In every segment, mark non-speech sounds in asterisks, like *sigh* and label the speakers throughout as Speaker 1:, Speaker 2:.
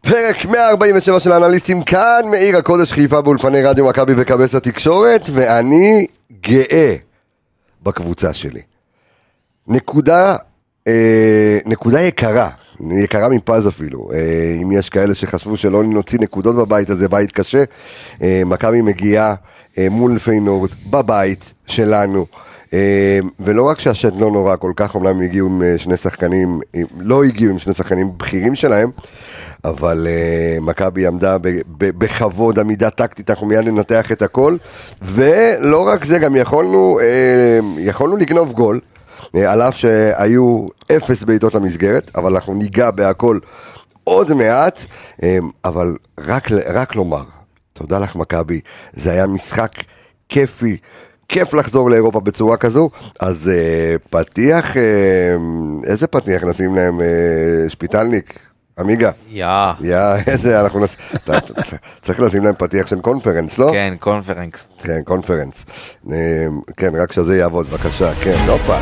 Speaker 1: פרק 147 של האנליסטים כאן, מעיר הקודש חיפה באולפני רדיו מכבי וכבש התקשורת, ואני גאה בקבוצה שלי. נקודה, אה, נקודה יקרה, יקרה מפז אפילו, אה, אם יש כאלה שחשבו שלא נוציא נקודות בבית הזה, בית קשה, אה, מכבי מגיעה אה, מול פיינורד, בבית שלנו. אה, ולא רק שהשד לא נורא כל כך, אומנם הגיעו עם אה, שני שחקנים, עם- לא הגיעו עם שני שחקנים בכירים שלהם, אבל אה, מכבי עמדה ב- ב- בכבוד, עמידה טקטית, אנחנו מיד ננתח את הכל. ולא רק זה, גם יכולנו, אה, יכולנו לגנוב גול, אה, על אף שהיו אפס בעיטות למסגרת, אבל אנחנו ניגע בהכל עוד מעט, אה, אבל רק, ל- רק לומר, תודה לך מכבי, זה היה משחק כיפי. כיף לחזור לאירופה בצורה כזו, אז אה, פתיח, אה, איזה פתיח נשים להם אה, שפיטלניק, עמיגה?
Speaker 2: יא.
Speaker 1: יא, איזה, אנחנו נס... אתה- אתה- צריך לשים להם פתיח של קונפרנס, לא?
Speaker 2: כן, קונפרנס.
Speaker 1: כן, קונפרנס. אה, כן, רק שזה יעבוד, בבקשה, כן, הופה.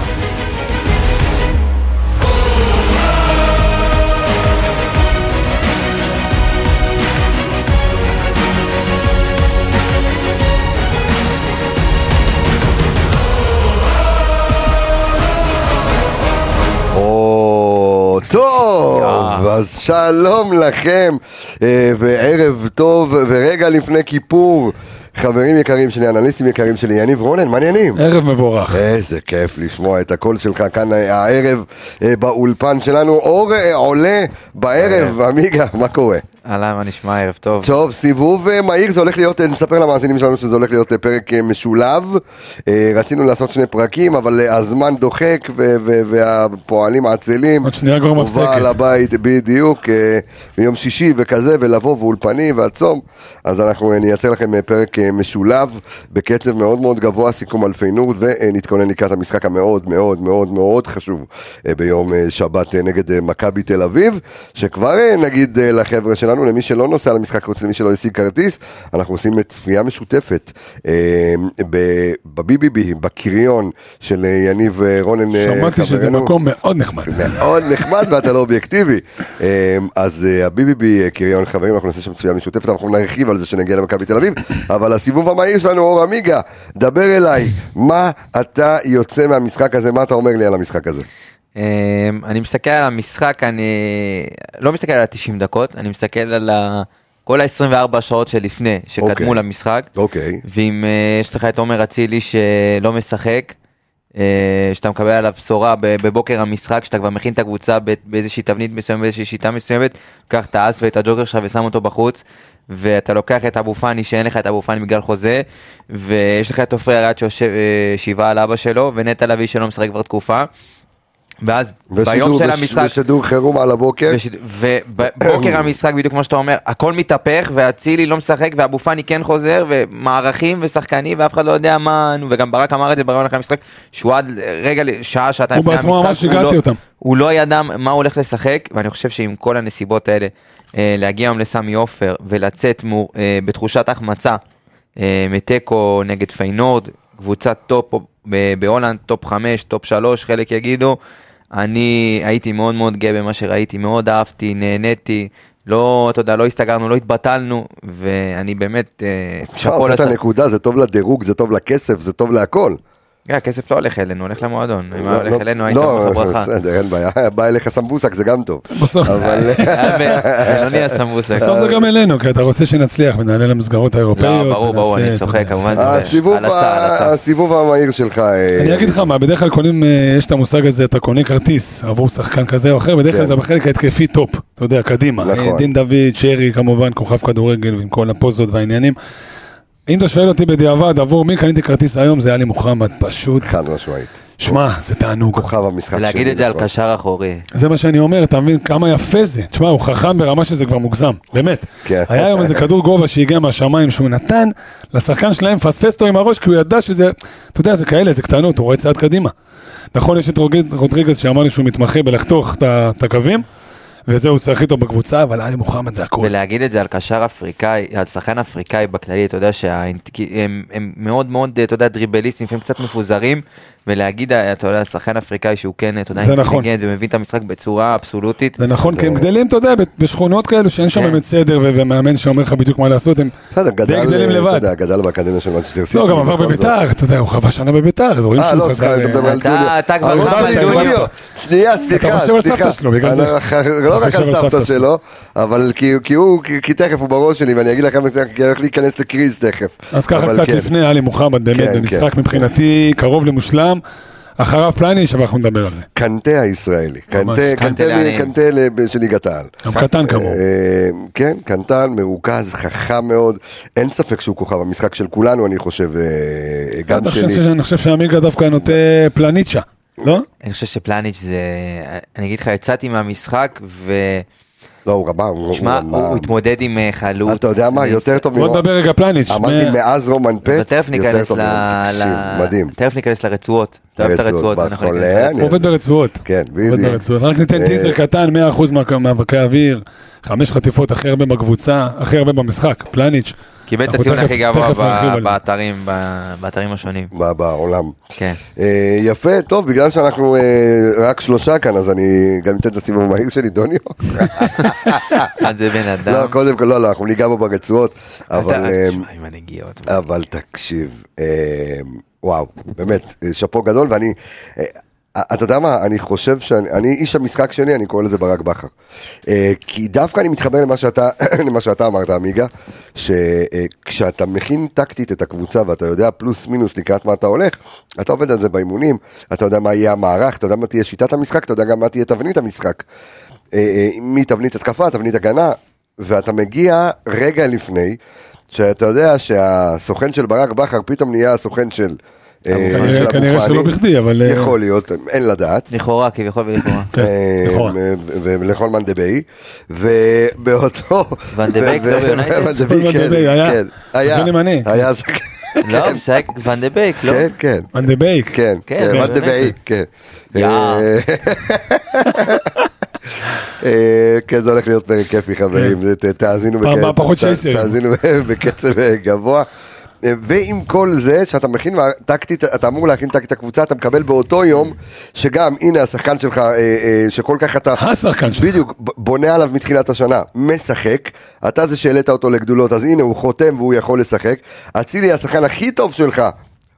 Speaker 1: או, טוב, אז שלום לכם, אה, וערב טוב, ורגע לפני כיפור, חברים יקרים שלי, אנליסטים יקרים שלי, יניב רונן, מעניינים.
Speaker 3: ערב מבורך.
Speaker 1: איזה כיף לשמוע את הקול שלך כאן אה, הערב אה, באולפן שלנו. אור אה, עולה בערב, עמיגה, מה קורה?
Speaker 2: אהלן, מה נשמע? ערב טוב.
Speaker 1: טוב, סיבוב אה, מהיר, זה הולך להיות, אה, נספר למאזינים שלנו שזה הולך להיות אה, פרק אה, משולב. אה, רצינו לעשות שני פרקים, אבל אה, הזמן דוחק ו- ו- והפועלים עצלים.
Speaker 3: עוד שנייה כבר
Speaker 1: ובעל
Speaker 3: מפסקת.
Speaker 1: הבית, בדיוק, אה, ביום שישי וכזה, ולבוא ואולפני והצום. אז אנחנו אה, נייצר לכם אה, פרק אה, משולב, בקצב מאוד מאוד גבוה, סיכום על פיינורד, ונתכונן לקראת המשחק המאוד מאוד מאוד מאוד חשוב אה, ביום אה, שבת אה, נגד אה, מכבי תל אביב, שכבר אה, נגיד אה, לחבר'ה שלנו, למי שלא נוסע למשחק חוץ, למי שלא השיג כרטיס, אנחנו עושים אה, צפייה משותפת אה, ב- ב-BBB, בקריון של אה, יניב אה, רונן אה,
Speaker 3: שמעתי שזה
Speaker 1: חברנו. כן.
Speaker 3: מקום מאוד נחמד.
Speaker 1: מאוד נחמד ואתה לא אובייקטיבי. אמ, אז אה, הביביבי אה, קריון חברים, אנחנו נעשה שם צפייה משותפת, אנחנו נרחיב על זה שנגיע למכבי תל אביב, אבל הסיבוב המהיר שלנו, אור עמיגה, דבר אליי, מה אתה יוצא מהמשחק הזה, מה אתה אומר לי על המשחק הזה?
Speaker 2: אמ, אני מסתכל על המשחק, אני לא מסתכל על ה-90 דקות, אני מסתכל על ה- כל ה-24 שעות שלפני, שקדמו
Speaker 1: אוקיי.
Speaker 2: למשחק.
Speaker 1: אוקיי.
Speaker 2: ואם אה, יש לך את עומר אצילי שלא משחק, אה, שאתה מקבל עליו בשורה ב- בבוקר המשחק, שאתה כבר מכין את הקבוצה ב- באיזושהי תבנית מסוימת, באיזושהי שיטה מסוימת, לוקח את האס ואת הג'וקר שלך ושם אותו בחוץ, ואתה לוקח את אבו פאני שאין לך את אבו פאני בגלל חוזה, ויש לך את עופרי ארד שיושב אה, שבעה על אבא שלו, ונטע לביא שלא משחק כבר תקופה. ואז ביום
Speaker 1: ושידור-
Speaker 2: של
Speaker 1: וש-
Speaker 2: המשחק,
Speaker 1: ושידור חירום על הבוקר,
Speaker 2: בש- ובבוקר המשחק בדיוק כמו שאתה אומר הכל מתהפך ואצילי לא משחק ואבו פאני כן חוזר ומערכים ושחקנים ואף אחד לא יודע מה נו וגם ברק אמר את זה ברעיון אחרי המשחק שהוא עד רגע ל- שעה שעתיים
Speaker 3: הוא
Speaker 2: לפני
Speaker 3: בעצמו
Speaker 2: המשחק,
Speaker 3: אמר
Speaker 2: הוא
Speaker 3: שהגעתי
Speaker 2: לא-
Speaker 3: אותם.
Speaker 2: הוא לא ידע מה הוא הולך לשחק ואני חושב שעם כל הנסיבות האלה אה, להגיע היום לסמי עופר ולצאת מור- אה, בתחושת החמצה אה, מתיקו נגד פיינורד קבוצת טופ פה ב- בהולנד טופ 5 טופ 3 חלק יגידו אני הייתי מאוד מאוד גאה במה שראיתי מאוד אהבתי נהניתי. לא, אתה יודע, לא הסתגרנו, לא התבטלנו, ואני באמת... אה,
Speaker 1: אפשר
Speaker 2: שאפו
Speaker 1: לעשות את
Speaker 2: לס-
Speaker 1: הנקודה, זה טוב לדירוג, זה טוב לכסף, זה טוב להכל.
Speaker 2: אה, הכסף לא הולך אלינו, הולך למועדון. אם היה
Speaker 1: לא-
Speaker 2: הולך
Speaker 1: לא-
Speaker 2: אלינו, היית
Speaker 1: לא,
Speaker 2: אומר לך ברכה.
Speaker 1: בסדר, אין בעיה, *laughs* בא אליך סמבוסק זה גם טוב.
Speaker 3: בסוף
Speaker 2: *laughs*
Speaker 1: אבל...
Speaker 2: אדוני הסמבוסק.
Speaker 3: בסוף
Speaker 1: אה,
Speaker 3: זה גם אלינו, כי אתה רוצה שנצליח ונעלה למסגרות האירופאיות.
Speaker 2: לא, ברור, ברור,
Speaker 3: ונעשה
Speaker 2: אני
Speaker 3: את-
Speaker 2: צוחק, כמובן. זה
Speaker 1: הסיבוב
Speaker 2: על הצער, על
Speaker 1: ה-
Speaker 2: הצער.
Speaker 1: הסיבוב המהיר שלך. אה,
Speaker 3: אני אגיד לך מה, בדרך כלל קונים, אה, יש את המושג הזה, אתה קונה כרטיס עבור שחקן כזה או אחר, בדרך
Speaker 1: כן.
Speaker 3: כלל זה בחלק ההתקפי טופ, אתה יודע, קדימה.
Speaker 1: נכון.
Speaker 3: אה, דין דוד, שרי כמובן, כוכב כדורגל ועם כל הפוזות והעניינים. אם אתה שואל אותי בדיעבד, עבור מי קניתי כרטיס היום, זה עלי מוחמד, פשוט,
Speaker 1: חד משמעית.
Speaker 3: שמע, זה תענוג.
Speaker 1: כוכב המשחק
Speaker 2: להגיד
Speaker 1: שלי,
Speaker 2: את זה על
Speaker 1: נכון.
Speaker 2: קשר אחורי.
Speaker 3: זה מה שאני אומר, אתה מבין כמה יפה זה. תשמע, הוא חכם ברמה שזה כבר מוגזם, באמת.
Speaker 1: כן.
Speaker 3: היה היום איזה כדור גובה שהגיע מהשמיים שהוא נתן לשחקן שלהם, פספס אותו עם הראש, כי הוא ידע שזה, אתה יודע, זה כאלה, זה קטנות, הוא רואה צעד קדימה. נכון, יש את רוג- רודריגז שאמרנו שהוא מתמחה בלחתוך את ה- את הקווים, וזה, הוא שיחק איתו בקבוצה, אבל עלי מוחמד זה הכול.
Speaker 2: ולהגיד את זה על קשר אפריקאי, על שחקן אפריקאי בכללי, אתה יודע שהם הם מאוד מאוד, אתה יודע, דריבליסטים, לפעמים קצת מפוזרים, ולהגיד, אתה יודע, על שחקן אפריקאי שהוא כן, אתה יודע,
Speaker 3: זה נכון.
Speaker 2: אינטליגנט ומבין את המשחק בצורה אבסולוטית.
Speaker 3: זה נכון, כי הם
Speaker 1: זה-
Speaker 3: גדלים, אתה יודע, בשכונות כאלו שאין שם
Speaker 2: כן.
Speaker 3: באמת סדר ו- ומאמן שאומר לך בדיוק מה לעשות, הם
Speaker 1: בסדר, גדל,
Speaker 3: גדלים
Speaker 1: אה,
Speaker 3: לבד.
Speaker 1: אתה יודע, גדל באקדמיה של מנצ'סטר סיטי.
Speaker 3: לא, גם עבר
Speaker 1: בכל זאת.
Speaker 3: בביתר, אתה יודע, הוא חווה שנה בביתר, אז רואים
Speaker 1: אה,
Speaker 3: שהוא
Speaker 1: לא, סליחה,
Speaker 3: חזר...
Speaker 1: אתה מדבר
Speaker 3: אה,
Speaker 1: על
Speaker 2: אתה-
Speaker 1: דוניו.
Speaker 2: אתה כבר
Speaker 1: אבל
Speaker 3: חשבת
Speaker 1: אמרתי
Speaker 3: על
Speaker 1: דוניו.
Speaker 2: דוניו.
Speaker 1: שנייה, סליחה, סליחה.
Speaker 3: אתה חושב על סבתא שלו, בגלל זה.
Speaker 1: אני- לא
Speaker 3: אתה
Speaker 1: רק
Speaker 3: חושב
Speaker 1: על
Speaker 3: על
Speaker 1: סבתא
Speaker 3: סבתא
Speaker 1: שלו, אבל כי- כי הוא, כי- כי תכף הוא בראש שלי, ואני אגיד לך כמה, כי אני הולך להיכנס לקריז תכף.
Speaker 3: אז ככה
Speaker 1: אבל
Speaker 3: קצת
Speaker 1: כן.
Speaker 3: לפני עלי מוחמד, באמת,
Speaker 1: כן,
Speaker 3: במשחק
Speaker 1: כן.
Speaker 3: מבחינתי קרוב למושלם, אחריו פלניש, אבל אנחנו נדבר על זה.
Speaker 1: קנטה הישראלי. קנטה-
Speaker 2: קנטה
Speaker 1: קנטה ל-
Speaker 2: לעניים.
Speaker 1: קנטה ל- של ליגת העל.
Speaker 3: גם קטן כמוהו.
Speaker 1: אה, כן, קנטן, מרוכז, חכם מאוד. אין ספק שהוא כוכב המשחק של כולנו, אני חושב, אה, גם
Speaker 3: אתה חושב
Speaker 1: שלי.
Speaker 3: ש- אני חושב שעמיגה דווקא נוטה פלניצ'ה, לא?
Speaker 2: אני חושב שפלניץ' זה, אני אגיד לך, יצאתי מהמשחק, ושמע,
Speaker 1: לא, הוא רמה, הוא הוא רמה.
Speaker 2: הוא הוא התמודד עם אה, חלוץ.
Speaker 1: אתה יודע מה,
Speaker 2: ועם
Speaker 1: יותר טוב
Speaker 3: בוא
Speaker 1: מרום.
Speaker 3: נדבר רגע פלניץ'.
Speaker 1: אמרתי
Speaker 3: מה-
Speaker 1: מאז רומן פץ,
Speaker 2: ותכף
Speaker 1: יותר
Speaker 2: ניכנס
Speaker 1: טוב.
Speaker 2: ל...
Speaker 1: תקשיב,
Speaker 2: ל-
Speaker 1: מדהים.
Speaker 2: תכף ניכנס לרצועות. אתה אוהב את
Speaker 1: לרצועות,
Speaker 2: הרצועות.
Speaker 1: בא,
Speaker 2: אנחנו ניכנס
Speaker 1: חולה,
Speaker 2: לרצועות.
Speaker 3: הוא עובד ברצועות.
Speaker 1: כן,
Speaker 3: עובד
Speaker 1: בדיוק.
Speaker 3: ברצועות. רק ניתן
Speaker 1: אה,
Speaker 3: טיזר קטן, 100% מה- מאבקי האוויר, חמש חטיפות, הכי הרבה בקבוצה, הכי הרבה במשחק, פלניץ'.
Speaker 2: קיבל את
Speaker 3: אנחנו
Speaker 2: הציון
Speaker 3: תכף-
Speaker 2: הכי גבוה
Speaker 3: תכף נרחיב על
Speaker 2: ב-
Speaker 3: זה.
Speaker 2: באתרים, ב- באתרים השונים.
Speaker 1: ב- בעולם.
Speaker 2: כן.
Speaker 1: אה, יפה, טוב, בגלל שאנחנו אה, רק שלושה כאן, אז אני גם אתן את הסיבוב המהיר שלי,
Speaker 2: *laughs*
Speaker 1: דוניו.
Speaker 2: אז אה, זה בן אדם.
Speaker 1: אה. לא, קודם כל, לא, לא, אנחנו ניגע בו ברצועות, אבל...
Speaker 2: אתה-
Speaker 1: אה,
Speaker 2: תשמע, עם הנגיעות.
Speaker 1: אבל תקשיב, אה, וואו, באמת, אה, שאפו גדול, ואני, אה, אתה יודע מה, אני חושב שאני, אני איש המשחק שלי, אני קורא לזה ברק בכר. אה, כי דווקא אני מתחבר למה שאתה, *coughs* למה שאתה אמרת, עמיגה, שכשאתה מכין טקטית את הקבוצה ואתה יודע פלוס מינוס לקראת מה אתה הולך, אתה עובד על זה באימונים, אתה יודע מה יהיה המערך, אתה יודע מה תהיה שיטת המשחק, אתה יודע גם מה תהיה תבנית המשחק. אה, אה, מתבנית התקפה, תבנית הגנה, ואתה מגיע רגע לפני, שאתה יודע שהסוכן של ברק בכר פתאום נהיה הסוכן של... אה,
Speaker 3: כנראה-
Speaker 1: של אבו
Speaker 3: כנראה
Speaker 1: פאני.
Speaker 3: שלא בכדי, אבל, אה,
Speaker 1: יכול להיות, אין לדעת.
Speaker 2: לכאורה, כביכול
Speaker 1: *laughs*
Speaker 2: ולכאורה.
Speaker 3: כן,
Speaker 1: אה,
Speaker 3: נכון.
Speaker 1: אה, ו- ולכל מאן דביי, ובאותו...
Speaker 2: ואן דה בייק,
Speaker 1: ו-
Speaker 2: לא
Speaker 1: ו-
Speaker 2: ביונייטד?
Speaker 1: ואן דה בייק,
Speaker 3: ואן דה
Speaker 1: כן,
Speaker 3: בייק, היה-
Speaker 1: כן, היה,
Speaker 3: שחקן ימני.
Speaker 1: היה, זה-
Speaker 2: לא, משחק ואן דה בייק, לא?
Speaker 1: כן, כן,
Speaker 3: ואן דה בייק.
Speaker 1: כן,
Speaker 2: כן,
Speaker 1: כן, מאן דה
Speaker 2: באמת.
Speaker 1: בייק, כן.
Speaker 2: יא.
Speaker 1: אה, אה, כן, זה הולך להיות פרק כיפי חברים, ת- תאזינו
Speaker 3: כן. פעם
Speaker 1: בק-
Speaker 3: הבאה פחות
Speaker 1: ת-
Speaker 3: שייסרים.
Speaker 1: תאזינו *laughs* בקצב אה, גבוה. אה, ועם כל זה שאתה מכין מה- טקטית, אתה אמור להכין טקטית את הקבוצה, אתה מקבל באותו יום, שגם, הנה השחקן שלך, אה, אה, שכל כך אתה...
Speaker 3: השחקן שלך.
Speaker 1: בדיוק, ב- בונה עליו מתחילת השנה, משחק, אתה זה שהעלית אותו לגדולות, אז הנה הוא חותם והוא יכול לשחק. אצילי השחקן הכי טוב שלך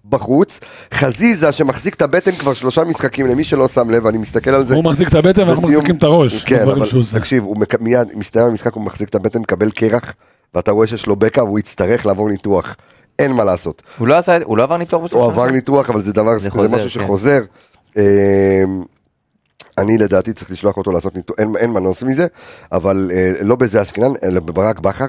Speaker 1: בחוץ, חזיזה שמחזיק את הבטן כבר שלושה משחקים, למי שלא שם לב, אני מסתכל על זה.
Speaker 3: הוא מחזיק את הבטן ואנחנו
Speaker 1: בסיום-
Speaker 3: מחזיקים את הראש.
Speaker 1: כן,
Speaker 3: בדברים
Speaker 1: אבל
Speaker 3: שהוא עושה.
Speaker 1: תקשיב, הוא מק- מיד מסתיים המשחק, הוא מחזיק את הבטן, מקבל קרח, ואתה רואה שיש לו בקע והוא יצטרך לעבור ניתוח. אין מה לעשות.
Speaker 2: הוא לא עשה, הוא לא עבר ניתוח בסוף
Speaker 1: הוא
Speaker 2: השנה?
Speaker 1: עבר ניתוח, אבל זה דבר, זה,
Speaker 2: חוזר,
Speaker 1: משהו
Speaker 2: כן.
Speaker 1: שחוזר. אה, אני לדעתי צריך לשלוח אותו לעשות ניתוח, אין, אין מנוס מזה, אבל אה, לא בזה עסקינן, אלא בברק בכר,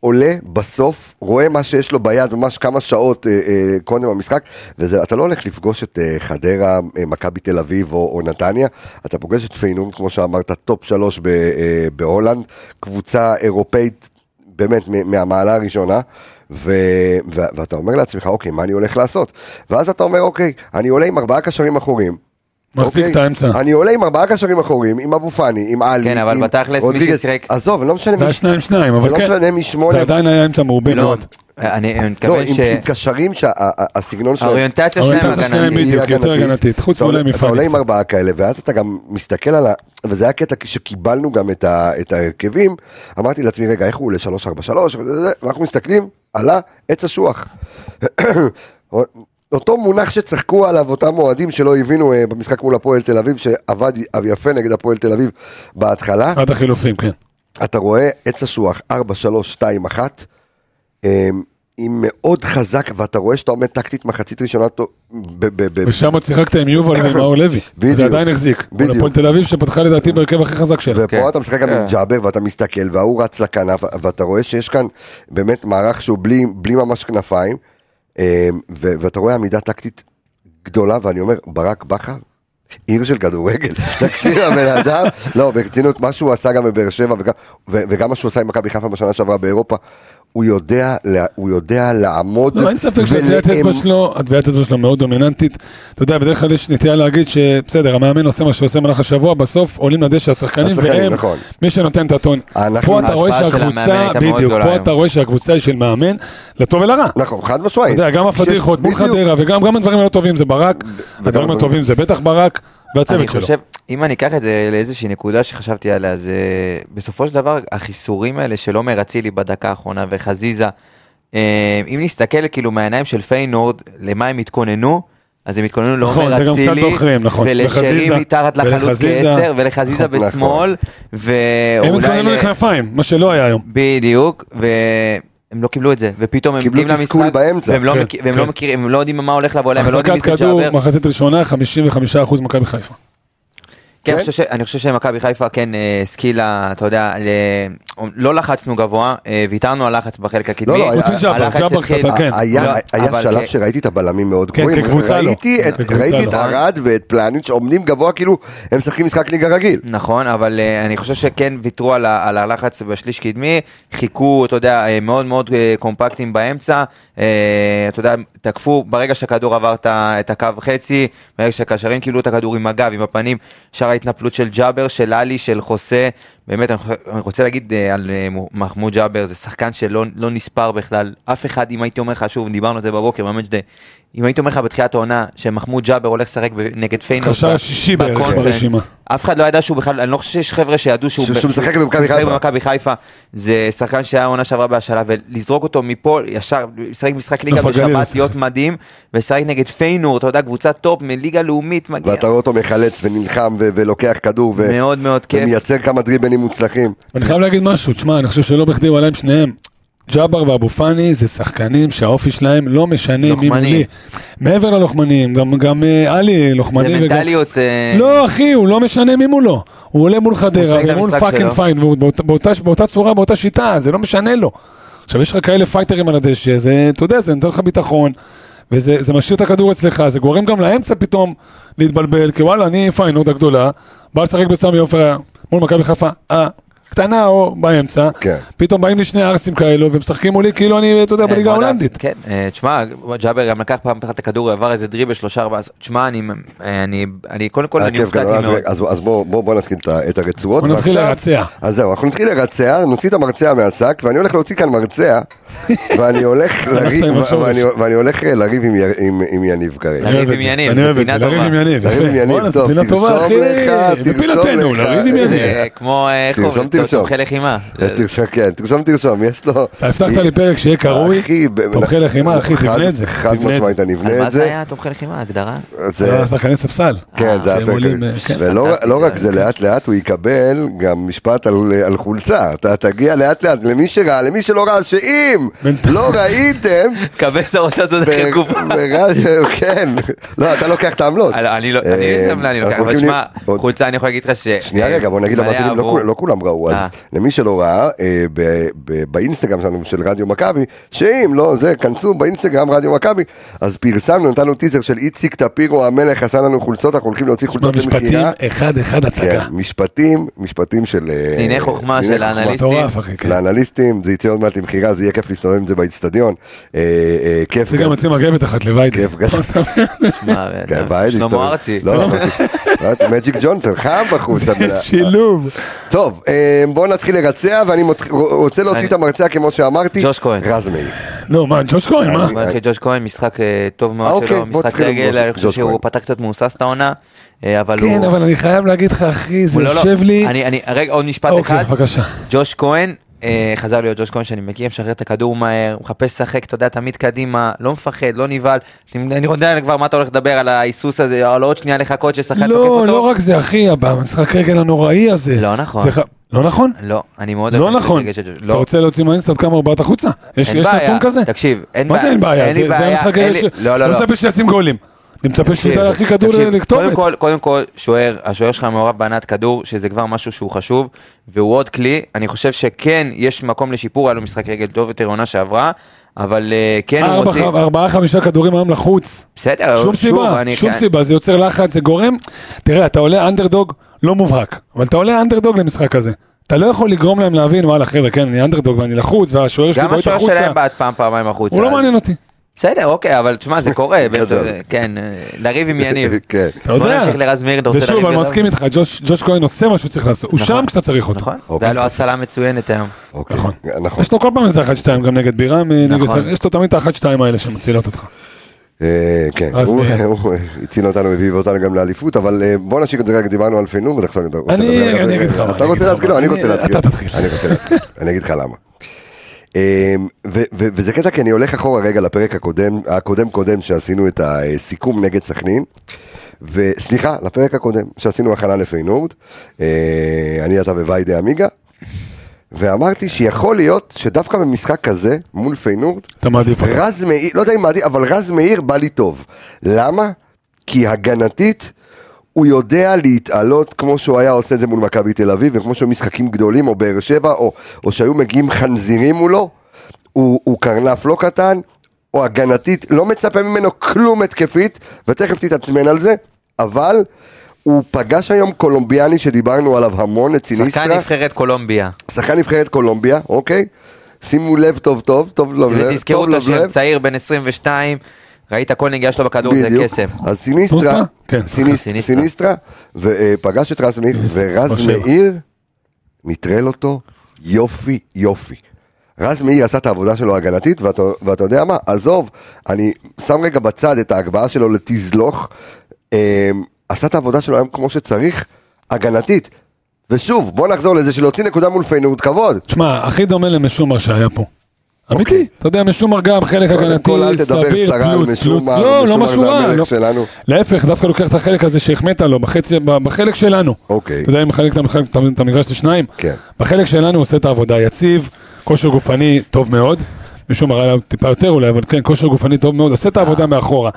Speaker 1: שעולה בסוף, רואה מה שיש לו ביד ממש כמה שעות אה, אה, קודם המשחק, ואתה לא הולך לפגוש את אה, חדרה, אה, מכבי תל אביב או, או נתניה, אתה פוגש את פיינון, כמו שאמרת, טופ שלוש ב, אה, בהולנד, קבוצה אירופאית באמת מ- מהמעלה הראשונה, ו... ו... ואתה אומר לעצמך, אוקיי, מה אני הולך לעשות? ואז אתה אומר, אוקיי, אני עולה עם ארבעה קשרים אחוריים.
Speaker 3: מחזיק
Speaker 1: אוקיי?
Speaker 3: את האמצע.
Speaker 1: אני עולה עם ארבעה קשרים אחוריים, עם אבו פאני, עם עלי,
Speaker 2: כן, אבל
Speaker 1: עם
Speaker 2: בתכלס מי
Speaker 1: רודריגז.
Speaker 2: ששיחק-
Speaker 1: עזוב, לא משנה
Speaker 3: זה
Speaker 1: מי...
Speaker 3: היה שניים שניים,
Speaker 1: זה
Speaker 3: אבל
Speaker 1: לא
Speaker 3: כן.
Speaker 1: משנה מי
Speaker 3: זה
Speaker 1: שמונה.
Speaker 3: עדיין היה אמצע מעובה
Speaker 2: לא,
Speaker 3: מאוד.
Speaker 2: אני אני
Speaker 1: לא,
Speaker 2: מתכוון
Speaker 1: עם עם קשרים שהסגנון שלהם...
Speaker 2: שהאוריינטציה שלהם
Speaker 3: האוריינטציה שלהם
Speaker 2: הגננית.
Speaker 3: היא- בדיוק, יותר הגנתית, חוץ
Speaker 1: אתה
Speaker 3: מאולי
Speaker 1: עולה- אתה
Speaker 3: מפאני
Speaker 1: עולה עם
Speaker 3: קצת.
Speaker 1: ארבעה כאלה, ואז אתה גם מסתכל על ה... וזה היה קטע שקיבלנו גם את ה- את ההרכבים, אמרתי לעצמי, רגע, איך הוא עולה 343? ואנחנו מסתכלים, עלה עץ אשוח. *coughs* אותו מונח שצחקו עליו אותם אוהדים שלא הבינו אה, במשחק מול הפועל תל אביב, שעבד יפה נגד הפועל תל אביב בהתחלה,
Speaker 3: עד החילופים, כן.
Speaker 1: אה, אתה רואה עץ אשוח 4, 3, 2, 1, אמ, היא מאוד חזק, ואתה רואה שאתה עומד טקטית מחצית ראשונה טוב, ב- ב- ב-
Speaker 3: ושם עוד שיחקת עם יובל ועם מאור לוי.
Speaker 1: אה, בדיוק.
Speaker 3: זה עדיין החזיק.
Speaker 1: בדיוק.
Speaker 3: מול הפועל תל אביב שפתחה לדעתי בהרכב הכי חזק שלה.
Speaker 1: ופה
Speaker 2: כן.
Speaker 1: אתה משחק
Speaker 3: אה.
Speaker 1: גם עם ג'אבר ואתה מסתכל וההוא רץ לכנף ואתה רואה שיש כאן באמת מערך שהוא בלי, בלי ממש כנפיים אה, ו- ואתה רואה עמידה טקטית גדולה ואני אומר ברק בכר עיר של
Speaker 3: *laughs*
Speaker 1: כדורגל, תקשיב הבן אדם, לא ברצינות מה שהוא עשה גם בבאר שבע וגם, ו- וגם מה שהוא עשה עם מכבי חיפה בשנה שעברה באירופה, הוא יודע, לה- הוא יודע לעמוד.
Speaker 3: לא, אין ספק שהטביעת אצבע
Speaker 1: ולאמ-
Speaker 3: שלו, הטביעת אצבע שלו מאוד דומיננטית. אתה יודע, בדרך כלל יש נטייה להגיד שבסדר, המאמן עושה מה שהוא עושה במהלך השבוע, בסוף עולים לדשא השחקנים,
Speaker 1: השחקנים,
Speaker 3: והם
Speaker 1: נכון.
Speaker 3: מי שנותן את הטון.
Speaker 1: אנחנו-
Speaker 3: פה אתה רואה
Speaker 2: ההשפעה של המאמן
Speaker 3: שהקבוצה,
Speaker 2: הייתה מאוד
Speaker 3: בדיוק,
Speaker 2: גדולה
Speaker 3: פה
Speaker 2: היום.
Speaker 3: אתה רואה שהקבוצה היא של מאמן, לטוב ולרע.
Speaker 1: נכון, חד
Speaker 3: אתה
Speaker 1: משמעית.
Speaker 3: יודע, גם
Speaker 1: כשיש-
Speaker 3: הפדיחות מול
Speaker 1: בדיוק.
Speaker 3: חדרה, וגם גם הדברים הלא טובים זה ברק, הדברים
Speaker 1: הדברים-
Speaker 3: הטובים זה בטח ברק,
Speaker 2: אני
Speaker 3: והצוות שלו.
Speaker 2: חושב, אם אני אקח את זה לאיזושהי נקודה שחשבתי עליה, זה בסופו של דבר החיסורים האלה של עומר אצילי בדקה האחרונה וחזיזה, אה, אם נסתכל כאילו מהעיניים של פיינורד, למה הם התכוננו, אז הם התכוננו
Speaker 3: נכון,
Speaker 2: לעומר
Speaker 3: זה גם קצת
Speaker 2: אצילי,
Speaker 3: דוחרים, נכון. וחזיזה-
Speaker 2: ולשרי מתחת לחלוץ
Speaker 3: ולחזיזה.
Speaker 2: כעשר, ולחזיזה
Speaker 1: נכון, נכון.
Speaker 2: בשמאל,
Speaker 3: הם
Speaker 2: ואולי...
Speaker 3: התכוננו
Speaker 2: ל-
Speaker 3: לכנפיים, מה שלא היה היום.
Speaker 2: בדיוק, והם לא קיבלו את זה, ופתאום הם
Speaker 1: קיבלו
Speaker 2: מגיעים למשחק,
Speaker 1: תסכול באמצע.
Speaker 2: והם לא
Speaker 3: כן,
Speaker 2: מכיר- והם
Speaker 3: כן.
Speaker 2: לא מכירים, הם לא יודעים מה הולך לבוא להם, הם לא יודעים
Speaker 3: החזקת
Speaker 2: מי זה
Speaker 3: כדור,
Speaker 2: ג'אבר.
Speaker 3: מחצית ראשונה, 55% מכבי חיפה.
Speaker 2: כן,
Speaker 1: כן.
Speaker 2: אני חושב ש- אני חושב שמכבי חיפה כן אה, השכילה, אתה יודע, ל- לא לחצנו גבוה, אה, ויתרנו על לחץ בחלק הקדמי.
Speaker 1: לא, לא, היה- אה,
Speaker 3: חוץ מג'אבר,
Speaker 2: הלחץ
Speaker 3: ג'אבר
Speaker 2: התחיל-
Speaker 3: קצת, כן.
Speaker 1: היה,
Speaker 2: לא,
Speaker 1: היה
Speaker 2: אבל
Speaker 1: שלב
Speaker 2: כ-
Speaker 1: שראיתי את הבלמים מאוד
Speaker 3: כן,
Speaker 1: גבוהים.
Speaker 3: כקבוצה לא.
Speaker 1: ראיתי את-
Speaker 3: כקבוצה
Speaker 1: ראיתי
Speaker 3: לא.
Speaker 1: את ארד ואת פלניץ' שעומדים גבוה כאילו הם משחקים משחק ליגה רגיל.
Speaker 2: נכון, אבל אה, אני חושב שכן ויתרו על ה- על הלחץ בשליש קדמי, חיכו, אתה יודע, אה, מאוד מאוד אה, קומפקטים באמצע, אה, אתה יודע, תקפו, ברגע שהכדור עבר את ה- את הקו חצי, ברגע שהקשרים קיבלו את הכדור עם הגב, עם הפנים, שאר ההתנפלות של ג'אבר, של עלי, של חוסה, באמת, אני חו- אני רוצה להגיד אה, על אה, מו- מחמוד ג'אבר, זה שחקן שלא לא נספר בכלל, אף אחד, אם הייתי אומר לך, שוב, דיברנו על זה בבוקר, במאג' דיי, אם הייתי אומר לך בתחילת העונה, שמחמוד ג'אבר הולך לשחק ב- נגד פיינורד,
Speaker 3: קשר
Speaker 2: ב-
Speaker 3: השישי בערך
Speaker 2: בקונפרנס,
Speaker 3: ברשימה.
Speaker 2: אף אחד לא ידע שהוא בכלל, אני לא חושב שיש חבר'ה שידעו שהוא...
Speaker 1: שהוא- שהוא משחק במכבי
Speaker 2: משחק
Speaker 1: חיפה.
Speaker 2: במכבי חיפה. זה שחקן שהיה עונה שעברה בהשאלה, ולזרוק אותו מפה, ישר, לשחק משחק ליגה
Speaker 3: נוף הגליל הוא
Speaker 2: בשבת,
Speaker 3: משחק.
Speaker 2: להיות מדהים, ולשחק נגד פיינור, אתה יודע, קבוצת טופ מליגה לאומית, מגיע.
Speaker 1: ואתה אה, רואה אותו מחלץ ונלחם ו- ולוקח כדור ו-
Speaker 2: כן. מאוד מאוד כיף.
Speaker 1: ומייצר כמה דריבלים מוצלחים.
Speaker 3: אני חייב להגיד משהו, תשמע, אני חושב שלא בכדי הוא עלה עם שניהם. ג'אבר ואבו פאני זה שחקנים שהאופי שלהם לא משנה מי
Speaker 2: לוחמני.
Speaker 3: מולי. מעבר ללוחמנים, גם, גם אה, עלי לוחמני.
Speaker 2: זה
Speaker 3: וגם-
Speaker 2: מנטליות... אה,
Speaker 3: לא אחי, הוא לא משנה מי מולו. הוא עולה מול חדרה,
Speaker 2: משחק את
Speaker 3: ומול
Speaker 2: המשחק
Speaker 3: פאקינג
Speaker 2: שלו.
Speaker 3: פייט, והוא באותה, באותה, באותה צורה, באותה שיטה, זה לא משנה לו. עכשיו יש לך כאלה פייטרים על הדשא, זה, אתה יודע, זה נותן לך ביטחון, וזה זה משאיר את הכדור אצלך, זה גורם גם לאמצע פתאום להתבלבל, כי וואלה, אני פיינורד הגדולה, בא לשחק בסמי עופר מול מכבי חיפה, אה, קטנה או באמצע,
Speaker 1: כן.
Speaker 3: פתאום באים לי שני ערסים כאלו, ומשחקים מולי כאילו אני, אתה יודע,
Speaker 2: אה,
Speaker 3: בליגה
Speaker 2: וואלה,
Speaker 3: ההולנדית.
Speaker 2: כן, אה, תשמע, ג'אבר גם לקח פעם אחת את הכדור, עבר איזה דריבל שלושה ארבעה, אז תשע, אני, אה, אני, אני, קודם כל
Speaker 1: היה
Speaker 2: אני
Speaker 1: אה, כיף גדול.
Speaker 2: הופתעתי
Speaker 1: אז
Speaker 2: מאוד.
Speaker 1: רגע, אז אז בואו בואו נתחיל את ה- את הרצועות.
Speaker 3: בוא נתחיל
Speaker 1: ועכשיו-
Speaker 3: לרצע.
Speaker 1: אז זהו, אנחנו נתחיל לרצע, נוציא את המרצע מהשק, ואני הולך להוציא כאן
Speaker 3: *laughs*
Speaker 1: מרצע, ואני הולך לריב-
Speaker 3: הלכת עם השורש.
Speaker 1: ואני- ואני הולך אה, לריב עם יר- עם- עם יניב כרגע.
Speaker 3: אני אוהב
Speaker 2: לריב
Speaker 3: את
Speaker 2: עם
Speaker 3: זה,
Speaker 2: יניב,
Speaker 3: אני
Speaker 2: זה
Speaker 3: אוהב את
Speaker 2: פינה
Speaker 3: זה, לריב
Speaker 2: טובה.
Speaker 3: עם יניב,
Speaker 1: לריב עם
Speaker 3: יפה.
Speaker 1: יניב,
Speaker 3: בואנה, זו
Speaker 1: טוב,
Speaker 3: פינה טובה,
Speaker 1: תרשום
Speaker 3: אחי.
Speaker 1: לך, תרשום
Speaker 3: בפינתנו,
Speaker 1: לך.
Speaker 3: לריב עם יניב.
Speaker 2: זה כמו, אה, איך
Speaker 1: תרשום,
Speaker 2: אומרים, תור-
Speaker 1: תרשום.
Speaker 2: תומכי לחימה. זה-
Speaker 1: תרשום, כן, תרשום, תרשום, יש לו... אה,
Speaker 3: אתה הבטחת לי פרק שיהיה קרוי,
Speaker 1: אחי, ב-
Speaker 3: תומכי לחימה, אחי,
Speaker 1: חד-
Speaker 3: תבנה את זה,
Speaker 1: חד
Speaker 3: תבנה את זה.
Speaker 1: משמעית, אני
Speaker 2: על
Speaker 1: אבנה
Speaker 2: אה, מה
Speaker 1: את
Speaker 2: זה
Speaker 1: אה, זה.
Speaker 2: היה תומכי לחימה, הגדרה?
Speaker 1: זה-
Speaker 3: שחקני ספסל.
Speaker 1: כן, זה
Speaker 3: שהם
Speaker 1: הפרק.
Speaker 3: עולים, אה, כן.
Speaker 1: ולא
Speaker 2: פנטסטי,
Speaker 1: לא
Speaker 2: זה
Speaker 1: רק זה, לאט לאט הוא יקבל גם משפט על- אה, על חולצה. אתה תגיע לאט לאט למי שראה, למי שלא ראה, שאם
Speaker 3: בינתיים.
Speaker 1: לא
Speaker 2: *laughs*
Speaker 1: ראיתם...
Speaker 2: קבל שאתה רוצה לעשות את
Speaker 1: ב-
Speaker 2: החיכוך.
Speaker 1: ברדיו, כן. לא, אתה לוקח את העמלות.
Speaker 2: אני לא, אני
Speaker 1: אה,
Speaker 2: איזה עמלה אני לוקח,
Speaker 1: אנחנו
Speaker 2: אבל
Speaker 1: הולכים
Speaker 2: שמע,
Speaker 1: ל- עוד-
Speaker 2: חולצה אני יכול להגיד לך ש... אה,
Speaker 1: שנייה רגע, בוא נגיד
Speaker 2: כן, מלא
Speaker 1: למאזינים, לא
Speaker 2: עברו.
Speaker 1: כול- לא כולם ראו, אז
Speaker 2: אה.
Speaker 1: למי שלא ראה, אה, ב- ב- באינסטגרם שלנו, של רדיו מכבי, שאם לא, זה, כנסו באינסטגרם רדיו מכבי, אז פרסמנו, נתנו טיזר של איציק טפירו המלך, עשה לנו חולצות, אנחנו הולכים להוציא חולצות
Speaker 3: במשפטים
Speaker 1: למכירה.
Speaker 3: אחד-אחד
Speaker 1: כן,
Speaker 3: הצגה.
Speaker 1: משפטים, משפטים של... אה,
Speaker 2: דיני חוכמה
Speaker 1: דיני
Speaker 2: של
Speaker 1: חוכמה.
Speaker 2: האנליסט.
Speaker 3: מטורף, אחי. כן.
Speaker 1: לאנליסטים, זה יצא עוד מעט למכירה, זה יהיה כיף להסתובב עם זה באיצטדיון. אה, אה, כיף
Speaker 3: זה גם יוצא מגבת אחת לבית.
Speaker 1: כיף
Speaker 3: *laughs*
Speaker 1: גדול.
Speaker 2: מה,
Speaker 1: כן,
Speaker 2: אתה-
Speaker 1: בעיה
Speaker 2: אה, שלמה
Speaker 1: להסתובב.
Speaker 2: ארצי.
Speaker 1: לא,
Speaker 2: *laughs*
Speaker 1: אמרתי, מג'יק ג'ונסון, חם בחוץ. אבל-
Speaker 3: *laughs* שילוב.
Speaker 1: טוב, אה, בואו נתחיל לרצע, ואני מות- רוצה להוציא את המרצע כמו שאמרתי.
Speaker 2: ג'וש כהן.
Speaker 1: רז מאיר.
Speaker 3: נו, לא, מה, ג'וש כהן, מה?
Speaker 2: בוא נתחיל ג'וש כהן, משחק אה, טוב
Speaker 1: אה,
Speaker 2: מאוד
Speaker 1: אוקיי,
Speaker 2: שלו,
Speaker 1: בוא
Speaker 2: משחק
Speaker 1: תתחיל עם ג'וש-
Speaker 2: רגל, אני חושב
Speaker 1: ג'וש כהן.
Speaker 2: שהוא פתח קצת מהוסס את העונה, אה, אבל הוא...
Speaker 3: כן, אבל אני חייב להגיד לך, אחי, זה
Speaker 2: הוא לא- לא,
Speaker 3: יושב לי...
Speaker 2: אני, אני, רגע, עוד משפט
Speaker 3: אוקיי,
Speaker 2: אחד.
Speaker 3: בבקשה.
Speaker 2: ג'וש כהן, אה, חזר להיות ג'וש כהן שאני מכיר, משחרר את הכדור מהר, הוא מחפש לשחק, אתה יודע, תמיד קדימה, לא מפחד, לא נבהל. אני אני יודע כבר מה אתה הולך לדבר על ההיסוס הזה, על עוד שנייה לחכות ששחקן תוקף אותו.
Speaker 3: לא, לא רק זה, אחי, הבא, המשחק רגל הנוראי הזה.
Speaker 2: לא נכון.
Speaker 3: זה ח- לא נכון?
Speaker 2: לא, אני מאוד...
Speaker 3: לא
Speaker 2: אוהב את
Speaker 3: נכון.
Speaker 2: הסטרטגיה של ג'וש-
Speaker 3: אתה
Speaker 2: לא.
Speaker 3: רוצה להוציא מהאינסטנט כמה הוא בעט החוצה? יש
Speaker 2: אין
Speaker 3: יש
Speaker 2: בעיה.
Speaker 3: נתון כזה?
Speaker 2: תקשיב, אין
Speaker 3: מה
Speaker 2: בעיה.
Speaker 3: זה אין בעיה?
Speaker 2: אין לי
Speaker 3: זה- זה
Speaker 2: בעיה,
Speaker 3: המשחק
Speaker 2: אין
Speaker 3: רגל
Speaker 2: לי-
Speaker 3: ש...
Speaker 2: לא, לא,
Speaker 3: לא
Speaker 2: לא.
Speaker 3: מצפה שישים גולים. אני מצפה שהוא
Speaker 2: תקשיב,
Speaker 3: ייתן הכי כדור
Speaker 2: תקשיב,
Speaker 3: לכתובת.
Speaker 2: קודם כל, קודם כל, שוער, השוער שלך מעורב בהנעת כדור, שזה כבר משהו שהוא חשוב, והוא עוד כלי, אני חושב שכן יש מקום לשיפור, היה לו משחק רגל טוב יותר עונה שעברה, אבל אה, כן הוא
Speaker 3: ארבע,
Speaker 2: מוציא...
Speaker 3: ח- ארבעה, חמישה כדורים היום לחוץ.
Speaker 2: בסדר,
Speaker 3: שום
Speaker 2: שוב,
Speaker 3: סיבה,
Speaker 2: אני- כן.
Speaker 3: שום
Speaker 2: אני-
Speaker 3: סיבה, זה יוצר לחץ, זה גורם. תראה, אתה עולה אנדרדוג לא מובהק, אבל אתה עולה אנדרדוג למשחק הזה. אתה לא יכול לגרום להם להבין, וואלה חבר'ה, כן, אני אנדרדוג ואני לחוץ, והשוער שלי
Speaker 2: גם
Speaker 3: בועט
Speaker 2: השוער
Speaker 3: החוצה.
Speaker 2: שלהם בעט פעם פעמיים החוצה.
Speaker 3: הוא לא מעניין אותי.
Speaker 2: בסדר, אוקיי, אבל תשמע, זה קורה.
Speaker 1: *laughs*
Speaker 2: ואתה-
Speaker 1: גדול.
Speaker 2: כן, אה, לריב עם יניב.
Speaker 1: *laughs* כן.
Speaker 3: אתה יודע.
Speaker 2: בוא נמשיך לרז מאיר, אתה רוצה
Speaker 3: ושוב,
Speaker 2: לריב
Speaker 3: אני
Speaker 2: גדול?
Speaker 3: מסכים איתך, ג'וש ג'וש כהן עושה מה שהוא צריך לעשות. הוא
Speaker 2: נכון.
Speaker 3: שם כשאתה צריך אותו.
Speaker 2: נכון,
Speaker 1: אוקיי.
Speaker 2: והיה לו הצלה מצוינת היום.
Speaker 1: אוקיי,
Speaker 3: נכון.
Speaker 1: נכון.
Speaker 3: יש לו כל פעם איזה 1-2 גם נגד בירם, אה, נגד...
Speaker 2: נכון.
Speaker 3: סר- יש לו תמיד את ה-1-2 האלה שמצילות אותך.
Speaker 1: אה, כן,
Speaker 3: אז
Speaker 1: הוא
Speaker 3: ב-
Speaker 1: *laughs* הוא הציל אותנו, הביא אותנו גם לאליפות, אבל אה, בוא נשאיר את זה רגע, דיברנו על פנום, ועכשיו אני רוצה
Speaker 3: אני-
Speaker 1: לדבר על
Speaker 3: אני
Speaker 1: זה.
Speaker 3: אגיד לך מה,
Speaker 1: אתה רוצה
Speaker 3: אני אגיד לך
Speaker 1: להתחיל?
Speaker 3: מה.
Speaker 1: לא, אני רוצה
Speaker 3: אני-
Speaker 1: להתחיל.
Speaker 3: אתה תתחיל.
Speaker 1: אני רוצה להתחיל, *laughs* אני אגיד לך למה. אה, ו- ו- וזה קטע כי אני הולך אחורה רגע לפרק הקודם, הקודם קודם שעשינו את הסיכום נגד סכנין. וסליחה, לפרק הקודם שעשינו הכנה לפיינורד, אה, אני אתה וויידי עמיגה, ואמרתי שיכול להיות שדווקא במשחק כזה מול פיינורד,
Speaker 3: אתה מעדיף
Speaker 2: אוקיי.
Speaker 3: אותו.
Speaker 1: רז מאיר, לא יודע אם מעדיף, אבל רז מאיר בא לי טוב. למה? כי הגנתית, הוא יודע להתעלות כמו שהוא היה עושה את זה מול מכבי תל אביב, וכמו שהיו משחקים גדולים, או באר שבע, או, או שהיו מגיעים חנזירים מולו, הוא, הוא קרנף לא קטן, או הגנתית, לא מצפה ממנו כלום התקפית, ותכף תתעצמן על זה, אבל הוא פגש היום קולומביאני שדיברנו עליו המון, את סיניסטרה.
Speaker 2: שחקן נבחרת קולומביה.
Speaker 1: שחקן נבחרת קולומביה, אוקיי? שימו לב טוב טוב, טוב לב לב,
Speaker 2: ותזכרו
Speaker 1: טוב לב
Speaker 2: את השם,
Speaker 1: לב.
Speaker 2: צעיר בן 22, ראית כל נגיעה שלו בכדור לא, זה
Speaker 1: בדיוק. אה,
Speaker 2: קסם.
Speaker 1: אז סיניסטרה,
Speaker 3: פוסטה? כן,
Speaker 1: סיניס-
Speaker 2: סליחה,
Speaker 1: סיניסטרה, ופגש את רז מאיר,
Speaker 3: סיניסטרה,
Speaker 1: ורז
Speaker 3: מספר שבע.
Speaker 1: מאיר נטרל אותו יופי יופי. רז מאיר עשה את העבודה שלו ההגנתית, ואתה, ואתה יודע מה, עזוב, אני שם רגע בצד את ההגבהה שלו לתזלוך, אה, עשה את העבודה שלו היום כמו שצריך, הגנתית. ושוב, בוא נחזור לזה שלהוציא נקודה מול פיינורד, כבוד.
Speaker 3: תשמע, הכי דומה למשומר שהיה פה. אמיתי, אתה יודע, משומר גם חלק
Speaker 1: אוקיי. קודם
Speaker 3: הגנתי,
Speaker 1: כל אל תדבר
Speaker 3: סביר,
Speaker 1: סרה על
Speaker 3: פלוס, פלוס,
Speaker 1: משומר,
Speaker 3: לא, לא
Speaker 1: משומר
Speaker 3: משהו
Speaker 1: זה
Speaker 3: רע,
Speaker 1: המלך
Speaker 3: לא.
Speaker 1: שלנו.
Speaker 3: להפך, דווקא לוקח את החלק הזה שהחמאת לו, בחצי- ב- בחלק שלנו.
Speaker 1: אוקיי.
Speaker 3: אתה יודע, אם מחלק את המחלק- את המ- את המגרש לשניים,
Speaker 1: כן.
Speaker 3: בחלק שלנו הוא עושה את העבודה יציב, כושר גופני טוב מאוד. משום מראה עליו טיפה יותר אולי, אבל כן, כושר גופני טוב מאוד, עושה את העבודה מאחורה.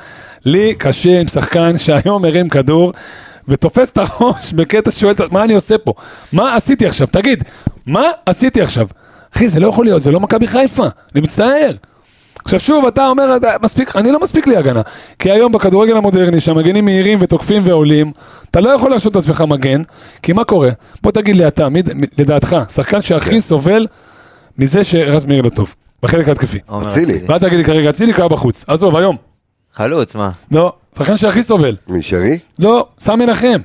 Speaker 3: לי קשה עם שחקן שהיום מרים כדור ותופס את הראש *laughs* בקטע שואל, את ה- מה אני עושה פה? מה עשיתי עכשיו? תגיד, מה עשיתי עכשיו? אחי, זה לא יכול להיות, זה לא מכבי חיפה, אני מצטער. עכשיו שוב, אתה אומר, "אתה- מספיק, אני לא מספיק לי הגנה. כי היום בכדורגל המודרני, שהמגנים מהירים ותוקפים ועולים, אתה לא יכול להרשות את עצמך מגן, כי מה קורה? בוא תגיד לי אתה, מי, מי- לדעתך, שחקן שהכי סובל מזה שרז מאיר לא טוב, בחלק ההתקפי.
Speaker 2: עומר
Speaker 1: אצילי.
Speaker 3: ואל תגיד לי כרגע, אצילי קרה בחוץ, עזוב, היום.
Speaker 2: חלוץ, מה?
Speaker 3: לא, שחקן שהכי סובל.
Speaker 1: מישרי?
Speaker 3: לא, סם מנחם.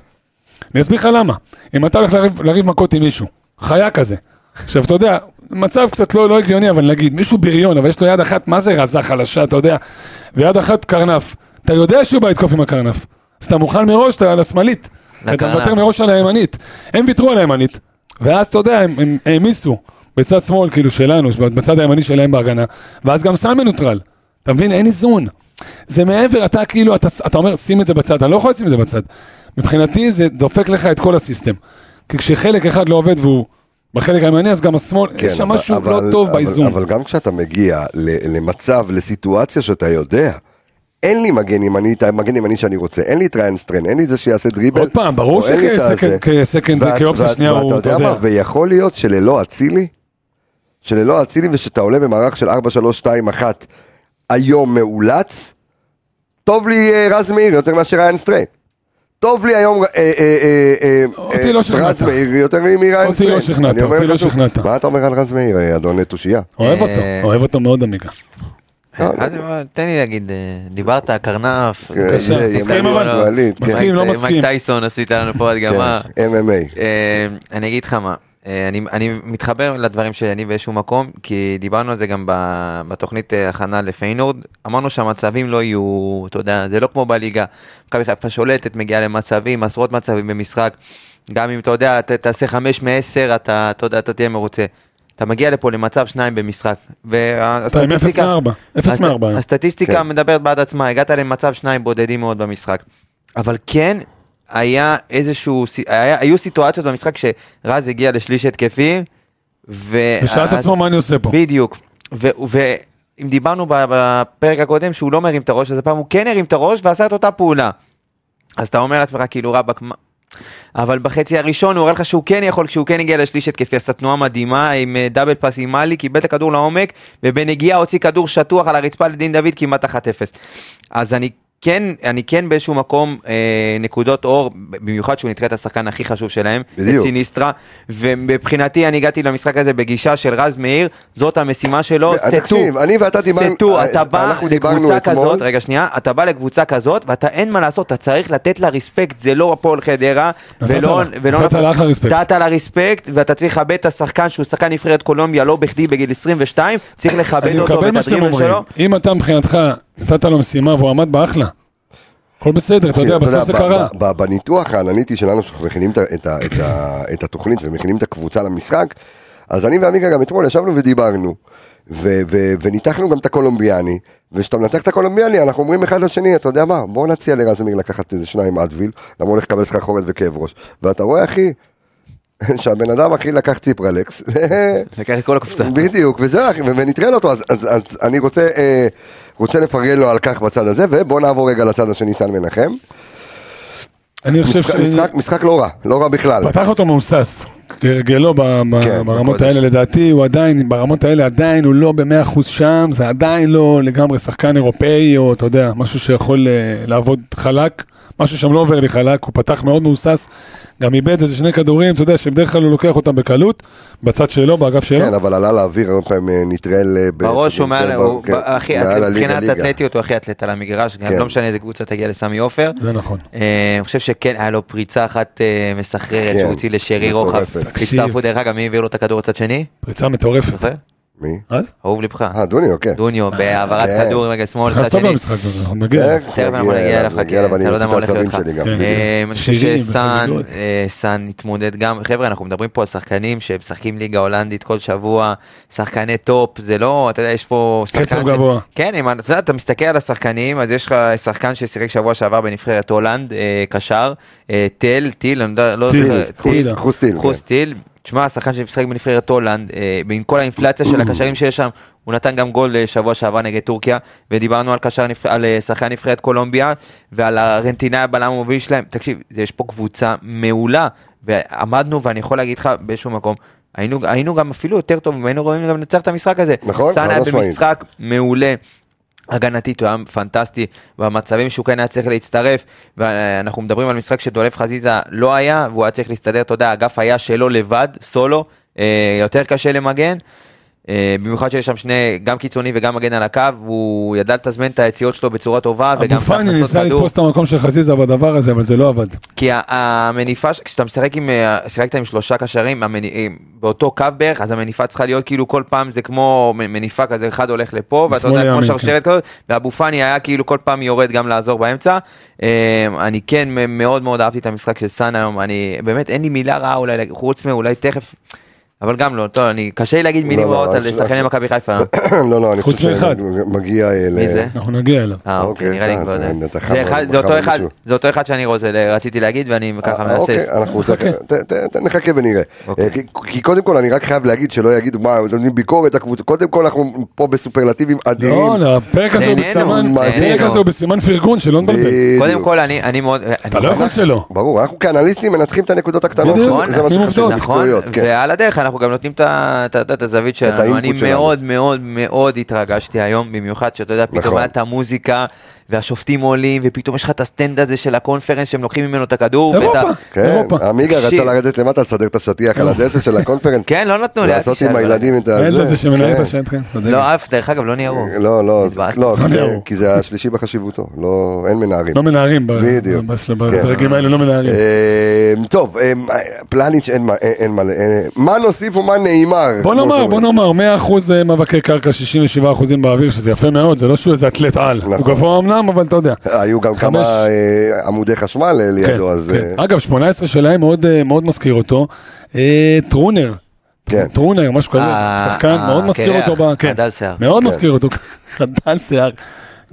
Speaker 3: אני אסביר לך למה. אם אתה הולך לריב, לריב מכות עם מישהו, חיה כזה. עכשיו, אתה יודע, מצב קצת לא, לא הגיוני, אבל נגיד, מישהו בריון, אבל יש לו יד אחת, מה זה רזה חלשה, אתה יודע, ויד אחת קרנף. אתה יודע שהוא בא לתקוף עם הקרנף. אז אתה מוכן מראש אתה, על השמאלית. אתה
Speaker 2: לקרנף.
Speaker 3: מוותר מראש על הימנית. הם ויתרו על הימנית. ואז, אתה יודע, הם הם העמיסו בצד שמאל, כאילו, שלנו, בצד הימני שלהם בהגנה, ואז גם סמי מנוטרל. אתה מבין? אין איזון. זה מעבר, אתה כאילו, אתה, אתה אומר, שים את זה בצד, אתה לא יכול לשים את זה בצד. מבחינתי זה דופק לך את כל הסיסטם. כי כשחלק אחד לא עובד והוא בחלק הימני, אז גם השמאל, כן, יש שם משהו לא טוב
Speaker 1: אבל,
Speaker 3: באיזון.
Speaker 1: אבל גם כשאתה מגיע ל- למצב, לסיטואציה שאתה יודע, אין לי מגן ימני, את המגן ימני שאני רוצה, אין לי את ריין סטרן, אין לי את זה שיעשה דריבל.
Speaker 3: עוד פעם, ברור
Speaker 1: או אין לי את
Speaker 3: שכסקנד-
Speaker 1: הזה.
Speaker 3: כסקנד-
Speaker 1: ואת-
Speaker 3: כאופציה
Speaker 1: ואת-
Speaker 3: שנייה
Speaker 1: ואתה
Speaker 3: הוא, אתה יודע.
Speaker 1: מה, ויכול להיות שללא אצילי, שללא אצילי ושאתה עולה במערך של 4-3-2-1 היום מאולץ, טוב לי אה, רז מאיר יותר מאשר ריין סטרן. טוב לי היום אה, אה, אה, אה,
Speaker 3: אותי
Speaker 1: אה,
Speaker 3: לא שכנעת.
Speaker 1: רז מאיר יותר מריין
Speaker 3: אותי
Speaker 1: סטרן.
Speaker 3: לא שכנעת,
Speaker 1: אני אומר
Speaker 3: אותי
Speaker 1: לך
Speaker 3: לא
Speaker 1: שוב,
Speaker 3: שכנעת.
Speaker 1: מה אתה אומר על רז מאיר, אה, אדון תושייה?
Speaker 3: אוהב אותו,
Speaker 2: אה,
Speaker 3: אוהב אותו מאוד עמיגה.
Speaker 1: אה,
Speaker 2: אז אה, תן לי להגיד, אה, דיברת, קרנף.
Speaker 1: בבקשה,
Speaker 2: זה, ימני,
Speaker 3: מסכים אבל?
Speaker 2: שמאל,
Speaker 1: אה, כן.
Speaker 3: מסכים, לא
Speaker 2: מייק-
Speaker 3: מסכים.
Speaker 2: מייק טייסון עשית לנו פה הדגמה.
Speaker 1: כן, MMA.
Speaker 2: אה, אני אגיד לך מה, אה, אני, אני מתחבר לדברים של יניב באיזשהו מקום, כי דיברנו על זה גם ב- בתוכנית אה, הכנה לפיינורד, אמרנו שהמצבים לא יהיו, אתה יודע, זה לא כמו בליגה, מכבי חיפה שולטת, מגיעה למצבים, עשרות מצבים במשחק, גם אם אתה יודע, ת, תעשה חמש מעשר, אתה, אתה יודע, אתה תהיה מרוצה. אתה מגיע לפה למצב שניים במשחק,
Speaker 3: אתה עם 0
Speaker 2: והסטטיסטיקה,
Speaker 3: מ-4, 0
Speaker 2: הסט-
Speaker 3: מ-4.
Speaker 2: הסטטיסטיקה
Speaker 1: כן.
Speaker 2: מדברת בעד עצמה, הגעת למצב שניים בודדים מאוד במשחק. אבל כן, היה איזשהו, סי- היה, היו סיטואציות במשחק שרז הגיע לשליש התקפי, ו...
Speaker 3: ושאל את עצמו מה אני עושה פה.
Speaker 2: בדיוק. ו... ו... אם דיברנו ב- בפרק הקודם שהוא לא מרים את הראש, אז הפעם הוא כן הרים את הראש ועשה את אותה פעולה. אז אתה אומר לעצמך כאילו רבאק, מה- אבל בחצי הראשון הוא הראה לך שהוא כן יכול, כשהוא כן הגיע לשליש התקפי, עשה תנועה מדהימה עם אה, דאבל פאס עם מאלי, קיבל את הכדור לעומק, ובנגיעה הוציא כדור שטוח על הרצפה לדין דוד כמעט 1-0. אז אני כן, אני כן באיזשהו מקום אה, נקודות אור, במיוחד שהוא נתקע את השחקן הכי חשוב שלהם,
Speaker 1: בדיוק.
Speaker 2: את סיניסטרה, ומבחינתי אני הגעתי למשחק הזה בגישה של רז מאיר, זאת המשימה שלו,
Speaker 1: אז
Speaker 2: סטו,
Speaker 1: תקשיב, אני ואתה דיברנו-
Speaker 2: סטו,
Speaker 1: אה,
Speaker 2: אתה בא
Speaker 1: אנחנו דיברנו
Speaker 2: לקבוצה
Speaker 1: אתמול.
Speaker 2: כזאת, רגע שנייה, אתה בא לקבוצה כזאת, ואתה אין מה לעשות, אתה צריך לתת לה רספקט, זה לא הפועל חדרה,
Speaker 3: נתת
Speaker 2: ולא,
Speaker 3: לה,
Speaker 2: ולא,
Speaker 3: נתת לה אחלה רספקט.
Speaker 2: נתת לה רספקט, ואתה צריך לכבד את השחקן שהוא שחקן נבחרת קולומביה, לא בכדי בגיל 22, צריך לכבד
Speaker 3: אני
Speaker 2: אותו
Speaker 3: מקבל
Speaker 2: ואת
Speaker 3: מה שאתם
Speaker 2: הדריבל
Speaker 3: אומרים.
Speaker 2: שלו.
Speaker 3: אם אתה מבחינתך נתת לו משימה והוא עמד בה אחלה, הכל בסדר, אתה יודע, בסוף זה
Speaker 1: ב-
Speaker 3: קרה.
Speaker 1: ב- ב- בניתוח האנליטי שלנו, שאנחנו מכינים את ה- את ה- את ה- את התוכנית ומכינים את הקבוצה למשחק, אז אני ועמיגה גם אתמול ישבנו ודיברנו, ו- ו- וניתחנו גם את הקולומביאני, וכשאתה מנתח את הקולומביאני, אנחנו אומרים אחד לשני, אתה יודע מה, בוא נציע לרזמיר לקחת איזה שניים אדוויל, למה הוא הולך לקבל סחרחורת וכאב ראש. ואתה רואה, אחי, *laughs* שהבן אדם אחי לקח ציפרלקס, *laughs*
Speaker 2: לקח את כל הקופסה.
Speaker 1: בדיוק, וזה, ונטרל אותו, אז, אז, אז אני רוצה, אה, רוצה לפרגן לו על כך בצד הזה, ובוא נעבור רגע לצד השני, סן מנחם.
Speaker 3: אני חושב
Speaker 1: משחק,
Speaker 3: ש...
Speaker 1: משחק, משחק לא רע, לא רע בכלל.
Speaker 3: פתח אותו מהוסס, כהרגלו ב- ב-
Speaker 1: כן,
Speaker 3: ברמות
Speaker 2: בקודש.
Speaker 3: האלה לדעתי, הוא עדיין, ברמות האלה עדיין הוא לא במאה אחוז שם, זה עדיין לא לגמרי שחקן אירופאי או אתה יודע, משהו שיכול אה, לעבוד חלק, משהו שם לא עובר לי חלק, הוא פתח מאוד מהוסס, גם איבד איזה שני כדורים, אתה יודע שבדרך כלל הוא לוקח אותם בקלות, בצד שלו, באגף שלו.
Speaker 1: כן, אבל עלה לאוויר, הרבה פעמים אה, נטרל... אה, ב-
Speaker 2: בראש הוא מעל,
Speaker 1: נטרל
Speaker 2: הוא-
Speaker 1: ב- כן,
Speaker 2: הכי,
Speaker 1: מעל הליגה,
Speaker 2: מבחינת
Speaker 1: ליגה.
Speaker 2: אתלטיות הוא הכי אתלט על המגרש, גם
Speaker 1: כן.
Speaker 2: לא משנה איזה קבוצה תגיע לסמי עופר.
Speaker 3: זה נכון.
Speaker 2: אה, אני חושב שכן, היה לו פריצה אחת אה, מסחררת
Speaker 1: כן,
Speaker 2: שהוא הוציא לשרי
Speaker 1: מטורפת.
Speaker 2: רוחב.
Speaker 3: תקשיב.
Speaker 2: הצטרפו, דרך אגב, מי העביר לו את הכדור לצד שני?
Speaker 3: פריצה מטורפת.
Speaker 2: זוכר?
Speaker 1: מי?
Speaker 3: אז?
Speaker 2: אהוב לבך.
Speaker 1: אה, דוניו, כן.
Speaker 2: דוניו בהעברת
Speaker 1: כן.
Speaker 2: כדור עם רגל שמאל
Speaker 3: נכנס
Speaker 2: לצד
Speaker 3: טוב
Speaker 2: שני.
Speaker 3: למשחק הזה, אנחנו נגיע.
Speaker 1: תכף
Speaker 2: תכף אנחנו נגיע אליו, חכה,
Speaker 1: נגיע כן, אליו, אני
Speaker 2: אתה לא
Speaker 1: רוצה
Speaker 2: יודע
Speaker 1: את
Speaker 2: מה הולך
Speaker 1: העצבים שלי
Speaker 2: להיות לך.
Speaker 1: גם.
Speaker 3: כן. לא
Speaker 1: בדיוק.
Speaker 2: אה, אני חושב
Speaker 3: שירים,
Speaker 2: שסאן
Speaker 3: בחגיגות.
Speaker 2: אה, סאן התמודד גם, חבר'ה אנחנו מדברים פה על שחקנים שמשחקים ליגה הולנדית כל שבוע, שחקני טופ, זה לא, אתה יודע, יש פה שחקן,
Speaker 3: קצב
Speaker 2: ש-
Speaker 3: גבוה.
Speaker 2: כן, אם אתה יודע, אתה מסתכל על השחקנים, אז יש לך שחקן ששיחק שבוע שעבר בנבחרת הולנד, אה, קשר, אה, טל, טיל, אני לא- לא
Speaker 3: טיל,
Speaker 2: זוכר,
Speaker 1: חוס-
Speaker 3: טיל.
Speaker 1: חוס טיל. כן.
Speaker 2: חוס טיל, תשמע, השחקן שמשחק בנבחרת הולנד, אה, עם כל האינפלציה של הקשרים שיש שם, הוא נתן גם גול אה, שבוע שעבר נגד טורקיה, ודיברנו על, קשר, נפ- על אה, שחקן נבחרת קולומביה, ועל הארנטינאי הבלם המוביל שלהם. תקשיב, יש פה קבוצה מעולה, ועמדנו, ואני יכול להגיד לך באיזשהו מקום, היינו, היינו גם אפילו יותר טובים, היינו רואים גם לנצח את המשחק הזה.
Speaker 1: נכון,
Speaker 2: סאן
Speaker 1: חד
Speaker 2: היה
Speaker 1: משמעית.
Speaker 2: במשחק מעולה. הגנתית הוא היה פנטסטי, במצבים שהוא כן היה צריך להצטרף, ואנחנו מדברים על משחק שדולף חזיזה לא היה, והוא היה צריך להסתדר, אתה יודע, האגף היה שלו לבד, סולו, אה, יותר קשה למגן. אה, במיוחד שיש שם שני, גם קיצוני וגם מגן על הקו, הוא ידע לתזמן את היציאות שלו בצורה טובה, וגם
Speaker 3: אבו
Speaker 2: את
Speaker 3: פאני
Speaker 2: ההכנסות
Speaker 3: ניסה
Speaker 2: כדור.
Speaker 3: לתפוס את המקום של חזיזה בדבר הזה, אבל זה לא עבד.
Speaker 2: כי ה- המניפה, ש- כשאתה משחק עם, אה, שיחקת עם שלושה קשרים, המני- אה, באותו קו בערך, אז המניפה צריכה להיות כאילו כל פעם זה כמו מ- מניפה כזה, אחד הולך לפה, ואתה
Speaker 3: משמאל
Speaker 2: יודע, כמו
Speaker 3: לימין, כן.
Speaker 2: שרשרת כזאת, ואבו פאני היה כאילו כל פעם יורד גם לעזור באמצע. אה, אני כן מ- מאוד מאוד אהבתי את המשחק של סאן היום, אני באמת, אין לי מילה רעה אולי, להגיד, חוץ מאולי תכף, אבל גם לא, טוב, אני, קשה לי להגיד מילים
Speaker 1: לא, לא,
Speaker 2: רעות
Speaker 1: אני
Speaker 2: על
Speaker 1: חושב-
Speaker 2: שחקני מכבי חיפה.
Speaker 1: *coughs* לא, לא, אני
Speaker 3: חוץ
Speaker 1: חושב
Speaker 3: מאחד.
Speaker 1: שמגיע אל...
Speaker 2: מי זה?
Speaker 3: אנחנו נגיע אליו.
Speaker 2: אה, אוקיי,
Speaker 1: אוקיי,
Speaker 2: נראה לי
Speaker 1: אתה-
Speaker 2: כבר
Speaker 1: אתה-
Speaker 2: יודע.
Speaker 1: אתה
Speaker 2: זה
Speaker 1: חם-
Speaker 2: אחד-
Speaker 1: אתה
Speaker 2: זה אותו
Speaker 1: חם
Speaker 2: אחד-
Speaker 1: מישהו.
Speaker 2: זה אותו אחד שאני רוצה- רציתי להגיד, ואני ככה
Speaker 1: אה,
Speaker 2: מהסס.
Speaker 1: אוקיי,
Speaker 2: *laughs*
Speaker 1: אנחנו תכף- ת- ת- נחכה ונראה.
Speaker 2: אוקיי.
Speaker 1: אה, כי- כי קודם כל אני רק חייב להגיד שלא יגידו מה, נותנים ביקורת הקבוצה, קודם כל אנחנו פה בסופרלטיבים אדירים.
Speaker 3: לא, לא, הפרק הזה הוא
Speaker 2: נהנינו,
Speaker 3: בסימן,
Speaker 1: נהנינו.
Speaker 3: הפרק הזה הוא בסימן פרגון, שלא לא נבלבל.
Speaker 2: קודם
Speaker 1: בדיוק.
Speaker 2: כל, אני אני מאוד...
Speaker 3: אתה
Speaker 2: אני-
Speaker 3: לא יכול שלא.
Speaker 1: ברור, אנחנו כאנליסטים מנתחים את הנקודות הקטנות,
Speaker 3: בדיוק,
Speaker 1: זה מה
Speaker 3: נותנים
Speaker 1: שחשוב,
Speaker 3: עובדות.
Speaker 2: נכון,
Speaker 1: מקצועיות, כן.
Speaker 2: ועל הדרך אנחנו גם נותנים את ה- את ה- את הזווית שלנו.
Speaker 1: האינפוט
Speaker 2: אני
Speaker 1: שלנו.
Speaker 2: מאוד מאוד מאוד התרגשתי היום, במיוחד שאתה יודע, פתאום
Speaker 1: נכון.
Speaker 2: היה את המוזיקה, והשופטים עולים, ופתאום יש לך את הסטנד הזה של הקונפרנס שהם לוקחים ממנו את הכדור. ואת ה-
Speaker 3: אירופה,
Speaker 1: כן,
Speaker 3: אירופה.
Speaker 1: עמיגה רצה
Speaker 2: תקשיב.
Speaker 1: לרדת למטה לסדר את השטיח על הדשא של הקונפרנס.
Speaker 2: כן, לא נתנו לי, אל
Speaker 1: לעשות
Speaker 2: תשאל,
Speaker 1: עם
Speaker 2: לא
Speaker 1: הילדים את הזה.
Speaker 3: אין זה זה שמנהל את
Speaker 1: כן.
Speaker 3: השם, כן. אתה יודע.
Speaker 2: לא עף, דרך אגב, לא נהרו.
Speaker 1: לא, לא,
Speaker 2: התבאסתי.
Speaker 1: לא, כי זה-
Speaker 3: לא.
Speaker 1: כי זה השלישי בחשיבותו, לא, אין מנערים.
Speaker 3: לא מנערים, ב-
Speaker 1: בדיוק.
Speaker 3: בס-
Speaker 1: כן.
Speaker 3: בדרגים האלה לא מנערים.
Speaker 1: אה, טוב, אה, פלניץ' אין מה, אין- אין מה, ל- אין- מה נוסיף ומה נאמר.
Speaker 3: בוא
Speaker 1: כמו
Speaker 3: נאמר,
Speaker 1: שאומרים.
Speaker 3: בוא נאמר, 100% מאבקי קרקע, 67% באוויר, שזה יפה מאוד, זה לא שהוא איזה אתלט על.
Speaker 1: נכון.
Speaker 3: הוא גבוה אמנם, אבל אתה יודע.
Speaker 1: היו גם כמה אה, עמודי חשמל אה, לידו,
Speaker 3: כן,
Speaker 1: אז...
Speaker 3: כן.
Speaker 1: אה,
Speaker 3: אגב, 18 שלהם מאוד, אה, מאוד מזכיר אותו. אה, טרונר.
Speaker 1: כן.
Speaker 3: טרונר, משהו כזה,
Speaker 2: אה,
Speaker 3: שחקן
Speaker 2: אה,
Speaker 3: מאוד מזכיר
Speaker 2: הקרח,
Speaker 3: אותו. ב- כן.
Speaker 2: חדל שיער.
Speaker 3: מאוד מזכיר אותו. *laughs* חדל שיער.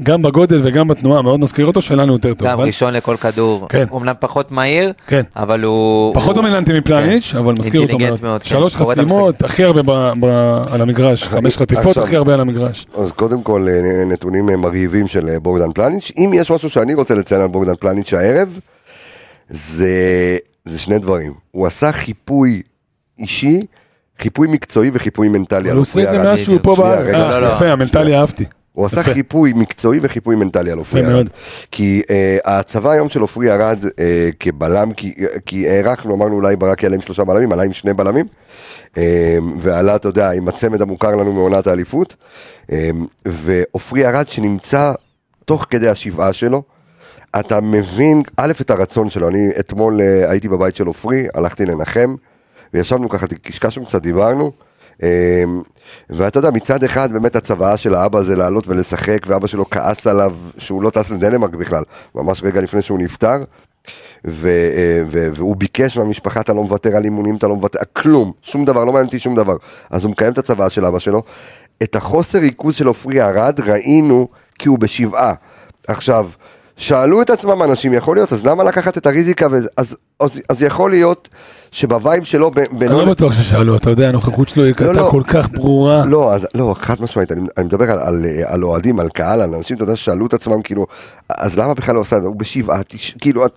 Speaker 3: גם בגודל וגם בתנועה, מאוד מזכיר אותו, שלנו יותר טוב.
Speaker 2: גם
Speaker 3: אבל-
Speaker 2: ראשון לכל כדור.
Speaker 3: כן.
Speaker 2: אומנם פחות מהיר,
Speaker 3: כן.
Speaker 2: אבל הוא...
Speaker 3: פחות
Speaker 2: הוא- כן.
Speaker 3: דומיננטי מפלניץ', אבל מזכיר אותו
Speaker 2: אינטליגנט
Speaker 3: מאוד.
Speaker 2: כן.
Speaker 3: שלוש
Speaker 2: קורא את
Speaker 3: חסימות, הכי הרבה ב- ב- על המגרש, חמש חטיפות,
Speaker 1: עכשיו-
Speaker 3: הכי הרבה על המגרש.
Speaker 1: אז קודם כל אה, נתונים אה, מרהיבים של אה, בוגדן פלניץ'. אם יש משהו שאני רוצה לציין על בוגדן פלניץ' הערב, זה, זה שני דברים. הוא עשה חיפוי אישי, חיפוי מקצועי וחיפוי מנטלי.
Speaker 3: אבל הוא עושה את זה
Speaker 1: אליפוי
Speaker 3: מאז שהוא פה
Speaker 1: שנייה,
Speaker 3: בארץ.
Speaker 1: רגע,
Speaker 3: אה,
Speaker 2: לא, לא.
Speaker 3: יפה, המנטלי אהבתי.
Speaker 1: הוא עשה
Speaker 3: יפה.
Speaker 1: חיפוי מקצועי וחיפוי מנטלי על עופרי
Speaker 3: יפה
Speaker 1: ארד.
Speaker 3: מאוד.
Speaker 1: כי אה, ההצבה היום של עופרי ארד אה, כבלם, כי, אה, כי הערכנו, אמרנו אולי ברק יעלה עם שלושה בלמים, עלה עם שני בלמים. אה, ועלה, אתה יודע, עם הצמד המוכר לנו מעונת האליפות. אה, ועופרי ארד שנמצא תוך כדי השבעה שלו. אתה מבין, א', את הרצון שלו, אני אתמול אה, הייתי בבית של עופרי, הלכתי לנחם, וישבנו ככה, קשקשנו קצת, דיברנו, אה, ואתה יודע, מצד אחד באמת הצוואה של האבא זה לעלות ולשחק, ואבא שלו כעס עליו שהוא לא טס לדנמרק בכלל, ממש רגע לפני שהוא נפטר, ו, אה, ו, והוא ביקש מהמשפחה, אתה לא מוותר על אימונים, אתה לא מוותר, כלום, שום דבר, לא מעניין אותי שום דבר. אז הוא מקיים את הצוואה של אבא שלו. את החוסר ריכוז של עופרי ארד ראינו כי הוא בשבעה. עכשיו, שאלו את עצמם אנשים, יכול להיות, אז למה לקחת את הריזיקה? וזה- אז, אז, אז יכול להיות שבוויים שלו, ב,
Speaker 3: אני לא בטוח ששאלו, אתה יודע, הנוכחות שלו היא
Speaker 1: לא.
Speaker 3: הייתה כל כך ברורה.
Speaker 1: לא, אז, לא, חד משמעית, אני, אני מדבר על, על, אה, על אוהדים, על קהל, על אנשים, אתה יודע, ששאלו את עצמם, כאילו, אז למה בכלל לא עושה את זה? הוא בשבעה, תש... כאילו, את...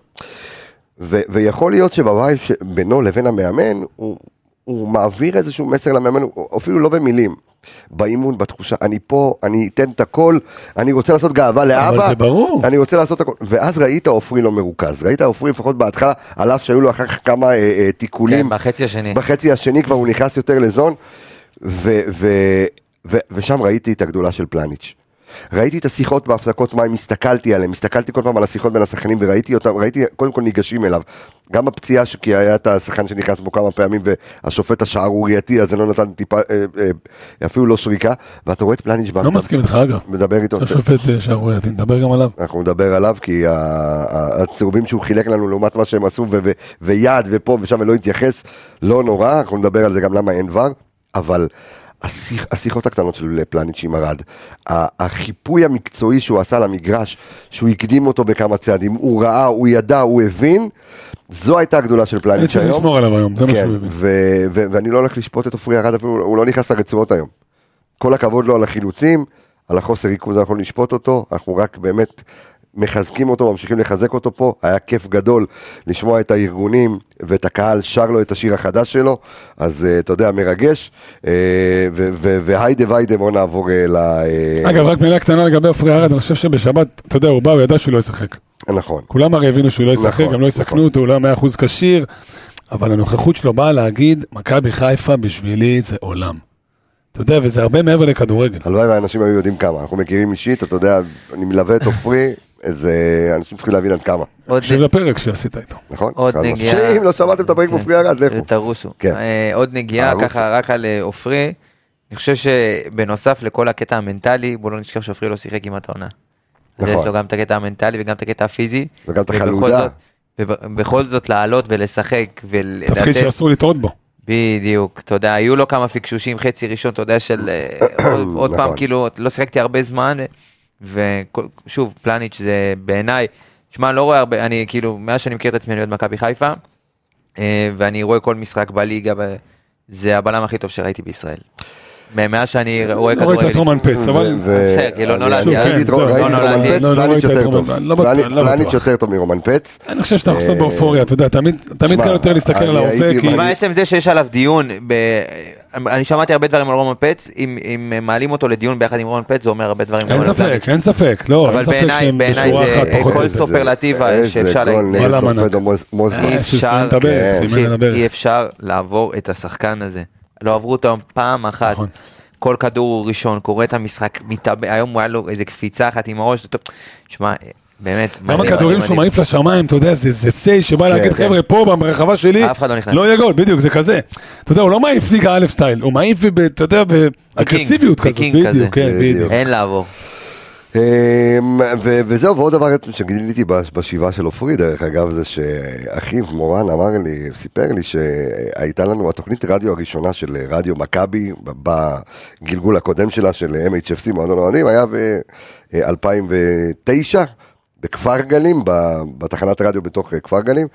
Speaker 1: ו, ויכול להיות שבבית ש- בינו לבין המאמן, הוא, הוא מעביר איזשהו מסר למאמן, הוא- אפילו לא במילים. באימון, בתחושה, אני פה, אני אתן את הכל, אני רוצה לעשות גאווה לאבא.
Speaker 3: זה ברור.
Speaker 1: אני רוצה לעשות הכל. ואז ראית עופרי לא מרוכז, ראית עופרי לפחות בהתחלה, על אף שהיו לו אחר כך כמה אה, אה, תיקולים.
Speaker 2: כן, בחצי השני.
Speaker 1: בחצי השני כבר הוא נכנס יותר לזון, ו, ו, ו, ושם ראיתי את הגדולה של פלניץ'. ראיתי את השיחות בהפסקות מים, הסתכלתי עליהם, הסתכלתי כל פעם על השיחות בין השחקנים וראיתי אותם, ראיתי קודם כל ניגשים אליו. גם הפציעה, ש- כי היה את השחקן שנכנס בו כמה פעמים והשופט השערורייתי הזה לא נתן טיפה, אה, אה, אפילו לא שריקה, ואתה רואה את פלניץ' בא,
Speaker 3: לא
Speaker 1: אתה
Speaker 3: מסכים איתך, אגב.
Speaker 1: מדבר איתו,
Speaker 3: השופט אה, שערורייתי, נדבר גם עליו.
Speaker 1: אנחנו נדבר עליו, כי ה- ה- הצהובים שהוא חילק לנו לעומת מה שהם עשו, ו- ו- ויעד ופה ושם ולא התייחס, לא נורא, אנחנו נדבר על זה גם למה אין ור, אבל השיח, השיחות הקטנות של פלניץ' עם ארד, ה- החיפוי המקצועי שהוא עשה למגרש, שהוא הקדים אותו בכמה צעדים, הוא ראה, הוא ידע, הוא הבין, זו הייתה הגדולה של
Speaker 3: אני
Speaker 1: פלניץ'
Speaker 3: צריך
Speaker 1: היום.
Speaker 3: לשמור עליו היום, זה מה
Speaker 1: כן,
Speaker 3: שהוא מבין.
Speaker 1: ו- ו- ואני לא הולך לשפוט את עופרי ארד, אפילו הוא לא נכנס לרצועות היום. כל הכבוד לו על החילוצים, על החוסר ריכוז, אנחנו נשפוט אותו, אנחנו רק באמת מחזקים אותו, ממשיכים לחזק אותו פה. היה כיף גדול לשמוע את הארגונים ואת הקהל שר לו את השיר החדש שלו, אז אה, אתה יודע, מרגש. אה, ו- ו- והיידה ויידה, בואו נעבור אה, ל... אה,
Speaker 3: אגב, רק מילה קטנה לגבי עופרי ארד, אני חושב שבשבת, אתה יודע, הוא בא, הוא ידע שהוא לא ישחק.
Speaker 1: נכון.
Speaker 3: כולם הרי הבינו שהוא לא ישחק,
Speaker 1: נכון,
Speaker 3: גם לא
Speaker 1: נכון.
Speaker 3: יסכנו אותו, הוא לא היה 100% כשיר, אבל הנוכחות שלו באה להגיד, מכבי חיפה בשבילי זה עולם. אתה יודע, וזה הרבה מעבר לכדורגל.
Speaker 1: הלוואי והאנשים היו יודעים כמה, אנחנו מכירים אישית, אתה יודע, אני מלווה את עופרי, אז אה, אנשים צריכים להבין עד כמה,
Speaker 2: עוד
Speaker 3: תקשיב לפרק שעשית איתו.
Speaker 1: נכון?
Speaker 2: עוד
Speaker 1: חד משמעית.
Speaker 2: נגיעה.
Speaker 1: שאם לא שמעתם את הפרק
Speaker 2: כן.
Speaker 1: מפריע רד, לכו.
Speaker 2: תרוסו.
Speaker 1: כן.
Speaker 2: אה, עוד
Speaker 1: אה,
Speaker 2: נגיעה
Speaker 1: רוסו.
Speaker 2: ככה רק על אה, עופרי. אני חושב שבנוסף לכל הקטע המנטלי, בוא לא נשכח שעופרי לא שיחק כמעט העונה. אז
Speaker 1: נכון.
Speaker 2: יש לו גם את הקטע המנטלי וגם את הקטע הפיזי.
Speaker 1: וגם את
Speaker 2: ובכל
Speaker 1: החלודה.
Speaker 2: זאת- ובכל זאת לעלות ולשחק ולתת...
Speaker 3: תפקיד
Speaker 1: אוקיי.
Speaker 3: שאסור לטעות בו.
Speaker 2: בדיוק, אתה יודע, היו לו כמה פקשושים, חצי ראשון, אתה יודע, של אה, עוד- עוד
Speaker 1: נכון.
Speaker 2: פעם, כאילו, לא שיחקתי הרבה זמן, ושוב, פלניץ' זה בעיניי, שמע, לא רואה הרבה, אני כאילו, מאז שאני מכיר את עצמי, אני אוהד מכבי חיפה, אה, ואני רואה כל משחק בליגה, וזה הבלם הכי טוב שראיתי בישראל. מאז שאני רואה
Speaker 3: לא ראית
Speaker 2: כדורגל.
Speaker 3: את רומן פץ, אבל...
Speaker 1: ו- ו-
Speaker 2: בסדר, כי לא
Speaker 1: אני-
Speaker 2: נולדתי,
Speaker 1: אני
Speaker 2: אז-
Speaker 1: ראיתי את
Speaker 3: זהו,
Speaker 1: רומן
Speaker 2: לא
Speaker 1: ראיתי את רומן
Speaker 2: נולדתי,
Speaker 1: פץ,
Speaker 3: לא- לא
Speaker 1: פלניץ'
Speaker 3: ראית את
Speaker 1: יותר
Speaker 3: רומן,
Speaker 1: טוב.
Speaker 3: לא בטוח,
Speaker 1: פלניץ'-
Speaker 3: לא
Speaker 1: פלניץ'
Speaker 3: בטוח.
Speaker 1: יותר טוב מרומן פץ.
Speaker 3: אני חושב שאתה
Speaker 1: אה,
Speaker 3: קצת באופוריה, אתה יודע, תמיד תמיד
Speaker 1: שמע,
Speaker 3: קל יותר להסתכל
Speaker 1: אני
Speaker 3: על
Speaker 1: הייתי-
Speaker 3: ההווה, כי...
Speaker 1: אני-
Speaker 2: תשמע, עצם זה שיש עליו דיון, ב... אני שמעתי הרבה דברים על רומן פץ, אם, אם מעלים אותו לדיון ביחד עם רומן פץ, זה אומר הרבה דברים. גם
Speaker 3: אין
Speaker 2: על
Speaker 3: ספק,
Speaker 2: פלניץ'.
Speaker 3: אין ספק, לא, אין
Speaker 2: אבל
Speaker 3: ספק
Speaker 2: בעיניי-
Speaker 3: שהם
Speaker 2: בעיניי
Speaker 3: בשורה
Speaker 2: זה-
Speaker 3: אחת
Speaker 2: אה,
Speaker 3: פחות.
Speaker 2: כל
Speaker 1: איזה-
Speaker 2: סופרלטיבה שאפשר
Speaker 1: איזה גול
Speaker 2: להגיד.
Speaker 1: נגד
Speaker 3: וואלה, מנק.
Speaker 1: טורפדו מוז- מוזמן.
Speaker 2: אי
Speaker 3: אה, שהוא סימן
Speaker 2: אפשר,
Speaker 3: את הברך,
Speaker 2: כן,
Speaker 3: סימן
Speaker 2: תקשיב,
Speaker 3: על הברך.
Speaker 2: אי אפשר לעבור את השחקן הזה. לא עברו אותו פעם אחת.
Speaker 3: נכון.
Speaker 2: כל כדור הוא ראשון, קורא את המשחק, מתאבא, היום הוא היה לו איזה קפיצה אחת עם הראש, טוב, שמע, באמת,
Speaker 3: גם
Speaker 2: מדהים,
Speaker 3: הכדורים
Speaker 2: מדהים, מדהים.
Speaker 3: שהוא מעיף לשמיים, אתה יודע, זה זה סיי שבא להגיד,
Speaker 1: כן.
Speaker 3: חבר'ה, פה ברחבה שלי,
Speaker 2: אף אחד לא נכנס."
Speaker 3: לא יהיה גול, בדיוק, זה כזה. אתה יודע, הוא לא מעיף ליגה א' סטייל, הוא מעיף, ב- אתה יודע, באגרסיביות כזאת,
Speaker 2: בקינג כזה.
Speaker 3: בדיוק, כן, בדיוק.
Speaker 2: אין לעבור.
Speaker 1: אמ, ו- וזהו, ועוד דבר שגיליתי בש- בשבעה של עופרי, דרך אגב, זה שאחיו מורן אמר לי, סיפר לי שהייתה לנו התוכנית רדיו הראשונה של רדיו מכבי, ב- בגלגול הקודם שלה, של MHFC, מועדון אוהדים, היה אה, ב-2009. בכפר גלים, ב- בתחנת רדיו בתוך אה, כפר גלים,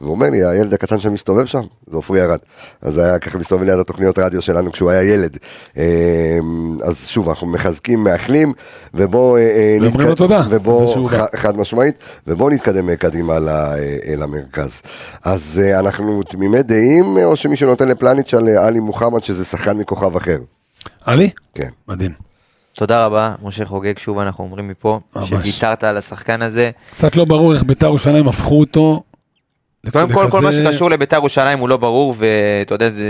Speaker 1: והוא אומר לי, הילד הקטן שמסתובב שם, זה עופרי ארד. אז היה ככה מסתובב ליד התוכניות רדיו שלנו כשהוא היה ילד. אה, אז שוב, אנחנו מחזקים, מאחלים, ובואו... אה, אה,
Speaker 3: ואומרים
Speaker 1: נתקד-
Speaker 3: לו תודה, על זה
Speaker 1: ובואו,
Speaker 3: שהוא
Speaker 1: ח-
Speaker 3: בא.
Speaker 1: חד משמעית, ובואו נתקדם אה, קדימה ל- אה, אה, למרכז. אז אה, אנחנו תמימי דעים, אה, או שמישהו נותן לפלניץ' על אה, עלי מוחמד, שזה שחקן מכוכב אחר.
Speaker 3: עלי?
Speaker 1: כן.
Speaker 3: מדהים.
Speaker 2: תודה רבה, משה חוגג, שוב אנחנו אומרים מפה,
Speaker 3: ממש.
Speaker 2: שוויתרת על השחקן הזה.
Speaker 3: קצת לא ברור איך ביתר ירושלים הפכו אותו.
Speaker 2: קודם כל, כל מה
Speaker 3: לכזה-
Speaker 2: שקשור לביתר ירושלים הוא לא ברור, ואתה יודע, זה...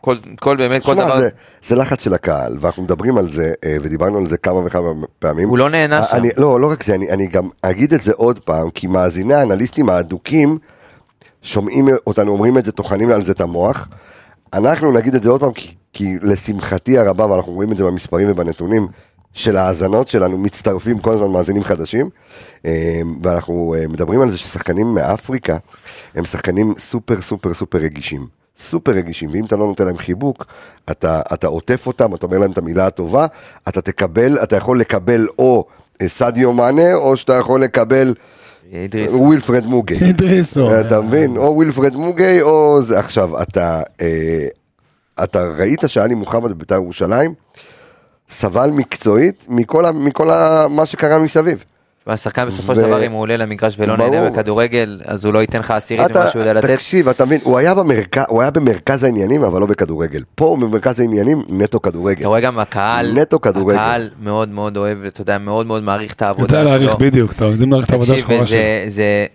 Speaker 2: כל, כל באמת, כל
Speaker 1: שמע,
Speaker 2: דבר,
Speaker 1: זה, זה לחץ של הקהל, ואנחנו מדברים על זה, אה, ודיברנו על זה כמה וכמה פעמים.
Speaker 2: הוא לא
Speaker 3: אה,
Speaker 2: נהנה שם.
Speaker 1: אני, לא, לא רק זה, אני, אני גם אגיד את זה עוד פעם, כי מאזיני האנליסטים האדוקים שומעים אותנו, אומרים את זה, טוחנים על זה את המוח. אנחנו נגיד את זה עוד פעם, כי, כי לשמחתי הרבה, ואנחנו רואים את זה במספרים ובנתונים של ההאזנות שלנו, מצטרפים כל הזמן מאזינים חדשים. אה, ואנחנו אה, מדברים על זה ששחקנים מאפריקה הם שחקנים סופר סופר סופר רגישים. סופר רגישים, ואם אתה לא נותן להם חיבוק, אתה, אתה עוטף אותם, אתה אומר להם את המילה הטובה, אתה תקבל, אתה יכול לקבל או אה, סדיו מאנה, או שאתה יכול לקבל
Speaker 2: אידריס.
Speaker 1: ווילפרד
Speaker 3: *laughs*
Speaker 1: מוגה.
Speaker 3: אדריסו.
Speaker 1: אה,
Speaker 2: אה,
Speaker 1: אתה מבין? או ווילפרד מוגי, או זה. עכשיו, אתה, אה, אתה ראית שאלי מוחמד בבית"ר ירושלים סבל מקצועית מכל, ה- מכל ה, מה שקרה מסביב.
Speaker 2: והשחקן בסופו
Speaker 1: ו-
Speaker 2: של דבר, אם הוא עולה למגרש ולא
Speaker 1: ברור.
Speaker 2: נהנה בכדורגל, אז הוא לא ייתן לך עשירית
Speaker 1: אתה,
Speaker 2: ממה שהוא יודע לתת.
Speaker 1: תקשיב, אתה מבין, הוא היה, במרכז, הוא היה במרכז העניינים, אבל לא בכדורגל. פה הוא במרכז העניינים נטו כדורגל.
Speaker 2: אתה רואה גם הקהל,
Speaker 1: נטו כדורגל.
Speaker 2: הקהל מאוד מאוד אוהב, אתה יודע, מאוד מאוד מעריך את העבודה
Speaker 3: יודע
Speaker 2: שלו.
Speaker 3: להעריך בדיוק, אתה יודעים להעריך את העבודה
Speaker 2: תקשיב,
Speaker 3: השחורה שלו.
Speaker 2: וזה- זה...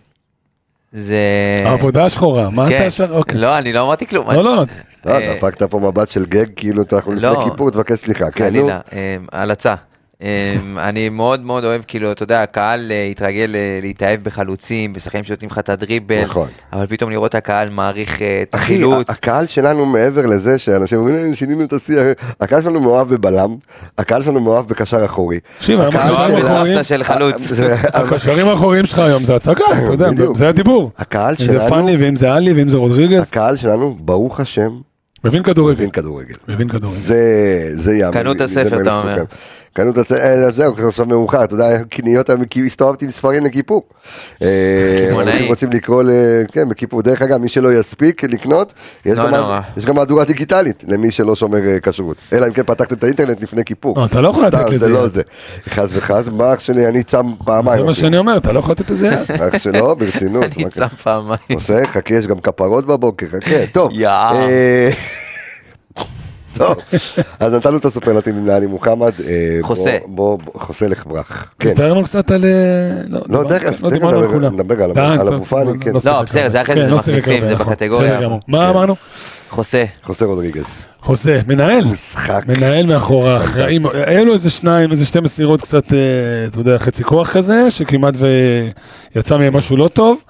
Speaker 2: זה...
Speaker 3: העבודה השחורה, מה
Speaker 2: כן.
Speaker 3: אתה שר? אוקיי.
Speaker 2: לא, אני לא אמרתי כלום.
Speaker 3: לא, לא,
Speaker 1: לא,
Speaker 2: אה,
Speaker 1: דפקת פה מבט של גג, כאילו אתה- אנחנו לפני
Speaker 2: לא.
Speaker 1: כיפור, תבקש סליחה. כן, נו.
Speaker 2: חלילה, אמ, הלצה. אמ, *laughs* אני מאוד מאוד אוהב, כאילו, אתה יודע, הקהל אה, התרגל אה, להתאהב בחלוצים, בשחקנים שיוצאים לך את הדריבל,
Speaker 1: נכון.
Speaker 2: אבל פתאום לראות את הקהל מעריך אה, את
Speaker 1: אחי,
Speaker 2: החילוץ.
Speaker 1: הקהל שלנו מעבר לזה שאנשים אומרים, "אה, שינינו את השיח, הקהל שלנו מאוהב בבלם, הקהל שלנו מאוהב בקשר אחורי.
Speaker 3: תקשיב, היום
Speaker 1: הקהל
Speaker 2: לא
Speaker 3: הקשרים
Speaker 1: שלנו-
Speaker 2: אוהב את
Speaker 3: האחוריים-
Speaker 2: סבתא של חלוץ.
Speaker 1: *laughs* זה-
Speaker 3: הקשרים האחוריים שלך היום זה הצגה, אתה יודע,
Speaker 1: בדיוק.
Speaker 3: זה הדיבור.
Speaker 1: הקהל
Speaker 3: אם זה
Speaker 1: שלנו,
Speaker 3: פאני ואם זה עלי ואם זה רודריגז,
Speaker 1: הקהל שלנו, ברוך השם,
Speaker 3: מבין כדורגל.
Speaker 1: מבין כדורגל.
Speaker 3: מבין כדורגל.
Speaker 1: זה, זה יאמן.
Speaker 2: קנו את
Speaker 1: זה
Speaker 2: הספר,
Speaker 1: מלך
Speaker 2: אתה
Speaker 1: זכותם.
Speaker 2: אומר.
Speaker 1: קנו את הספר, אה, זהו, זה עכשיו מאוחר, אתה יודע, קניות, כי הסתובבתי עם ספרים לכיפור. אה,
Speaker 2: קמעונאי.
Speaker 1: אנשים רוצים לקרוא, ל... כן, בכיפור. דרך אגב, מי שלא יספיק לקנות, יש
Speaker 2: לא
Speaker 1: גם-
Speaker 2: נורא.
Speaker 1: יש גם מהדורה דיגיטלית למי שלא שומר אה, כשרות. אלא אם כן פתחתם את האינטרנט לפני כיפור.
Speaker 3: לא, אתה לא יכול
Speaker 1: סתם,
Speaker 3: לתת לזה
Speaker 1: זה לא
Speaker 3: יד.
Speaker 1: זה. חס וחס, מה אח שלי, אני צם פעמיים.
Speaker 3: זה מה
Speaker 1: אפילו.
Speaker 3: שאני אומר, אתה לא יכול לתת לזה יד.
Speaker 1: אח שלו, ברצינות.
Speaker 2: *laughs* אני
Speaker 1: מה
Speaker 2: צם פעמיים.
Speaker 1: עושה, חכה, יש גם כפרות בבוקר, חכה, טוב.
Speaker 2: יאה.
Speaker 1: אה, טוב, אז לא נתנו את הסופרלטיבים לאלי מוחמד. אה, בוא-
Speaker 2: חוסה.
Speaker 1: בוא, בוא, חוסה לחברח. כן.
Speaker 3: דיברנו קצת על... אה,
Speaker 1: לא,
Speaker 3: דיברנו-
Speaker 1: תכף,
Speaker 3: לא
Speaker 1: תכף
Speaker 3: דיברנו על
Speaker 1: נדבר-
Speaker 3: כולם.
Speaker 1: נדבר על-
Speaker 3: די,
Speaker 1: על
Speaker 3: טוב,
Speaker 1: אבו פאני, כן.
Speaker 3: שיחק
Speaker 2: לא, בסדר,
Speaker 3: הרבה.
Speaker 2: זה אחרי זה, זה
Speaker 3: כן, לא שיחק
Speaker 2: מחליפים,
Speaker 3: הרבה,
Speaker 2: זה
Speaker 3: נכון.
Speaker 2: בקטגוריה. כן.
Speaker 3: בסדר גמור. מה אמרנו?
Speaker 2: חוסה.
Speaker 1: חוסה רודריגז.
Speaker 3: חוזה, מנהל.
Speaker 1: משחק.
Speaker 3: מנהל מאחורה, אחראים, היו לו איזה שניים, איזה שתי מסירות קצת, אה, אתה יודע, חצי כוח כזה, שכמעט ויצא מהם משהו לא טוב,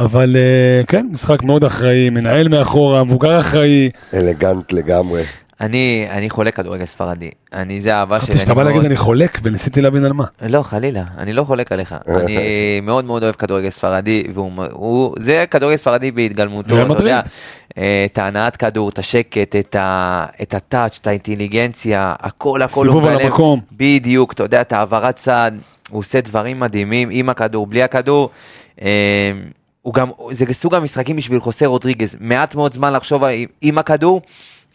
Speaker 3: אבל אה, כן, משחק מאוד אחראי, מנהל מאחורה, מבוגר אחראי.
Speaker 1: אלגנט לגמרי.
Speaker 2: אני אני חולה כדורגל ספרדי. אני, זה האהבה שלי.
Speaker 3: חשבתי שאתה
Speaker 2: אני
Speaker 3: בא להגיד
Speaker 2: מאוד-
Speaker 3: אני חולק וניסיתי להבין על מה.
Speaker 2: לא, חלילה, אני לא חולק עליך.
Speaker 3: אה,
Speaker 2: אני מאוד מאוד אוהב כדורגל ספרדי, והוא, הוא, זה כדורגל ספרדי בהתגלמותו,
Speaker 3: ריאל
Speaker 2: אתה יודע,
Speaker 3: מדריד.
Speaker 2: אה, את ההנעת כדור, את השקט, את, ה, את הטאץ', את האינטליגנציה, הכל הכל.
Speaker 3: סיבוב
Speaker 2: הוא
Speaker 3: על
Speaker 2: בלב.
Speaker 3: המקום.
Speaker 2: בדיוק, אתה יודע, את העברת צד, הוא עושה דברים מדהימים עם הכדור, בלי הכדור. אה, הוא גם, זה סוג המשחקים בשביל חוסה רודריגז, מעט מאוד זמן לחשוב עם, עם הכדור.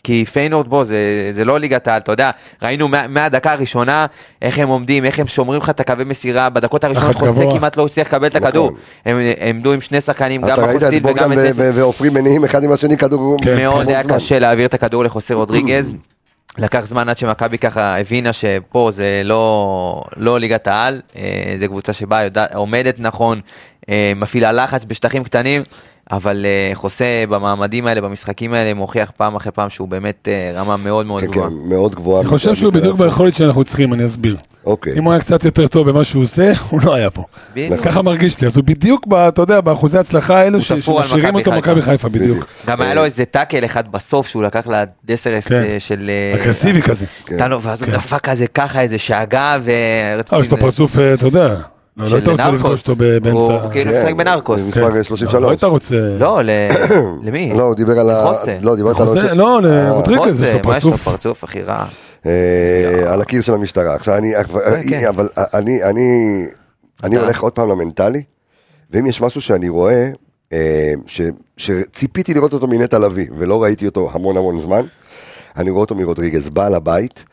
Speaker 2: כי פיינורד בו זה, זה לא ליגת העל, אתה יודע, ראינו מה, מהדקה הראשונה איך הם עומדים, איך הם שומרים לך את הקווי מסירה, בדקות הראשונות
Speaker 3: לחץ
Speaker 2: חוסה
Speaker 3: גבוה.
Speaker 2: כמעט לא הצליח לקבל את
Speaker 1: נכון.
Speaker 2: הכדור. הם הם עמדו עם שני שחקנים, גם
Speaker 1: אתה ראית את
Speaker 2: בחוסטיל
Speaker 1: בוגדן
Speaker 2: וגם את
Speaker 1: ו-
Speaker 2: נסי.
Speaker 1: ו- ועופרי מניעים אחד עם השני כדור.
Speaker 3: כן.
Speaker 2: מאוד היה
Speaker 1: זמן.
Speaker 2: קשה להעביר את הכדור לחוסה רודריגז. לקח זמן עד שמכבי ככה הבינה שפה זה לא, לא ליגת העל, אה, זה קבוצה שבאה, יודע, עומדת נכון, אה, מפעילה לחץ בשטחים קטנים, אבל אה, חוסה במעמדים האלה, במשחקים האלה, מוכיח פעם אחרי פעם שהוא באמת אה, רמה מאוד מאוד
Speaker 1: כן, כן,
Speaker 2: גבוהה.
Speaker 1: מאוד גבוהה.
Speaker 3: אני חושב שהוא בדיוק ביכולת שאנחנו צריכים, אני אסביר.
Speaker 1: אוקיי.
Speaker 3: אם הוא היה קצת יותר טוב במה שהוא עושה, *laughs* הוא לא היה פה.
Speaker 2: בדיוק.
Speaker 3: ככה מרגיש לי, אז הוא בדיוק, ב- אתה יודע, באחוזי ההצלחה האלו
Speaker 2: נכון. הוא
Speaker 3: ש-
Speaker 2: תפור על
Speaker 3: שמשאירים
Speaker 2: מכבי
Speaker 3: אותו
Speaker 2: חיפה.
Speaker 3: מכבי חיפה,
Speaker 1: בדיוק.
Speaker 3: בדיוק.
Speaker 2: גם היה לו איזה טאקל אחד בסוף שהוא לקח לדסרסט
Speaker 3: כן.
Speaker 2: אה, של... אה,
Speaker 3: אגרסיבי כזה.
Speaker 2: טלו, ואז הוא דפק כזה ככה איזה שאגה ורציתי...
Speaker 3: אה, יש לו פרצוף, אה, אתה יודע, לא לא היית רוצה לפגוש אותו ב- באמצע...
Speaker 2: הוא כאילו
Speaker 1: כן,
Speaker 2: משחק בנרקוס.
Speaker 1: הוא-
Speaker 3: כן.
Speaker 1: מספר 33.
Speaker 3: לא היית רוצה...
Speaker 2: לא, ל...
Speaker 1: *coughs*
Speaker 2: למי?
Speaker 1: לא, הוא דיבר על ה...
Speaker 2: לחוסה.
Speaker 1: לא, דיברת על...
Speaker 3: חוזה,
Speaker 1: ה-
Speaker 3: לא,
Speaker 1: אה,
Speaker 3: לרודריגז, יש לו
Speaker 2: מה יש לו
Speaker 3: פרצוף.
Speaker 2: פרצוף הכי רע?
Speaker 1: אה, על הקיר של המשטרה. עכשיו אני,
Speaker 2: כן.
Speaker 1: אבל אה, אני, אני, אני
Speaker 2: אתה-
Speaker 1: הולך עוד פעם למנטלי, ואם יש משהו שאני רואה, אה, ש- שציפיתי לראות אותו מנטע לביא, ולא ראיתי אותו המון המון זמן, אני רואה אותו מרודריגז, בעל הבית.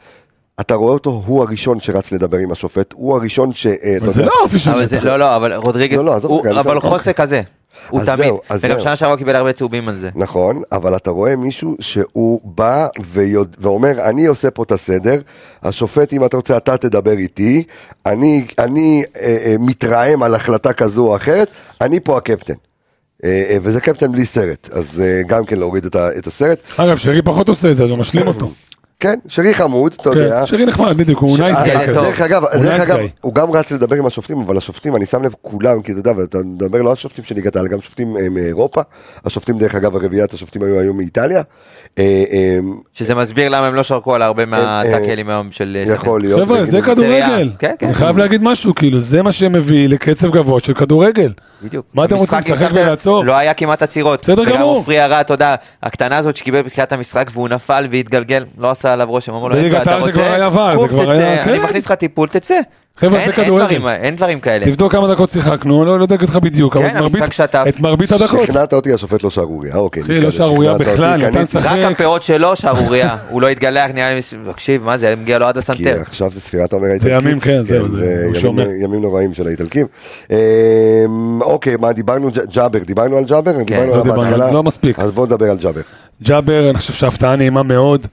Speaker 1: אתה רואה אותו, הוא הראשון שרץ לדבר עם השופט, הוא הראשון ש... אה, אתה
Speaker 3: אבל זה
Speaker 1: יודע-
Speaker 3: לא אופי של
Speaker 2: אבל זה- לא, לא, אבל רודריגז,
Speaker 1: לא, לא, עזוב
Speaker 2: הוא-
Speaker 1: רגע, עזוב,
Speaker 2: אבל
Speaker 1: אוקיי.
Speaker 2: חוסה כזה. הוא
Speaker 1: אז
Speaker 2: תמיד.
Speaker 1: זהו, אז
Speaker 2: וגם
Speaker 1: זהו.
Speaker 2: שנה שעברה הוא קיבל הרבה צהובים על זה.
Speaker 1: נכון, אבל אתה רואה מישהו שהוא בא ויוד... ואומר, אני עושה פה את הסדר, השופט, אם אתה רוצה, אתה תדבר איתי, אני, אני אה, אה, מתרעם על החלטה כזו או אחרת, אני פה הקפטן. אה, אה, וזה קפטן בלי סרט, אז אה, גם כן להוריד את, ה, את הסרט.
Speaker 2: לא-
Speaker 3: אגב, שרי פחות עושה את זה, אז הוא משלים אותו.
Speaker 1: כן, שרי חמוד, אתה יודע.
Speaker 3: כן, שרי נחמד, בדיוק, הוא נייס
Speaker 2: ילד
Speaker 3: גאי
Speaker 1: אה,
Speaker 2: טוב.
Speaker 3: כזה.
Speaker 1: דרך אגב,
Speaker 3: הוא
Speaker 1: דרך
Speaker 3: nice
Speaker 1: אגב,
Speaker 3: guy.
Speaker 1: הוא גם רץ לדבר עם השופטים, אבל השופטים, אני שם לב כולם, כי אתה יודע, ואתה מדבר לא על שופטים של ליגת העל, גם שופטים אה, מאירופה, השופטים דרך אגב, הרביעיית השופטים היו היום מאיטליה, אה, אה,
Speaker 2: שזה מסביר למה הם לא שרקו על הרבה מהטאקלים היום של... אה,
Speaker 1: יכול להיות.
Speaker 3: חבר'ה, זה
Speaker 1: נגיד,
Speaker 3: כדורגל.
Speaker 2: סריה. כן, כן.
Speaker 3: אני חייב להגיד משהו, כאילו, זה מה שמביא לקצב גבוה של כדורגל.
Speaker 2: בדיוק.
Speaker 3: מה אתם
Speaker 2: המשחק, אם
Speaker 3: רוצים, לשחק
Speaker 2: שמתם לב,
Speaker 3: ולעצור?
Speaker 2: לא היה כמעט עצירות.
Speaker 3: בסדר
Speaker 2: וגם
Speaker 3: גמור.
Speaker 2: עופרי ארד, אתה יודע, הקטנה הזאת שקיבל בתחילת המשחק והוא נפל והתגלגל, לא עשה עליו רושם, אמרו לו,
Speaker 3: בליגת
Speaker 2: "אין, אתה
Speaker 3: העל זה
Speaker 2: רוצה?
Speaker 3: כבר היה עבר, זה
Speaker 2: קום,
Speaker 3: כבר
Speaker 2: תצא,
Speaker 3: היה-
Speaker 2: אני
Speaker 3: כן.
Speaker 2: מכניס לך טיפול, תצא.
Speaker 3: חבר'ה,
Speaker 2: אין-
Speaker 3: זה
Speaker 2: אין
Speaker 3: כדורגל.
Speaker 2: דברים- אין דברים כאלה.
Speaker 3: תבדוק כמה דקות שיחקנו, לא לא יודע להגיד לך בדיוק, אבל
Speaker 2: כן,
Speaker 3: את מרבית-
Speaker 2: המשחק שטף.
Speaker 3: את מרבית הדקות.
Speaker 1: שכנעת אותי, השופט לא שערוריה, אוקיי.
Speaker 3: אחי,
Speaker 1: נתקדם.
Speaker 3: לא שערורייה
Speaker 1: שכנעת אותי,
Speaker 3: בכלל,
Speaker 1: קניתי.
Speaker 3: נתן שחק.
Speaker 2: רק הפאות שלו שערורייה, *laughs* הוא לא התגלח, נראה לי, מס- תקשיב, מה זה, היה מגיע לו עד
Speaker 1: כי
Speaker 2: הסנטר.
Speaker 1: עכשיו זה ספירת העומר האיטלקית.
Speaker 3: כן. זה ימים, כן, זהו, זה- הוא
Speaker 1: ימים-
Speaker 3: שומר.
Speaker 1: ימים נוראים של האיטלקים. אה, אוקיי, מה דיברנו, ג'- ג'אבר, דיברנו על
Speaker 2: כן.
Speaker 1: ג'אבר? דיברנו
Speaker 3: לא
Speaker 1: עליו
Speaker 3: דיברנו,
Speaker 1: בהתחלה.
Speaker 3: לא מספיק.
Speaker 1: אז בואו נדבר על ג'אבר.
Speaker 3: ג'אבר, אני חושב שההפתעה נעימה מאוד.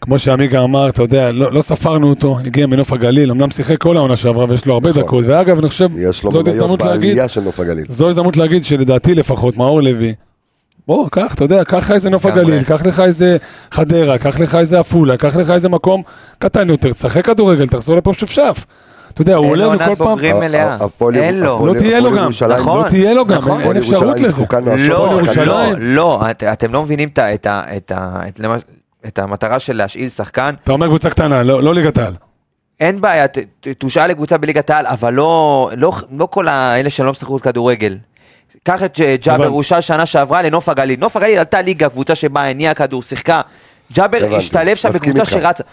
Speaker 3: כמו שעמיגה אמר, אתה יודע, לא, לא ספרנו אותו, הגיע מנוף הגליל, אמנם שיחק כל העונה שעברה ויש לו הרבה דקות, ואגב, אני חושב,
Speaker 1: נכון. יש לו
Speaker 3: זאת
Speaker 1: מניות
Speaker 3: הזדמנות להגיד,
Speaker 1: בעלייה של נוף הגליל.
Speaker 3: זו הזדמנות להגיד שלדעתי לפחות, מאור לוי, בוא, קח, אתה יודע, קח לך איזה נוף
Speaker 2: לגמרי.
Speaker 3: הגליל, קח לך איזה חדרה, קח לך איזה עפולה, קח לך איזה מקום קטן יותר, תשחק כדורגל, תחזור לפה שפשף. אתה יודע, הוא
Speaker 2: אין לו
Speaker 3: עולה וכל
Speaker 2: עונת
Speaker 3: פעם,
Speaker 2: בוגרים מלאה,
Speaker 1: הפועל-
Speaker 2: אין לו.
Speaker 1: הפועל-
Speaker 3: לא תהיה לו
Speaker 1: הפועל
Speaker 3: גם,
Speaker 1: ירושלים-
Speaker 2: נכון.
Speaker 3: לא תהיה לו גם,
Speaker 2: נכון.
Speaker 3: אין- אין
Speaker 1: הפועל
Speaker 3: אפשרות
Speaker 1: ירושלים
Speaker 3: לזה.
Speaker 1: זקוקנו השבוע,
Speaker 2: לא,
Speaker 3: הפועל
Speaker 1: שחקן
Speaker 2: לא,
Speaker 3: ירושלים.
Speaker 2: לא, את- אתם לא מבינים את ה- את ה- את ה- את למה- את המטרה של להשאיל שחקן.
Speaker 3: אתה אומר קבוצה קטנה, לא לא ליגת העל.
Speaker 2: אין בעיה, ת- ת- תושאל לקבוצה בליגת העל, אבל לא, לא, לא כל האלה שלא משחקו כדורגל. קח את ג- ג'אבר,
Speaker 3: הבנתי.
Speaker 2: הוא שעה שנה שעברה לנוף הגליל. נוף הגליל עלתה ליגה, קבוצה שבה הניעה כדור, שיחקה. ג'אבר
Speaker 1: הבנתי,
Speaker 2: השתלב שם
Speaker 1: מסכים
Speaker 2: בקבוצה
Speaker 1: איתך.
Speaker 2: שרצה.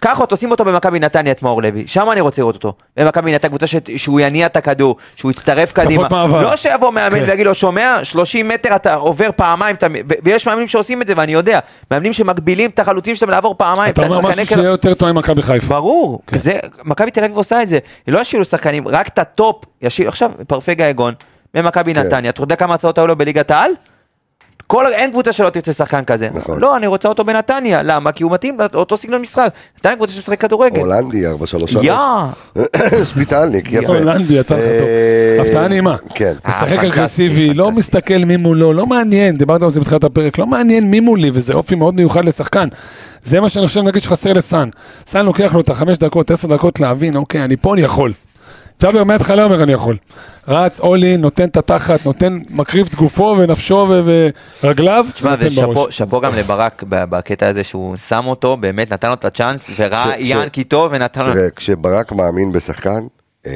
Speaker 2: קח אותו, שים אותו במכבי נתניה, את מאור לוי. שם אני רוצה לראות אותו. במכבי נתניה, קבוצה ש... שהוא יניע את הכדור, שהוא יצטרף קדימה.
Speaker 3: מעבר.
Speaker 2: לא שיבוא מאמן
Speaker 3: כן.
Speaker 2: ויגיד לו, שומע, 30 מטר אתה עובר פעמיים, אתה... ו- ויש מאמנים שעושים את זה, ואני יודע. מאמנים שמגבילים את החלוצים שלהם לעבור פעמיים.
Speaker 3: אתה אומר
Speaker 2: שחקני
Speaker 3: משהו
Speaker 2: כדור-
Speaker 3: שיהיה יותר טועם מכבי חיפה.
Speaker 2: ברור, כן. זה, מכבי תל אביב עושה את זה, לא ישאילו שחקנים, רק את הטופ, ישאילו, עכשיו פרפי גאגון, ממכבי
Speaker 1: כן.
Speaker 2: נתניה, אתה יודע כמה הצעות היו לו בליגת העל? כל, אין קבוצה שלא תרצה שחקן כזה.
Speaker 1: נכון.
Speaker 2: לא, אני רוצה אותו בנתניה, למה? כי הוא מתאים לאותו סגנון משחק. נתניה קבוצה שמשחק כדורגל.
Speaker 1: הולנדי 433.
Speaker 2: יא!
Speaker 1: *laughs* שפיטלניק, יפה.
Speaker 3: הולנדי, יצא לך טוב.
Speaker 1: אה,
Speaker 3: הפתעה נעימה.
Speaker 1: כן.
Speaker 3: משחק
Speaker 2: פנטסטי,
Speaker 3: אגרסיבי, לא
Speaker 2: פנטסטי.
Speaker 3: מסתכל מי מולו, לא מעניין, דיברת על זה בתחילת הפרק, לא מעניין מי מולי, וזה אופי מאוד מיוחד לשחקן. זה מה שאני חושב, נגיד שחסר לסאן. סאן לוקח לו את החמש דקות, עשר דקות להבין, אוקיי, אני פה, אני יכול. ג'אבר מההתחלה אומר, אני יכול. רץ, אולי, נותן את התחת, נותן, מקריב את גופו ונפשו ו- ורגליו,
Speaker 2: תשמע,
Speaker 3: נותן
Speaker 2: ושאפו
Speaker 3: בראש.
Speaker 2: שאפו גם לברק ב- בקטע הזה שהוא שם אותו, באמת נתן לו את הצ'אנס, וראה
Speaker 1: ש- ש-
Speaker 2: ינקי טוב ונתן
Speaker 3: אה.
Speaker 2: לו...
Speaker 1: תראה, כשברק מאמין בשחקן, אה,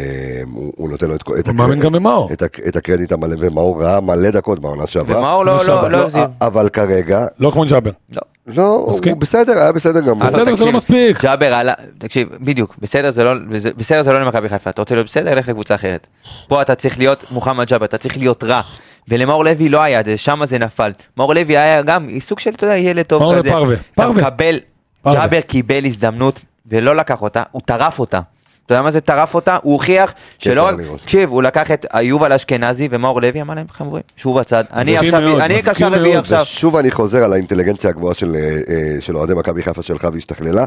Speaker 1: הוא הוא נותן לו את כל- את
Speaker 3: הוא מאמין גם במאור.
Speaker 1: את הק- את הקרדיט המלא, ומאור ראה מלא דקות בעונה שעברה.
Speaker 2: ומאור לא-
Speaker 3: כמו
Speaker 2: לא-
Speaker 3: שאמר,
Speaker 2: לא החזיר.
Speaker 1: אבל כרגע,
Speaker 3: לא כמו ג'אבר.
Speaker 2: לא.
Speaker 1: לא,
Speaker 3: מסכים.
Speaker 1: הוא בסדר, היה בסדר גמור.
Speaker 3: בסדר, זה
Speaker 2: תקשיב,
Speaker 3: לא מספיק.
Speaker 2: ג'אבר עלה, תקשיב, בדיוק, בסדר זה לא, זה- בסדר זה לא למכבי חיפה, אתה רוצה להיות בסדר, לך לקבוצה אחרת. פה אתה צריך להיות מוחמד ג'אבר, אתה צריך להיות רע. ולמאור לוי לא היה את זה, שמה זה נפל. מאור לוי היה גם סוג של, אתה יודע, ילד
Speaker 3: מאור
Speaker 2: טוב כזה.
Speaker 3: לפרווה,
Speaker 2: אתה
Speaker 3: פרווה.
Speaker 2: מקבל,
Speaker 3: פרווה.
Speaker 2: ג'אבר קיבל הזדמנות ולא לקח אותה, הוא טרף אותה. אתה יודע מה זה טרף אותה? הוא הוכיח שלא
Speaker 1: היה
Speaker 2: רק,
Speaker 1: לראות.
Speaker 2: תקשיב, הוא לקח את יובל אשכנזי ומאור לוי אמר להם חמורים, שהוא בצד, אני
Speaker 3: מסכים מאוד,
Speaker 2: עכשיו, אני
Speaker 3: מסכים
Speaker 2: קשר רביעי
Speaker 3: מאוד.
Speaker 2: עכשיו.
Speaker 1: ושוב אני חוזר על האינטליגנציה הגבוהה של, אה, אה, של אוהדי מכבי חיפה שלך והשתכללה. ה-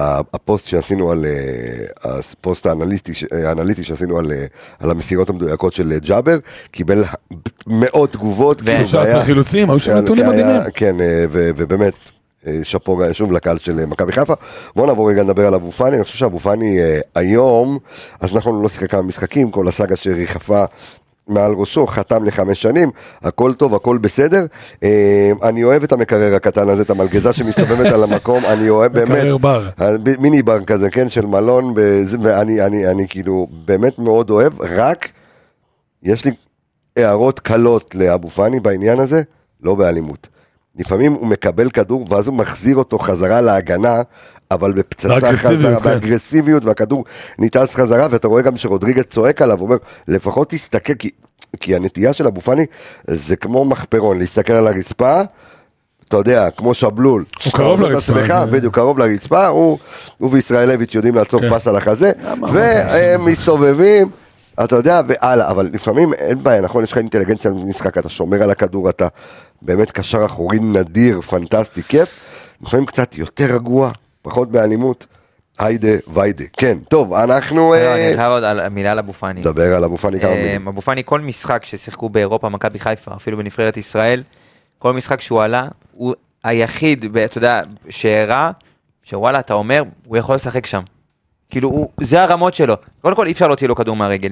Speaker 1: ה- הפוסט שעשינו על, אה, הפוסט האנליטי, ש- אה, האנליטי שעשינו על, אה, על המסירות המדויקות של אה, ג'אבר, קיבל מאות תגובות. כאילו,
Speaker 3: 13
Speaker 1: והיה-
Speaker 3: חילוצים, היו שם
Speaker 1: כן,
Speaker 3: נתונים
Speaker 1: כי היה-
Speaker 3: מדהימים.
Speaker 1: כן, אה, ו- ובאמת, אה, שאפו אה, שוב לקהל של אה, מכבי חיפה. בואו נעבור רגע לדבר על אבו פאני, אני חושב שאבו פאני אה, היום, אז נכון, הוא לא שיחק כמה משחקים, כל הסאגה שריחפה. מעל ראשו, חתם לחמש שנים, הכל טוב, הכל בסדר. אה, אני אוהב את המקרר הקטן הזה, את המלגזה שמסתובבת על המקום, אני אוהב באמת. אה,
Speaker 3: מקרר בר.
Speaker 1: ב- מיני בר כזה, כן, של מלון, בזה, ואני אני, אני כאילו באמת מאוד אוהב, רק יש לי הערות קלות לאבו פאני בעניין הזה, לא באלימות. לפעמים הוא מקבל כדור ואז הוא מחזיר אותו חזרה להגנה, אבל בפצצה
Speaker 3: באגרסיביות,
Speaker 1: חזרה,
Speaker 3: כן.
Speaker 1: באגרסיביות, והכדור ניתז חזרה, ואתה רואה גם שרודריגז צועק עליו, אומר, לפחות תסתכל, כי, כי הנטייה של אבו פאני זה כמו מחפרון, להסתכל על הרצפה. אתה יודע, כמו שבלול.
Speaker 3: הוא קרוב
Speaker 1: אתה עושה את
Speaker 3: לרצפה,
Speaker 1: עצמך,
Speaker 3: זה-
Speaker 1: בדיוק, קרוב לרצפה, הוא הוא וישראלביץ' יודעים לעצור
Speaker 3: כן.
Speaker 1: פס על החזה,
Speaker 3: למה אמרת השם
Speaker 1: והם
Speaker 3: הזה?
Speaker 1: מסתובבים, אתה יודע, והלאה, אבל לפעמים אין בעיה, נכון? יש לך אינטליגנציה במשחק, אתה שומר על הכדור, אתה באמת קשר אחורי נדיר, פנטסטי, כיף. לפעמים קצת יותר רגוע, פחות באלימות. היידה ויידה. כן, טוב, אנחנו...
Speaker 2: לא,
Speaker 1: אה,
Speaker 2: אני חייב עוד על- מילה על אבו פאני.
Speaker 1: דבר על אבו פאני כמה מילים.
Speaker 2: אמ, אבו פאני כל משחק ששיחקו באירופה, מכבי חיפה, אפילו בנבחרת ישראל, כל משחק שהוא עלה, הוא היחיד, ב- אתה יודע, שהראה, שוואלה, אתה אומר, הוא יכול לשחק שם. כאילו, הוא, זה הרמות שלו. קודם כל, אי אפשר להוציא לו כדור מהרגל.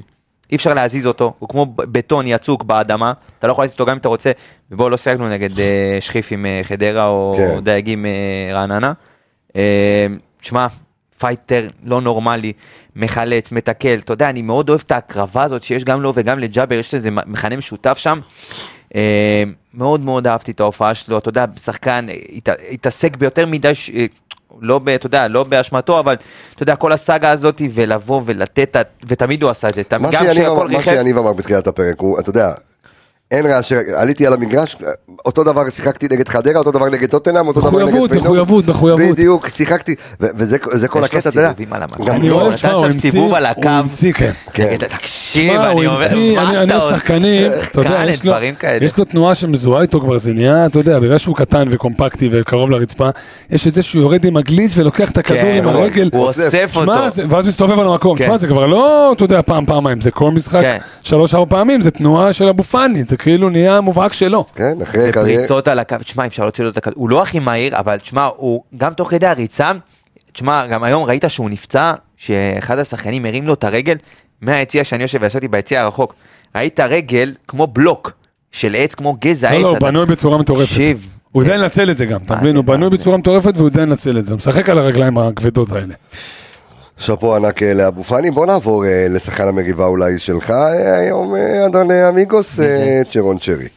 Speaker 2: אי אפשר להזיז אותו, הוא כמו ב- בטון יצוק באדמה, אתה לא יכול להזיז אותו גם אם אתה רוצה. ובואו, לא שיחקנו נגד אה, שכיף עם אה, חדרה או
Speaker 1: כן.
Speaker 2: דייגים אה, רעננה. אה, שמע, פייטר לא נורמלי, מחלץ, מתקל, אתה יודע, אני מאוד אוהב את ההקרבה הזאת שיש גם לו וגם לג'אבר, יש איזה מכנה משותף שם. אה, מאוד מאוד אהבתי את ההופעה שלו, אתה יודע, שחקן אה, הת- התעסק ביותר מדי, ש- אה, לא, ב- אתה יודע, לא באשמתו, אבל אתה יודע, כל הסאגה הזאת, ולבוא ולתת, את- ותמיד הוא עשה את זה, גם
Speaker 1: מה שיניב אמר-
Speaker 2: כשהכל
Speaker 1: מה
Speaker 2: ריחף,
Speaker 1: שיניב אמר בתחילת הפרק, הוא, אתה יודע, אין רעשי, עליתי על המגרש, אותו דבר שיחקתי נגד חדרה, אותו דבר נגד טוטנאם, אותו דבר נגד
Speaker 3: מחויבות,
Speaker 1: פנדור.
Speaker 3: מחויבות, מחויבות.
Speaker 1: בדיוק, שיחקתי, ו- וזה זה כל
Speaker 2: יש
Speaker 1: הקטע,
Speaker 2: לו
Speaker 1: אתה יודע.
Speaker 2: סיבובים על המקום.
Speaker 1: גם
Speaker 2: אני
Speaker 1: לא,
Speaker 2: אוהב-
Speaker 1: אבל-
Speaker 2: נתן שם סיבוב על הקו.
Speaker 3: הוא המציא, כן.
Speaker 1: כן.
Speaker 2: נגיד, תקשיב,
Speaker 3: מה, הוא
Speaker 2: אני אומר,
Speaker 3: המציא, אני-
Speaker 2: מה
Speaker 3: אני
Speaker 2: אתה עושה? *laughs*
Speaker 3: השחקנים, אתה יודע,
Speaker 2: כאלה,
Speaker 3: יש לו-
Speaker 2: דברים כאלה.
Speaker 3: יש לו תנועה שמזוהה איתו כבר, זה נהיה, אתה יודע, בגלל שהוא קטן וקומפקטי וקרוב לרצפה, יש את זה שהוא יורד עם הגליץ' ולוקח את הכדור
Speaker 2: כן,
Speaker 3: עם
Speaker 1: נכון.
Speaker 3: הרגל.
Speaker 2: הוא אוסף
Speaker 3: שמע,
Speaker 2: אותו.
Speaker 3: זה- ואז מסתובב על המקום,
Speaker 2: כן.
Speaker 3: תשמע, זה כבר לא, אתה יודע, פעם, פעמיים, זה כל משחק,
Speaker 2: כן.
Speaker 3: שלוש, ארבע פעמים, זה תנועה של אבו פאני, זה כאילו נהיה מובהק שלו.
Speaker 1: כן,
Speaker 2: אה,
Speaker 1: אחרי קריירה.
Speaker 2: בפריצות על הקו, תשמע, אפשר להוציא לו את הכדור, הוא לא הכי מהיר, אבל תשמע, הוא גם תוך כדי הריצה, תשמע, גם היום ראית שהוא נפצע, שאחד השחקנים הרים לו את הרגל, מהיציע שאני יושב וישבתי ביציע הרחוק, ראית רגל כמו בלוק של עץ, כמו גזע
Speaker 3: לא,
Speaker 2: עץ.
Speaker 3: לא, הוא
Speaker 2: אתה- *coughs*
Speaker 3: בנוי בצורה מטורפת.
Speaker 2: תקשיב.
Speaker 3: הוא יודע לנצל את זה גם, אתה
Speaker 2: מה
Speaker 3: מבין?
Speaker 2: זה,
Speaker 3: הוא בנוי
Speaker 2: מה זה?
Speaker 3: בצורה מטורפת והוא יודע לנצל את זה. הוא משחק על הרגליים הכבדות האלה.
Speaker 1: שאפו ענק אה, לאבו פאני, בוא נעבור אה, לשחקן המריבה אולי שלך, אה, היום אה, אדון אה, אמיגוס, אה, צ'רון שרי.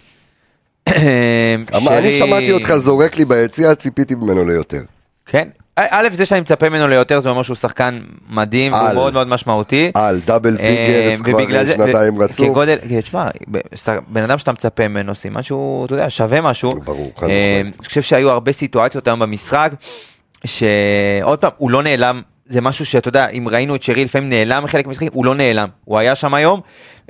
Speaker 1: אמר, אני
Speaker 2: אה, שרי-
Speaker 1: שמעתי אותך זורק לי ביציע, ציפיתי ממנו ליותר.
Speaker 2: כן. א- א', זה שאני מצפה ממנו ליותר, זה אומר שהוא שחקן מדהים, הוא
Speaker 1: על.
Speaker 2: מאוד מאוד משמעותי.
Speaker 1: על דאבל
Speaker 2: אה,
Speaker 1: פיגרס כבר
Speaker 2: ובגלל
Speaker 1: אה,
Speaker 2: זה-
Speaker 1: שנתיים
Speaker 2: ו-
Speaker 1: רצוף.
Speaker 2: כגודל, כי תשמע, ב- ס- בן אדם שאתה מצפה ממנו, סימן שהוא, אתה יודע, שווה משהו.
Speaker 1: ברור, חד
Speaker 2: אה,
Speaker 1: משמעית.
Speaker 2: אני חושב שהיו הרבה סיטואציות היום במשחק, שעוד פעם, הוא לא נעלם, זה משהו שאתה יודע, אם ראינו את שרי לפעמים נעלם חלק מהמשחקים, הוא לא נעלם, הוא היה שם היום,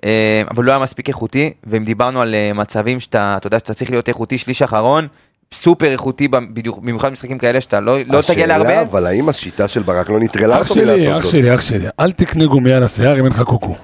Speaker 2: אה, אבל לא היה מספיק איכותי, ואם דיברנו על אה, מצבים שאתה, אתה יודע, שאתה צריך להיות איכותי שליש אחרון, סופר איכותי, ב- בדיוק- במיוחד במשחקים כאלה שאתה לא לא תגיע
Speaker 1: השאלה,
Speaker 2: להרבה.
Speaker 1: אבל האם השיטה של ברק לא נטרלה
Speaker 3: אח
Speaker 1: אותו מלעשות
Speaker 3: שלי, אח
Speaker 1: זאת?
Speaker 3: שלי, אח שלי, אל תקנה גומייה לשיער אם אין לך קוקו.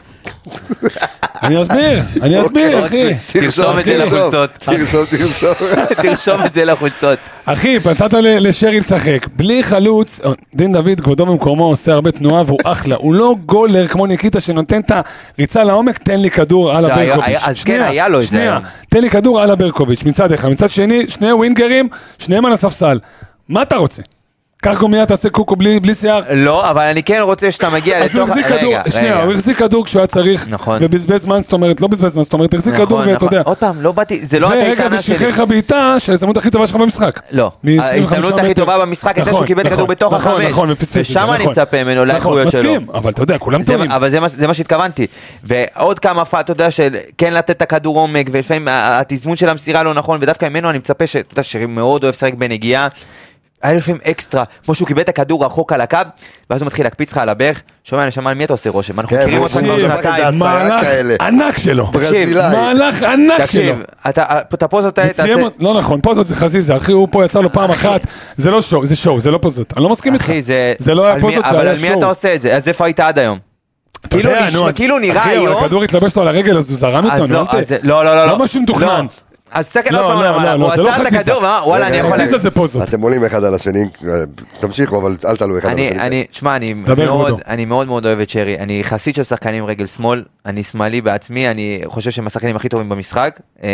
Speaker 3: אני אסביר, אני אסביר, אחי.
Speaker 1: אוקיי,
Speaker 2: תרשום את זה
Speaker 1: תרשום,
Speaker 2: לחולצות.
Speaker 1: תרשום,
Speaker 3: *laughs*
Speaker 1: תרשום.
Speaker 2: *laughs* תרשום את זה לחולצות.
Speaker 3: אחי, נתת ל- לשרי לשחק. בלי חלוץ, דין דוד, כבודו במקומו, עושה הרבה תנועה והוא אחלה. הוא לא גולר כמו ניקיטה שנותן את הריצה לעומק, תן לי כדור על
Speaker 2: היה-
Speaker 3: הברקוביץ'.
Speaker 2: היה- אז כן,
Speaker 3: שנייה,
Speaker 2: היה לו את זה
Speaker 3: שנייה,
Speaker 2: היום.
Speaker 3: תן לי כדור על הברקוביץ', מצד אחד. מצד שני, שני ווינגרים, שניהם על הספסל. מה אתה רוצה? קח גומייה, תעשה קוקו בלי בלי שיער.
Speaker 2: לא, אבל אני כן רוצה שאתה מגיע
Speaker 3: אז הוא
Speaker 2: לתוך...
Speaker 3: החזיק כדור,
Speaker 2: אה, רגע,
Speaker 3: שנייה,
Speaker 2: רגע.
Speaker 3: הוא החזיק כדור כשהוא היה צריך,
Speaker 2: נכון.
Speaker 3: ובזבז זמן, זאת אומרת, לא בזבז זמן, זאת אומרת, החזיק
Speaker 2: נכון,
Speaker 3: כדור ואתה
Speaker 2: נכון.
Speaker 3: יודע.
Speaker 2: עוד פעם, לא באתי, זה לא הייתה
Speaker 3: ורגע,
Speaker 2: הטענה שלי.
Speaker 3: ושחרר לך בעיטה, שההזדמנות הכי טובה שלך במשחק.
Speaker 2: לא,
Speaker 3: מ- 25
Speaker 2: ההזדמנות הכי
Speaker 3: מטר.
Speaker 2: טובה במשחק הייתה שהוא
Speaker 3: נכון,
Speaker 2: קיבל את הכדור
Speaker 3: נכון,
Speaker 2: בתוך
Speaker 3: נכון,
Speaker 2: החמש.
Speaker 3: נכון, ופספס את זה,
Speaker 2: ושם אני
Speaker 3: נכון.
Speaker 2: מצפה ממנו לאיכויות
Speaker 3: נכון,
Speaker 2: שלו.
Speaker 3: מסכים, אבל אתה יודע, כולם
Speaker 2: זה
Speaker 3: טועים.
Speaker 2: מה- אבל זה מה- זה מה שהתכוונתי. ועוד כמה הפעה, אתה יודע, של כן לתת את הכדור עומק, ולפעמים ה- ה- התזמון של המסירה לא נכון, ודווקא ממנו אני מצפה שאתה יודע, שמאוד אוהב לשחק בנגיעה. היה לו לפעמים אקסטרה, כמו שהוא קיבל את הכדור רחוק על הקו, ואז הוא מתחיל להקפיץ לך על הברך, שומע, נשמה, על מי אתה עושה רושם? אנחנו
Speaker 1: כן,
Speaker 2: מכירים
Speaker 1: הוא-
Speaker 2: אותך כבר
Speaker 1: הוא דפק איזה
Speaker 2: שנתיים.
Speaker 1: עשרה
Speaker 3: מהלך
Speaker 1: כאלה.
Speaker 3: ענק שלו.
Speaker 1: ברזילאי.
Speaker 3: מהלך ענק שלו.
Speaker 2: תקשיב, אתה- את הפוזות האלה תעשה...
Speaker 3: וסיים אות- לא נכון, פוזות זה חזיזה, אחי, הוא פה יצא לו פעם אחת, זה לא שואו, זה שואו, זה לא פוזות, אני לא מסכים איתך.
Speaker 2: אחי, זה...
Speaker 3: זה לא היה
Speaker 2: על מי-
Speaker 3: פוזות, זה
Speaker 2: אבל
Speaker 3: היה
Speaker 2: על מי אתה
Speaker 3: שואו.
Speaker 2: עושה את זה? אז איפה היית עד היום?
Speaker 3: אתה
Speaker 2: כאילו
Speaker 3: יודע,
Speaker 2: נשמע-
Speaker 3: נו, אז-
Speaker 2: כאילו נראה
Speaker 3: אחי, אבל
Speaker 2: היום-
Speaker 3: הכדור התלבש לו על הרגל, אז הוא זרם איתו,
Speaker 2: אז
Speaker 3: נו,
Speaker 2: לא,
Speaker 3: אל ת...
Speaker 2: אז זה- לא, לא, לא, לא.
Speaker 3: לא משהו מתוכנן.
Speaker 2: לא. אז תסתכל
Speaker 3: לא,
Speaker 2: עוד פעם
Speaker 3: לא,
Speaker 2: למעלה,
Speaker 3: לא,
Speaker 2: הוא
Speaker 3: זה לא
Speaker 2: עצר את
Speaker 3: חזיזה.
Speaker 2: הכדור ואמר, וואלה, אני יכול...
Speaker 3: חזיזה זה פוזות.
Speaker 1: אתם עולים אחד על השני, אה, תמשיכו, אבל אל תעלו אחד על
Speaker 2: אני,
Speaker 1: השני.
Speaker 2: אני, שמע, אני
Speaker 3: דבר,
Speaker 2: מאוד,
Speaker 3: כבודו.
Speaker 2: אני מאוד מאוד אוהב את שרי, אני חסיד של שחקנים עם רגל שמאל, אני שמאלי בעצמי, אני חושב שהם השחקנים הכי טובים במשחק. אה,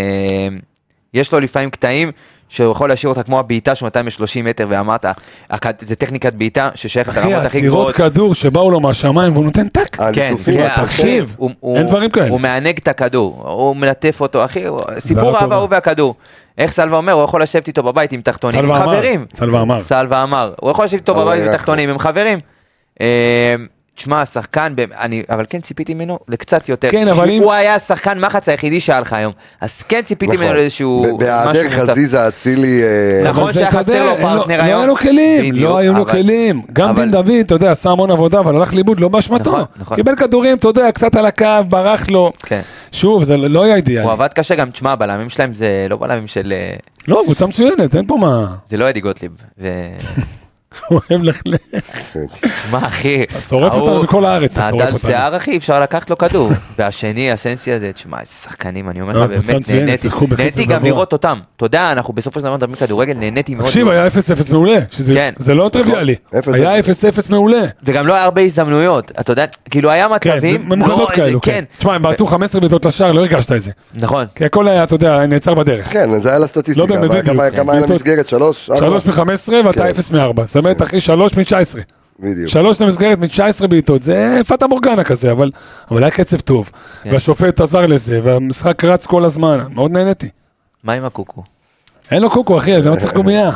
Speaker 2: יש לו לפעמים קטעים שהוא יכול להשאיר אותה כמו הבעיטה שהוא נתן מ-30 מטר ואמרת, הכ- זה טכניקת בעיטה ששייכת
Speaker 3: אחי,
Speaker 2: לרמות הכי
Speaker 3: עצירות
Speaker 2: גבוהות.
Speaker 3: כדור שבאו לו מהשמיים והוא נותן טאק.
Speaker 1: הליטופים,
Speaker 3: כן,
Speaker 1: הטפים.
Speaker 3: תקשיב,
Speaker 2: הוא- הוא-
Speaker 3: אין דברים כאלה.
Speaker 2: הוא מענג את הכדור, הוא מלטף אותו, אחי, הוא- סיפור
Speaker 3: לא
Speaker 2: אהבה
Speaker 3: טוב.
Speaker 2: הוא והכדור. איך סלווה אומר, הוא יכול לשבת איתו בבית עם תחתונים, עם
Speaker 3: סלווה אמר,
Speaker 2: חברים.
Speaker 3: סלווה אמר.
Speaker 2: סלווה אמר, הוא יכול לשבת איתו
Speaker 1: אבל
Speaker 2: בבית עם
Speaker 1: רק הוא.
Speaker 2: תחתונים, עם חברים. אה, שמע, השחקן, באמת- אני, אבל כן ציפיתי ממנו לקצת יותר.
Speaker 3: כן, אבל
Speaker 2: שהוא-
Speaker 3: אם-
Speaker 2: הוא היה השחקן מחץ היחידי שהיה לך היום, אז כן ציפיתי ממנו לאיזשהו...
Speaker 1: נכון. ב- בהיעדר
Speaker 2: משהו נוסף.
Speaker 1: חזיזה אצילי... אה,
Speaker 2: נכון.
Speaker 3: אבל זה,
Speaker 2: שהיה
Speaker 3: אתה
Speaker 2: חסר
Speaker 3: יודע,
Speaker 2: לו
Speaker 3: אין
Speaker 2: פרטנר
Speaker 3: לא
Speaker 2: היום.
Speaker 3: היה לו כלים,
Speaker 2: בדיוק,
Speaker 3: לא היו לו
Speaker 2: אבל-
Speaker 3: כלים. גם
Speaker 2: אבל-
Speaker 3: דין דוד, אתה יודע, עשה המון עבודה, אבל הלך לאיבוד, לא באשמתו.
Speaker 2: נכון, נכון.
Speaker 3: קיבל כדורים, אתה יודע, קצת על הקו, ברח לו.
Speaker 2: כן.
Speaker 3: שוב, זה לא היה
Speaker 1: כן.
Speaker 3: אידיאלי.
Speaker 2: הוא עבד קשה גם, תשמע, הבלמים שלהם זה לא בלמים של... אה,
Speaker 3: לא, קבוצה מצוינת, אין פה מה. *laughs*
Speaker 2: זה לא אדי גוטליב. ו-
Speaker 3: הוא אוהב לכלך.
Speaker 2: תשמע, אחי.
Speaker 3: אתה שורף
Speaker 2: ההוא-
Speaker 3: אותנו בכל הארץ, אתה שורף
Speaker 2: הדל
Speaker 3: אותנו.
Speaker 2: שיער, אחי, אפשר לקחת לו
Speaker 3: *laughs*
Speaker 2: כדור. והשני, הסנסי הזה, תשמע, איזה שחקנים, אני אומר
Speaker 3: לא,
Speaker 2: לך, באמת,
Speaker 3: קבוצה מצוינת,
Speaker 2: נהניתי.
Speaker 3: שיחקו בקצב
Speaker 2: נהניתי גם
Speaker 3: גבוה.
Speaker 2: לראות אותם. אתה יודע, אנחנו בסופו של דבר מדברים כדורגל, נהניתי מאוד.
Speaker 3: תקשיב, היה 0-0 מעולה, שזה
Speaker 2: כן.
Speaker 3: זה לא טריוויאלי.
Speaker 1: אפס
Speaker 3: היה
Speaker 1: אפס.
Speaker 3: 0-0 מעולה.
Speaker 2: וגם לא היה הרבה הזדמנויות, אתה יודע, כאילו היה
Speaker 3: כן,
Speaker 2: מצבים, לא
Speaker 3: ממוקדות
Speaker 2: איזה-
Speaker 3: כאלו, כן. תשמע, הם בעטו 15 בעיטות לשער, לא הרגשת את זה.
Speaker 2: נכון,
Speaker 3: כי הכל היה, אתה יודע, נעצר בדרך.
Speaker 1: כן, זה היה לסטטיסטיקה.
Speaker 3: לא באמת,
Speaker 1: אבל היה
Speaker 3: בדיוק.
Speaker 1: כמה-
Speaker 3: כן.
Speaker 1: כמה היה
Speaker 3: בעיטות-
Speaker 1: למסגרת? שלוש? ארבע?
Speaker 3: 3 מ-15
Speaker 1: כן.
Speaker 3: ואתה 0 מ-4. זאת אומרת, אחי, 3 מ-19.
Speaker 1: בדיוק.
Speaker 3: שלוש למסגרת מ-19 בעיטות, זה פטה מורגנה כזה, אבל, אבל היה קצב טוב.
Speaker 2: כן.
Speaker 3: והשופט עזר לזה, והמשחק רץ כל הזמן, מאוד נהניתי.
Speaker 2: מה עם הקוקו?
Speaker 3: אין לו קוקו, אחי, אז למה צריך
Speaker 1: *laughs*
Speaker 3: גומייה?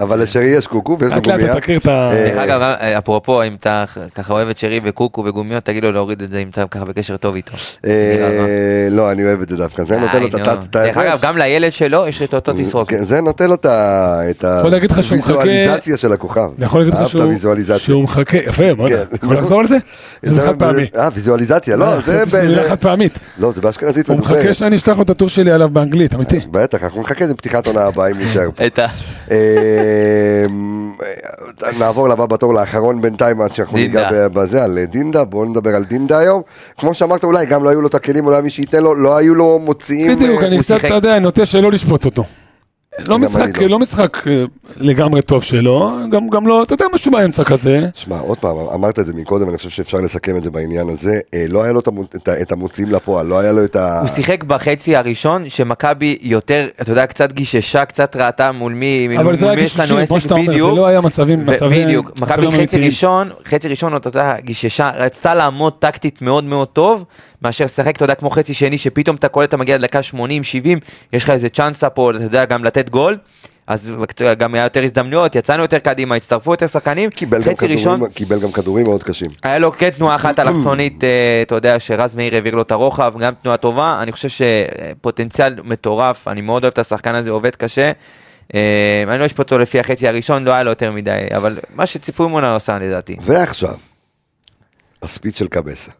Speaker 1: אבל לשרי יש קוקו ויש לו
Speaker 3: לאט לאט
Speaker 1: גומייה.
Speaker 3: אתה תכיר את ה...
Speaker 1: אה,
Speaker 2: דרך אגב, אה, אפרופו, אם אתה ככה אוהב את שרי וקוקו וגומיות, תגיד לו להוריד את זה אם אתה ככה בקשר טוב איתו.
Speaker 1: אה,
Speaker 2: נראה רע.
Speaker 1: לא, אני אוהב את זה דווקא. זה נותן לו את
Speaker 2: די,
Speaker 1: ה-
Speaker 2: נו.
Speaker 1: את
Speaker 2: אה, דרך אגב,
Speaker 1: ההפרש.
Speaker 2: גם לילד שלו יש את אותו תסרוק.
Speaker 1: כן, זה נותן לו את ה... את ה-
Speaker 3: יכול להגיד לך שהוא מחכה-
Speaker 1: ויזואליזציה של הכוכב.
Speaker 3: אני יכול להגיד לך
Speaker 1: אהבת
Speaker 3: שהוא-
Speaker 1: ויזואליזציה.
Speaker 3: שהוא מחכה, יפה, בוא
Speaker 1: כן.
Speaker 3: נ- יכול לחזור על זה? זה חד פעמי.
Speaker 1: אה, ויזואליזציה, לא, זה...
Speaker 3: זה מילה
Speaker 1: ב-
Speaker 3: חד פעמית.
Speaker 1: לא, זה באשכנזית
Speaker 3: הוא
Speaker 1: מדוברת.
Speaker 3: מחכה שאני אשלח לו את הטור שלי עליו באנגלית, אמיתי.
Speaker 1: בטח, אנחנו נחכה לפתיחת עונה הבאה אם נשאר פה.
Speaker 2: את ה...
Speaker 1: אמ, נעבור לבא בתור לאחרון בינתיים עד שאנחנו ניגע
Speaker 2: דינדה.
Speaker 1: ב- בזה על אה, דינדה בואו נדבר על דינדה היום כמו שאמרת אולי גם לא היו לו את הכלים אולי מי שייתן לו לא היו לו מוציאים
Speaker 3: בדיוק,
Speaker 1: אה,
Speaker 3: אני
Speaker 2: הוא
Speaker 3: קצת,
Speaker 2: שיחק-
Speaker 3: אתה יודע, נוטה שלא לשפוט אותו. לא
Speaker 1: גם
Speaker 3: משחק,
Speaker 1: אני לא.
Speaker 3: לא משחק אה, לגמרי טוב שלו, גם- גם לא, אתה יודע, משהו באמצע כזה.
Speaker 1: שמע עוד פעם אמרת את זה מקודם אני חושב שאפשר לסכם את זה בעניין הזה אה, לא היה לו את המו- את ה- את המוציאים לפועל לא היה לו את ה...
Speaker 2: הוא שיחק בחצי הראשון, שמכבי יותר, אתה יודע, קצת גיששה, קצת ראתה מול מי, מול
Speaker 3: אבל זה
Speaker 2: מי
Speaker 3: היה
Speaker 2: יש לנו
Speaker 3: גישושים, כמו
Speaker 2: עסק
Speaker 3: שאתה אומר, זה
Speaker 2: בדיוק.
Speaker 3: לא היה מצבים,
Speaker 2: ו-
Speaker 3: מצבים,
Speaker 2: בדיוק, מכבי
Speaker 3: מצבים
Speaker 2: חצי
Speaker 3: אמיתיים.
Speaker 2: ראשון, חצי ראשון, אתה יודע, גיששה, רצתה לעמוד טקטית מאוד מאוד טוב, מאשר לשחק, אתה יודע, כמו חצי שני, שפתאום אתה קולט, אתה מגיע לדקה 80, 70, יש לך איזה צ'אנסה פה, אתה יודע, גם לתת גול, אז גם היה יותר הזדמנויות, יצאנו יותר קדימה, הצטרפו יותר שחקנים,
Speaker 1: קיבל גם
Speaker 2: חצי ראשון,
Speaker 1: כדורים- קיבל גם כדורים מאוד קשים
Speaker 2: היה לו כן תנועה אחת אלכסונית, אה, אתה יודע, שרז מאיר העביר לו את הרוחב, גם תנועה טובה, אני חושב שפוטנציאל מטורף, אני מאוד אוהב את השחקן הזה, עובד קשה. אה, אני לא אשפוט אותו לפי החצי הראשון, לא היה לו יותר מדי, אבל מה שציפו ממנו עשה לדעתי.
Speaker 1: ועכשיו הספיץ של קבסה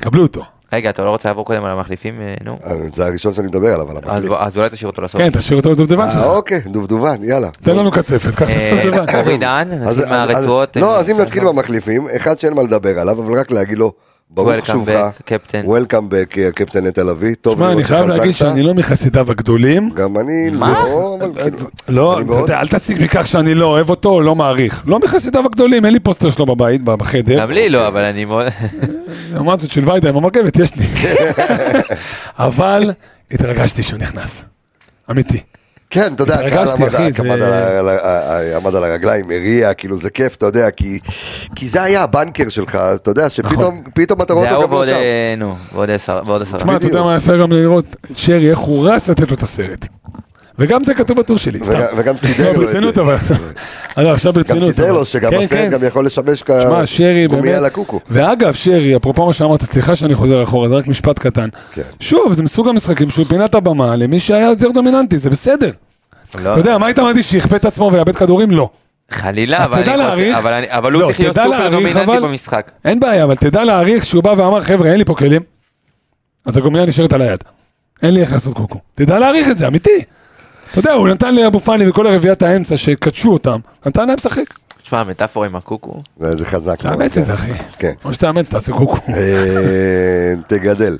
Speaker 3: קבלו אותו.
Speaker 2: רגע, אתה לא רוצה לעבור קודם על המחליפים? אה, נו.
Speaker 1: אה, זה הראשון שאני מדבר עליו
Speaker 3: אה,
Speaker 1: על
Speaker 2: אז
Speaker 1: המחליף
Speaker 2: בוא- אז אולי תשאיר אותו לסוף.
Speaker 3: כן, תשאיר אותו לדובדבן
Speaker 1: אה,
Speaker 3: שלך.
Speaker 1: אוקיי דובדובן יאללה
Speaker 3: תן לנו קצפת, קח את
Speaker 2: אוקיי. אה,
Speaker 3: הדובדבן.
Speaker 2: אורי דהן,
Speaker 1: אז-
Speaker 2: נתחיל
Speaker 1: אז-
Speaker 2: מהרצועות.
Speaker 1: אז- לא,
Speaker 2: אה,
Speaker 1: אז אם נתחיל במחליפים, אחד שאין מה לדבר עליו, אבל רק להגיד לו, ברוך
Speaker 2: Welcome
Speaker 1: שובך,
Speaker 2: back, קפטן.
Speaker 1: Welcome back, אה, קפטן נטע לביא, טוב
Speaker 3: שמע, אני חייב להגיד שאני לא מחסידיו הגדולים.
Speaker 1: גם אני לא, אבל כאילו,
Speaker 3: לא,
Speaker 1: אני
Speaker 3: אתה
Speaker 1: מאוד-
Speaker 3: יודע, אל תסיק מכך שאני לא אוהב אותו או לא מעריך. לא מחסידיו הגדולים, אין לי פוסטר שלו בבית, בחדר.
Speaker 2: גם לי לא, אבל
Speaker 1: *laughs*
Speaker 2: אני מאוד...
Speaker 3: אמרתי את שילביידה עם המגבת,
Speaker 2: *laughs*
Speaker 3: יש לי. אבל התרגשתי שהוא נכנס. אמיתי.
Speaker 1: כן, אתה יודע, הקהל
Speaker 3: התרגשתי,
Speaker 1: עמד
Speaker 3: אחי,
Speaker 1: עמד על
Speaker 3: זה-
Speaker 1: ה- על ה- ה- ה- עמד על הרגליים, הריע, כאילו זה כיף, אתה יודע, כי כי זה היה הבנקר שלך, אתה יודע, שפתאום פתאום אתה
Speaker 2: נכון.
Speaker 1: רואה
Speaker 2: זה ההוא
Speaker 1: אותו גם לא
Speaker 2: ועוד,
Speaker 1: שם.
Speaker 2: אה, נו, ועוד עשר- ועוד עשרה.
Speaker 3: תשמע, אתה יודע
Speaker 1: בדיוק.
Speaker 3: מה יפה גם לראות את שרי, איך הוא רץ לתת לו את הסרט. וגם זה כתוב בטור שלי, סתם.
Speaker 1: וגם- וגם סידר
Speaker 3: לא,
Speaker 1: לו את זה.
Speaker 3: ברצינות, אבל... לא, עכשיו
Speaker 1: גם
Speaker 3: ברצינות.
Speaker 1: סידר
Speaker 3: אבל-
Speaker 1: לו שגם
Speaker 3: כן,
Speaker 1: הסרט
Speaker 3: כן.
Speaker 1: גם יכול לשמש
Speaker 3: שמע, שרי
Speaker 1: כגומיה
Speaker 3: באמת,
Speaker 1: לקוקו.
Speaker 3: ואגב שרי, אפרופו מה שאמרת, סליחה שאני חוזר אחורה, זה רק משפט קטן.
Speaker 1: כן.
Speaker 3: שוב, זה מסוג המשחקים שהוא פינה את הבמה למי שהיה יותר דומיננטי, זה בסדר.
Speaker 2: לא.
Speaker 3: אתה יודע, מה היית מעדיף שיכפה את עצמו ויאבד כדורים? לא.
Speaker 2: חלילה,
Speaker 3: אז
Speaker 2: אבל
Speaker 3: תדע
Speaker 2: אני חושב-
Speaker 3: להעריך.
Speaker 2: אבל אני- אבל הוא
Speaker 3: לא,
Speaker 2: צריך להיות
Speaker 3: תדע
Speaker 2: סופר
Speaker 3: להעריך,
Speaker 2: דומיננטי
Speaker 3: אבל-
Speaker 2: במשחק.
Speaker 3: אין בעיה, אבל תדע להעריך שהוא בא ואמר, חבר'ה, אין לי פה כלים, אז הגומיה נשארת על היד. אין לי איך לעשות קוקו. תדע להעריך את זה, אמיתי. אתה יודע, הוא נתן לאבו פאני וכל הרביעיית האמצע שקדשו אותם, נתן להם לשחק.
Speaker 2: תשמע, המטאפורה עם הקוקו.
Speaker 1: זה זה חזק. מאוד,
Speaker 3: תאמץ
Speaker 1: כן.
Speaker 3: את זה, אחי.
Speaker 1: כן.
Speaker 3: או שתאמץ, תעשה קוקו.
Speaker 1: אה, תגדל.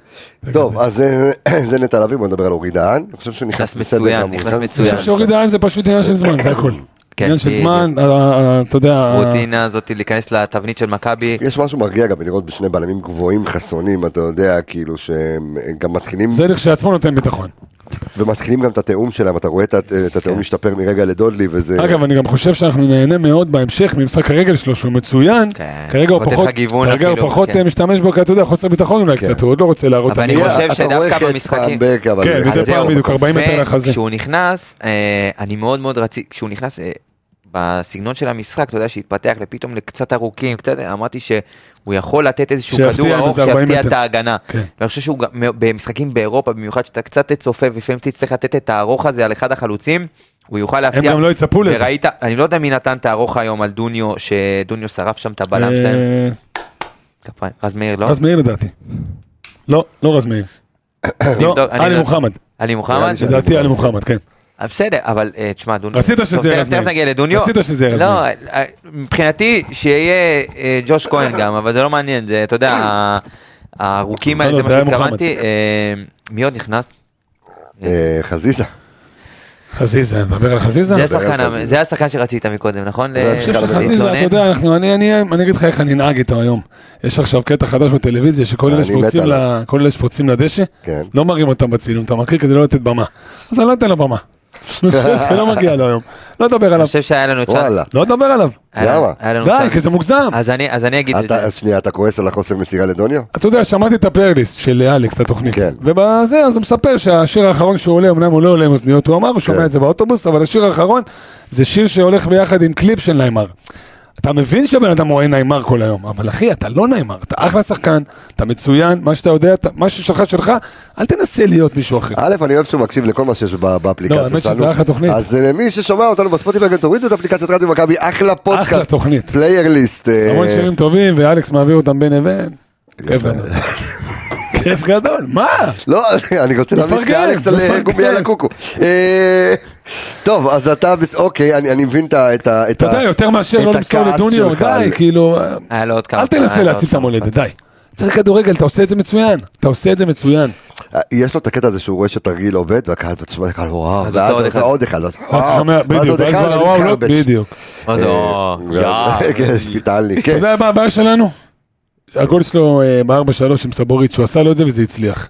Speaker 1: טוב, אז אה, *clears throat* זה נטע לביא, בוא נדבר על אורי דהן. אני חושב שהוא נכנס
Speaker 2: נכנס
Speaker 1: בסדר
Speaker 2: מצוין,
Speaker 1: גמור.
Speaker 2: נכנס
Speaker 1: נכנס-
Speaker 2: מצוין.
Speaker 3: אני חושב שהוריד העין זה פשוט עניין של זמן, זה הכל.
Speaker 2: כן,
Speaker 3: עניין של
Speaker 2: בדיוק.
Speaker 3: זמן, ה- ה- אתה יודע, אה, ה-
Speaker 2: הרוטינה הזאת להיכנס לתבנית של
Speaker 3: כן.
Speaker 2: מכבי.
Speaker 1: יש משהו מרגיע גם לראות בשני בלמים גבוהים חסונים, אתה יודע, כאילו שהם גם מתחילים,
Speaker 3: זה לכשעצמו נותן ביטחון.
Speaker 1: ומתחילים גם את התיאום שלהם, אתה רואה את ה-
Speaker 2: כן.
Speaker 1: את התיאום משתפר מרגע לדודלי,
Speaker 2: אה.
Speaker 1: וזה...
Speaker 3: אגב, אני גם חושב שאנחנו נהנה מאוד בהמשך ממשחק הרגל שלו, שהוא מצוין.
Speaker 2: כן.
Speaker 3: כרגע הוא
Speaker 2: נותן לך
Speaker 3: פחות,
Speaker 2: גיוון
Speaker 3: כרגע הוא
Speaker 2: אפילו,
Speaker 3: פחות
Speaker 2: כן.
Speaker 3: אה, משתמש בו, כי אתה יודע, חוסר ביטחון אולי
Speaker 1: כן.
Speaker 3: קצת, הוא עוד לא רוצה להראות את
Speaker 2: אבל אני
Speaker 3: הנראה.
Speaker 2: חושב
Speaker 1: אתה
Speaker 2: שדווקא
Speaker 1: רואה חץ
Speaker 2: במשחקים-
Speaker 1: פעם בק, אבל- אה,
Speaker 3: כן, מדי
Speaker 1: אז
Speaker 3: פעם
Speaker 1: זהו.
Speaker 3: בדיוק. 40 מטר לחזה.
Speaker 2: וכשהוא נכנס, אה, אני מאוד מאוד רציתי, כשהוא נכנס, אה, בסגנון של המשחק, אתה יודע, שהתפתח לפתאום לקצת ארוכים, קצת, אמרתי שהוא יכול לתת איזשהו
Speaker 3: שיפתיע
Speaker 2: כדור
Speaker 3: עם
Speaker 2: ארוך
Speaker 3: איזה 40
Speaker 2: שיפתיע את
Speaker 3: מטר.
Speaker 2: ההגנה.
Speaker 3: כן.
Speaker 2: ואני חושב שהוא גם, במשחקים באירופה, במיוחד שאתה קצת תצופה, ולפעמים תצטרך לתת את הארוך הזה על אחד החלוצים, הוא יוכל להפתיע.
Speaker 3: גם לא יצפו לזה.
Speaker 2: וראית, אני לא יודע מי נתן את הארוך היום על דוניו, שדוניו שרף שם את הבלם
Speaker 3: אה,
Speaker 2: שלהם. כפיים. רז מאיר לא?
Speaker 3: רז מאיר לדעתי. לא, לא רז מאיר. לא,
Speaker 2: נבדוק, אני
Speaker 3: עלי
Speaker 2: לא-
Speaker 3: מוחמד.
Speaker 2: עלי
Speaker 1: נראה
Speaker 2: מוחמד?
Speaker 1: לי שזה-
Speaker 3: לדעתי עלי מוחמד, כן.
Speaker 2: אה, בסדר, אבל אה, תשמע, דוניו...
Speaker 3: רצית שזה
Speaker 2: טוב,
Speaker 3: יהיה
Speaker 2: תכף-
Speaker 3: רז מאיר.
Speaker 2: תכף נגיע לדוניו.
Speaker 3: רצית שזה יהיה רז
Speaker 2: לא, אה, מבחינתי שיהיה אה, ג'וש כהן גם, אבל זה לא מעניין, זה, אתה יודע, ה- הארוכים
Speaker 3: אה, לא,
Speaker 2: האלה, זה
Speaker 3: לא, זה
Speaker 2: מה
Speaker 3: היה מוחמד.
Speaker 2: שהתכוונתי. אה, מי עוד נכנס?
Speaker 1: אה, חזיזה.
Speaker 3: חזיזה, מדבר על חזיזה?
Speaker 2: זה
Speaker 1: זה
Speaker 2: השחקן,
Speaker 1: היה
Speaker 2: ה-
Speaker 1: חזיזה.
Speaker 2: זה השחקן שרצית מקודם, נכון?
Speaker 1: זה
Speaker 3: אני חושב
Speaker 1: אה,
Speaker 3: שחזיזה, אתה יודע, אנחנו, אני, אני, אני אגיד לך איך אני אנהג איתו היום. יש עכשיו קטע חדש בטלוויזיה, שכל אלה
Speaker 1: אני
Speaker 3: שפורצים
Speaker 1: מת עליו.
Speaker 3: ל- כל אלה שפורצים לדשא,
Speaker 1: כן.
Speaker 3: לא מראים אותם בצילום, אתה מקריא כדי לא לתת במה. אז אני לא אתן לו
Speaker 2: *laughs*
Speaker 3: במה. זה לא מגיע לו היום. לא אדבר
Speaker 2: אני
Speaker 3: עליו.
Speaker 2: חושב שהיה לנו צ'אנס.
Speaker 1: וואלה.
Speaker 3: לא אדבר עליו.
Speaker 2: היה לנו-
Speaker 1: למה?
Speaker 2: היה לנו
Speaker 3: די,
Speaker 2: צ'אנס.
Speaker 3: כי זה מוגזם.
Speaker 2: אז אני אז אני אגיד את
Speaker 1: אתה-
Speaker 2: זה.
Speaker 1: שנייה, אתה כועס על החוסר מסירה לדוניו?
Speaker 3: אתה יודע, שמעתי את הפלייליסט של אלכס, התוכנית.
Speaker 1: כן.
Speaker 3: ובזה, אז הוא מספר שהשיר האחרון שהוא עולה, אמנם הוא לא עולה עם אוזניות, הוא אמר, הוא שומע
Speaker 1: כן.
Speaker 3: את זה באוטובוס, אבל השיר האחרון זה שיר שהולך ביחד עם קליפ של נעימר. אתה מבין שהבן אדם רואה נעימר כל היום, אבל אחי, אתה לא נעימר, אתה אחלה שחקן, אתה מצוין, מה שאתה יודע, אתה- מה ששלך שלך, אל תנסה להיות מישהו אחר.
Speaker 1: א', אני אוהב שהוא מקשיב לכל מה שיש ב- באפליקציה
Speaker 3: אוקיי. לא,
Speaker 1: שלנו.
Speaker 3: האמת שזה אחלה תוכנית.
Speaker 1: אז אה, למי ששומע אותנו בספוטיפיי, גם תורידו את אפליקציית רדיו מכבי, אחלה פודקאסט.
Speaker 3: אחלה תוכנית.
Speaker 1: פלייר ליסט. אה,
Speaker 3: המון שירים טובים, ואלכס מעביר אותם בין לבין. כיף גדול. כיף גדול, מה?
Speaker 1: לא, *laughs* אני רוצה להמליץ
Speaker 3: מפרגן,
Speaker 1: לאלכס על אה,
Speaker 3: מפרגן.
Speaker 1: גומיה לקוקו. אה, טוב, אז אתה, בס- אוקיי, אני אני מבין את ה... את ה- את
Speaker 3: אתה
Speaker 1: ה-
Speaker 3: יודע, יותר מאשר
Speaker 1: את
Speaker 3: לא למסור
Speaker 1: הכעס
Speaker 3: לדוניו,
Speaker 1: שלך
Speaker 3: די,
Speaker 1: על-
Speaker 3: כאילו...
Speaker 2: היה לו עוד כמה...
Speaker 3: אל
Speaker 2: היה
Speaker 3: תנסה
Speaker 1: אה,
Speaker 2: לו
Speaker 3: להציל
Speaker 2: עוד
Speaker 3: את
Speaker 1: לא,
Speaker 2: כמה.
Speaker 3: המולדת, די. צריך כדורגל, אתה עושה את זה מצוין. אתה עושה את זה מצוין.
Speaker 1: אה, יש לו את הקטע הזה שהוא רואה שהתרגיל עובד, והקהל, ואתה שומע את הקהל, וואו,
Speaker 2: אז
Speaker 1: ואז
Speaker 2: עושה עוד
Speaker 1: עושה
Speaker 2: אחד.
Speaker 1: עוד אחד. ואז
Speaker 3: אז אתה
Speaker 1: וואו,
Speaker 3: שומע,
Speaker 1: ואז עוד
Speaker 3: בדיוק, ואז
Speaker 1: אחד,
Speaker 3: כבר
Speaker 1: ואז
Speaker 3: וואו, לא,
Speaker 1: מתחרבש.
Speaker 3: בדיוק.
Speaker 2: מה זה, או,
Speaker 1: אה,
Speaker 2: לא, יא.
Speaker 1: *laughs* כן, שפיטלני,
Speaker 3: אתה
Speaker 1: כן.
Speaker 3: יודע מה הבעיה שלנו? הגול שלו אה, ב-4-3 עם סבורית, שהוא עשה לו את זה וזה הצליח.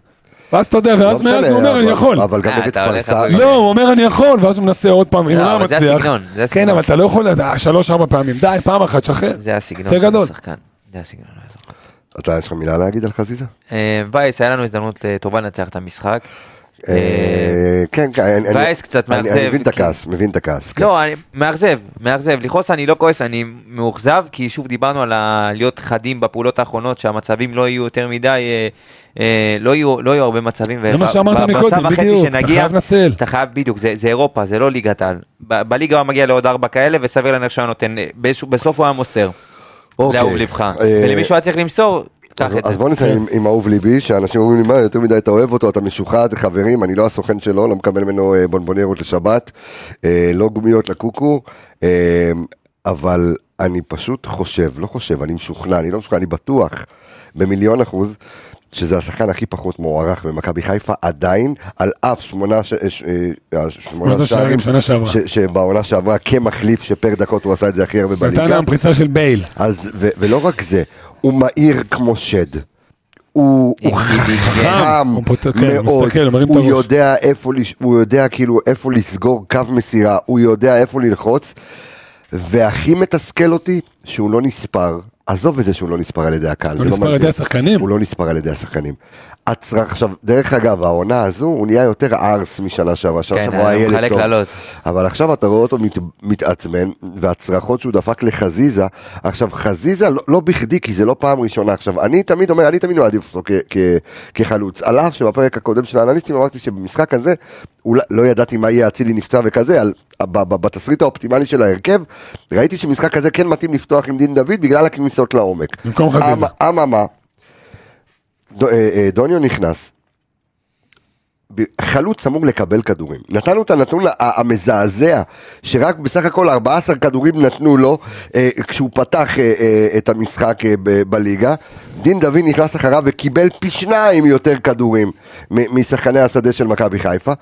Speaker 3: ואז אתה יודע, ואז
Speaker 1: לא משנה,
Speaker 3: מאז הוא אומר,
Speaker 1: אבל-
Speaker 3: אני יכול.
Speaker 1: אבל גם
Speaker 2: אה,
Speaker 1: נגד
Speaker 2: אתה
Speaker 1: כפר
Speaker 2: הולך
Speaker 1: סבא.
Speaker 2: אבל-
Speaker 3: לא, הוא אומר, אני יכול, ואז הוא מנסה עוד פעם, אם
Speaker 1: אה,
Speaker 2: לא,
Speaker 3: הוא לא
Speaker 2: אבל זה
Speaker 3: מצליח.
Speaker 2: הסגנון, זה הסגנון.
Speaker 3: כן, אבל אתה לא יכול, אה, שלוש, ארבע פעמים. די, פעם אחת, שחרר.
Speaker 2: זה הסגנון
Speaker 3: זה
Speaker 2: של
Speaker 3: גדול.
Speaker 2: השחקן. זה הסגנון. לא יעזור.
Speaker 1: אתה, יש לך מילה להגיד על חזיזה?
Speaker 2: אה, וייס, היה לנו הזדמנות אה, טובה לנצח את המשחק.
Speaker 1: אה, כן, כן, אני- אני-
Speaker 2: וייס קצת
Speaker 1: אני- אני
Speaker 2: מאכזב,
Speaker 1: מבין את
Speaker 2: כי-
Speaker 1: הכעס, מבין את הכעס. כן.
Speaker 2: לא, אני מאכזב, מאכזב. לכעוס אני לא כועס, אני מאוכזב, כי שוב דיברנו על ה... להיות חדים בפעולות האחרונות, שהמצבים לא יהיו יותר מדי, אה, אה, לא, יהיו, לא יהיו הרבה מצבים.
Speaker 3: זה מה שאמרת מקודם, בדיוק. אתה
Speaker 2: שנגיע,
Speaker 3: חייב לנצל.
Speaker 2: אתה חייב, בדיוק, זה, זה אירופה, זה לא ליגת על. ב- בליגה הוא מגיע לעוד ארבע כאלה, וסביר להניח שהוא היה נותן, אה, באיזשהו- בסוף הוא היה מוסר.
Speaker 1: אוקיי.
Speaker 2: לאהוב לבך.
Speaker 1: אה,
Speaker 2: ולמישהו היה צריך למסור, קח
Speaker 1: אז-
Speaker 2: את
Speaker 1: אז
Speaker 2: זה.
Speaker 1: בוא נסיים עם- עם אהוב ליבי, שאנשים אומרים לי, מה, יותר מדי אתה אוהב אותו, אתה משוחד, חברים, אני לא הסוכן שלו, לא מקבל ממנו אה, בונבוניירות לשבת, אה, לא גומיות לקוקו, אה, אבל אני פשוט חושב, לא חושב, אני משוכנע, אני לא משוכנע, אני בטוח, במיליון אחוז, שזה השחקן הכי פחות מוערך במכבי חיפה, עדיין, על אף שמונה ש- אה, ש- אה, שמונה שערים
Speaker 3: שמונה שערים שנה שעברה.
Speaker 1: ש- שבעונה שעברה כמחליף, שפר דקות הוא עשה את זה הכי הרבה בליגה.
Speaker 3: נתן להם פריצה של בייל.
Speaker 1: אז, ו- ולא רק זה, הוא מהיר כמו שד. הוא הוא חכם
Speaker 3: הוא פותח- כן, הוא
Speaker 1: מאוד,
Speaker 3: מסתכל, הוא מרים את
Speaker 1: הוא
Speaker 3: הראש.
Speaker 1: יודע איפה לש- הוא יודע כאילו איפה לסגור קו מסירה, הוא יודע איפה ללחוץ, והכי מתסכל אותי שהוא לא נספר, עזוב את זה שהוא לא נספר על ידי הקהל,
Speaker 3: לא
Speaker 1: זה
Speaker 3: נספר על ידי
Speaker 1: מלחיץ.
Speaker 3: השחקנים.
Speaker 1: הוא לא נספר על ידי השחקנים. הצרח, עכשיו, דרך אגב, העונה הזו, הוא נהיה יותר ערס משנה שעברה, שנה
Speaker 2: כן,
Speaker 1: שעברה
Speaker 2: הוא
Speaker 1: היה ילד
Speaker 2: מחלק
Speaker 1: טוב.
Speaker 2: לעלות.
Speaker 1: אבל עכשיו אתה רואה אותו מת, מתעצמן, והצרחות שהוא דפק לחזיזה, עכשיו חזיזה לא, לא בכדי, כי זה לא פעם ראשונה. עכשיו, אני תמיד אומר, אני תמיד מעדיף אותו כ, כ, כחלוץ, על אף שבפרק הקודם של האנליסטים אמרתי שבמשחק הזה, אולי, לא ידעתי מה יהיה אצילי נפצע וכזה, על, ב, ב, בתסריט האופטימלי של ההרכב, ראיתי שמשחק הזה כן מתאים לפתוח עם דין דוד בגלל הכניסות לעומק.
Speaker 3: במקום חזיזה.
Speaker 1: אמ- אממה, ד- אה, אה, דוניו נכנס, ב- חלוץ אמור לקבל כדורים. נתנו את הנתון ה- המזעזע, שרק בסך הכל 14 כדורים נתנו לו אה, כשהוא פתח אה, אה, את המשחק אה, ב- בליגה. דין דוד נכנס אחריו וקיבל פי שניים יותר כדורים מ- משחקני השדה של מכבי חיפה.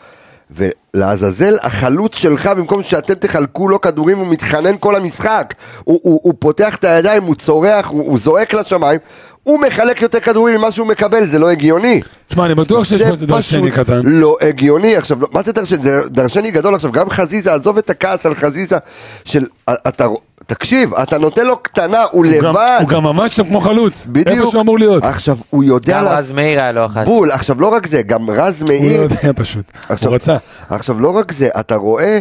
Speaker 1: ולעזאזל החלוץ שלך במקום שאתם תחלקו לו כדורים הוא מתחנן כל המשחק הוא, הוא, הוא פותח את הידיים, הוא צורח, הוא, הוא זועק לשמיים הוא מחלק יותר כדורים ממה שהוא מקבל, זה לא הגיוני
Speaker 3: תשמע, אני בטוח שיש פה איזה דרשני
Speaker 1: פשוט
Speaker 3: קטן.
Speaker 1: לא הגיוני. עכשיו, לא- מה זה דרשני? זה דרשני גדול. עכשיו, גם חזיזה, עזוב את הכעס על חזיזה של... אתה... תקשיב, אתה נותן לו קטנה, הוא
Speaker 3: הוא גם-
Speaker 1: לבד.
Speaker 3: הוא גם עמד שם כמו חלוץ.
Speaker 1: בדיוק.
Speaker 3: איפה שהוא אמור להיות.
Speaker 1: עכשיו, הוא יודע...
Speaker 2: גם
Speaker 1: לעשות
Speaker 2: רז מאיר היה לו אחת.
Speaker 1: בול. עכשיו, לא רק זה, גם רז
Speaker 3: הוא לא
Speaker 1: מאיר...
Speaker 3: יודע פשוט. הוא רצה.
Speaker 1: עכשיו, לא רק זה, אתה רואה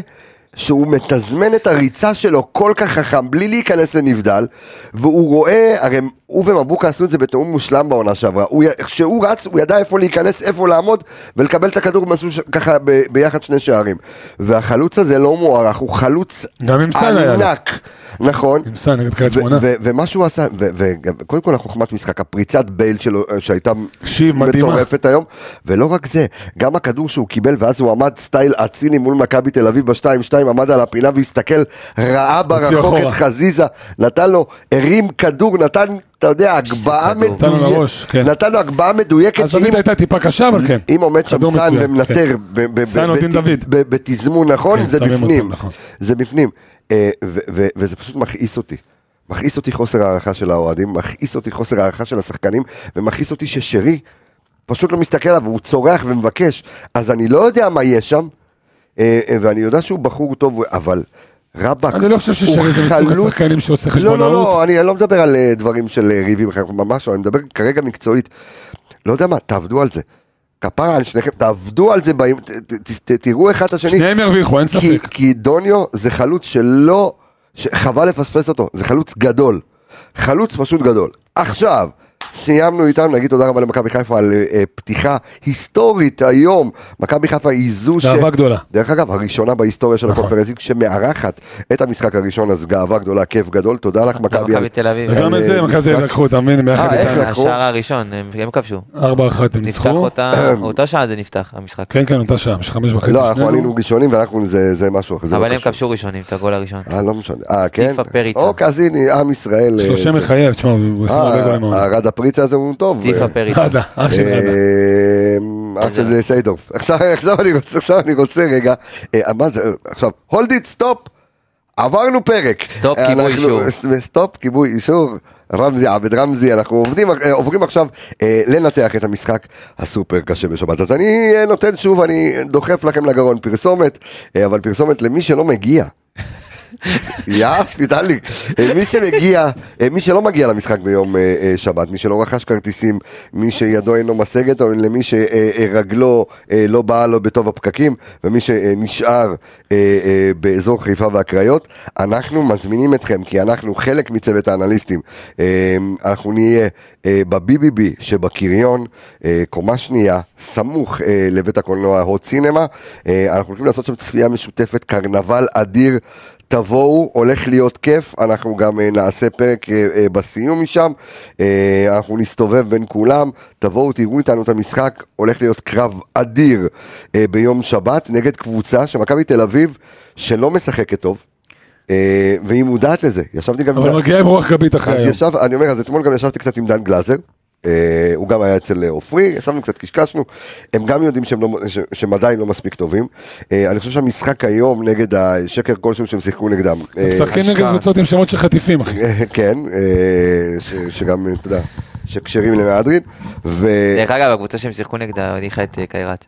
Speaker 1: שהוא מתזמן את הריצה שלו כל כך חכם, בלי להיכנס לנבדל, והוא רואה, הרי הוא ומבוקה עשו את זה בתיאום מושלם בעונה שעברה, הוא י- כשהוא רץ, הוא ידע איפה להיכנס, איפה לעמוד, ולקבל את הכדור במסלול ש- ככה ב- ביחד שני שערים. והחלוץ הזה לא מוערך, הוא חלוץ
Speaker 3: גם עם סאן היה לו.
Speaker 1: ענק, נכון?
Speaker 3: עם סאן נגד קריית
Speaker 1: ו-
Speaker 3: שמונה.
Speaker 1: ו- ומה שהוא עשה, ו- וגם- קודם כל החוכמת משחק, הפריצת בייל שלו אה, שהייתה
Speaker 3: שהיא מדהימה.
Speaker 1: מטורפת היום, ולא רק זה, גם הכדור שהוא קיבל ואז הוא עמד סטייל אצילי מול מכבי תל אביב ב-2-2, עמד על הפינה והסתכל, ראה ברחוק
Speaker 3: אחורה.
Speaker 1: את חזיזה, נתן לו, הרים כדור, נתן, אתה יודע, הגבהה
Speaker 2: כדור.
Speaker 1: מדויקת,
Speaker 3: נתן לו לראש, כן.
Speaker 1: נתן לו הגבהה מדויקת,
Speaker 3: אז
Speaker 1: שאם-
Speaker 3: תמיד הייתה טיפה קשה, אבל כן.
Speaker 1: אם עומד שם
Speaker 3: כדור
Speaker 1: סאן
Speaker 3: מצוין,
Speaker 1: ומנטר
Speaker 3: כן.
Speaker 1: ב- ב- ב-
Speaker 3: סאן או
Speaker 1: בת-
Speaker 3: דין דוד.
Speaker 1: ב- בתזמון נכון,
Speaker 3: כן,
Speaker 1: זה
Speaker 3: שמים
Speaker 1: בפנים.
Speaker 3: אותם, נכון.
Speaker 1: זה בפנים. אה, ו- ו- וזה פשוט מכעיס אותי. מכעיס אותי חוסר הערכה של האוהדים, מכעיס אותי חוסר הערכה של השחקנים, ומכעיס אותי ששרי פשוט לא מסתכל עליו, הוא צורח ומבקש. אז אני לא יודע מה יהיה שם, אה, אה, ואני יודע שהוא בחור טוב, אבל... רבאק,
Speaker 3: אני לא חושב ששרי
Speaker 1: הוא
Speaker 3: זה מסוג
Speaker 1: חלוץ-
Speaker 3: השחקנים שעושה
Speaker 1: לא, לא,
Speaker 3: חשבונאות.
Speaker 1: לא, אני לא מדבר על אה, דברים של אה, ריבים, ממש לא, אני מדבר כרגע מקצועית. לא יודע מה, תעבדו על זה. כפרה על שניכם, תעבדו על זה, באים- ת- ת- ת- תראו אחד את השני.
Speaker 3: שניהם ירוויחו, אין
Speaker 1: כי-
Speaker 3: ספק.
Speaker 1: כי דוניו זה חלוץ שלא, חבל לפספס אותו, זה חלוץ גדול. חלוץ פשוט גדול. עכשיו, סיימנו איתם, נגיד תודה רבה למכבי חיפה על אה, אה, פתיחה היסטורית היום. מכבי חיפה היא זו ש...
Speaker 3: גאווה גדולה.
Speaker 1: דרך אגב, הראשונה בהיסטוריה של
Speaker 3: נכון.
Speaker 1: הקונפרנסים, שמארחת את המשחק הראשון, אז גאווה גדולה, כיף גדול, תודה לך מכבי.
Speaker 2: מכבי תל אביב.
Speaker 1: על,
Speaker 3: וגם את זה,
Speaker 1: אה,
Speaker 3: מכבי תל
Speaker 1: משחק.
Speaker 3: אביב לקחו, אתה מבין, ביחד
Speaker 1: אה, איך לא-
Speaker 3: איתנו.
Speaker 1: לקחו?
Speaker 2: השער הראשון, הם הם כבשו.
Speaker 3: ארבע אחת הם
Speaker 2: נפתח
Speaker 3: ניצחו.
Speaker 2: אותה, אותה שעה זה נפתח, המשחק.
Speaker 3: כן, כן, אותה שעה, יש חמש וחצי.
Speaker 1: לא, אנחנו
Speaker 3: שנינו.
Speaker 1: עלינו ראשונים ואנחנו, זה זה משהו אחר. זה לא
Speaker 2: אבל הם
Speaker 1: קשור.
Speaker 2: כבשו ראשונים את הגול הראשון.
Speaker 1: אה, לא משנה. אה, כן?
Speaker 2: סטיפה פריצה.
Speaker 1: אוקיי, אז הנה, עם ישראל. אה,
Speaker 3: שלושה
Speaker 1: זה-
Speaker 3: מחייב, תשמע, הוא עושה הרבה גולים.
Speaker 1: אה, הרד הפריצה הזה הוא טוב.
Speaker 2: סטיפה
Speaker 1: אה,
Speaker 2: פריצה.
Speaker 3: ראדה, אח של ראדה.
Speaker 1: אה, אח של סיידוף. עכשיו עכשיו אני רוצה, עכשיו אני רוצה רגע, אה, מה זה, עכשיו, hold it, stop, עברנו פרק.
Speaker 2: Stop, כיבוי
Speaker 1: אנחנו- אה,
Speaker 2: אישור.
Speaker 1: ס- סטופ, כיבוי אישור, רמזי, עבד רמזי, אנחנו עובדים, אה, עוברים עכשיו אה, לנתח את המשחק הסופר קשה בשבת. אז אני אה, נותן שוב, אני דוחף לכם לגרון פרסומת, אה, אבל פרסומת למי שלא מגיע. יאף, פיטליק. מי שמגיע, אה, מי שלא מגיע למשחק ביום אה, אה, שבת, מי שלא רכש כרטיסים, מי שידו אינו משגת, או למי אה, שרגלו לא באה לו בטוב הפקקים, ומי שנשאר אה, אה, באזור חיפה והקריות, אנחנו מזמינים אתכם, כי אנחנו חלק מצוות האנליסטים. אה, אנחנו נהיה אה, בביביבי שבקריון, אה, קומה שנייה, סמוך אה, לבית הקולנוע הוט סינמה. אה, אנחנו הולכים לעשות שם צפייה משותפת, קרנבל אדיר. תבואו, הולך להיות כיף, אנחנו גם אה, נעשה פרק אה, אה, בסיום משם, אה, אנחנו נסתובב בין כולם, תבואו, תראו איתנו את המשחק, הולך להיות קרב אדיר אה, ביום שבת נגד קבוצה שמכבי תל אביב, שלא משחקת טוב, אה, והיא מודעת לזה, ישבתי גם... עם
Speaker 3: אבל
Speaker 1: דן-
Speaker 3: מגיע עם רוח גבית אחרי
Speaker 1: אז
Speaker 3: היום.
Speaker 1: ישב, אני אומר, אז אתמול גם ישבתי קצת עם דן גלאזר. אה, הוא גם היה אצל אה, עופרי, ישבנו קצת, קשקשנו, הם גם יודעים שהם, לא, ש, שהם עדיין לא מספיק טובים. אה, אני חושב שהמשחק היום נגד השקר כלשהו שהם שיחקו נגדם. אה,
Speaker 3: משחקים נגד
Speaker 2: השקעה.
Speaker 3: קבוצות עם שמות של חטיפים, אחי.
Speaker 1: אה, *laughs* כן, אה, ש, שגם, אתה יודע, שכשרים למהדרין,
Speaker 2: דרך אגב, הקבוצה שהם שיחקו נגדה הניחה את אה, קיירת.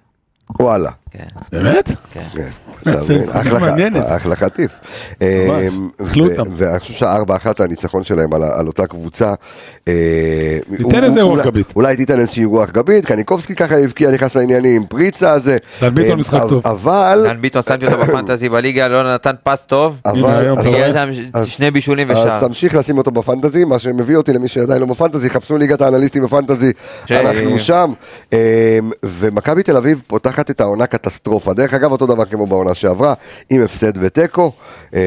Speaker 1: ווואלה.
Speaker 2: כן,
Speaker 3: באמת?
Speaker 2: כן.
Speaker 1: כן, אתה
Speaker 3: *laughs* זה
Speaker 1: מבין,
Speaker 3: נקודה
Speaker 1: אחלה-
Speaker 3: מעניינת.
Speaker 1: אחלה חטיף. אמ,
Speaker 3: אכלו
Speaker 1: ו-
Speaker 3: אותם.
Speaker 1: ואני חושב שהארבע אחת הניצחון שלהם על ה- על אותה קבוצה. אה, הוא-
Speaker 3: איזה
Speaker 1: הוא-
Speaker 3: רוח
Speaker 1: אולי-
Speaker 3: גבית.
Speaker 1: אולי תיתן איזושהי רוח גבית, קניקובסקי ככה הבקיע, נכנס לעניינים, פריצה הזה.
Speaker 3: דן ביטון
Speaker 1: אמ,
Speaker 3: משחק
Speaker 1: אב-
Speaker 3: טוב.
Speaker 1: אבל...
Speaker 2: דן ביטון שמתי
Speaker 1: אה,
Speaker 2: אותו בפנטזי בליגה, לא נתן פס טוב.
Speaker 3: הנה,
Speaker 1: אבל...
Speaker 3: היום,
Speaker 1: אז-
Speaker 3: אתה רואה?
Speaker 2: הגיע שם
Speaker 1: אז-
Speaker 2: שני בישולים
Speaker 1: אה, אז
Speaker 2: ושער.
Speaker 1: תמשיך לשים אותו בפנטזי, מה שמביא אותי למי שעדיין לא בפנטזי, חפשו ליגת האנליסטים בפנטזי,
Speaker 2: ש-
Speaker 1: אנחנו שם. אמ, ומכבי תל אביב פותחת את העונה קטסטרופה. דרך אגב, אותו דבר כמו בעונה שעברה, עם הפסד ותיקו, אמ,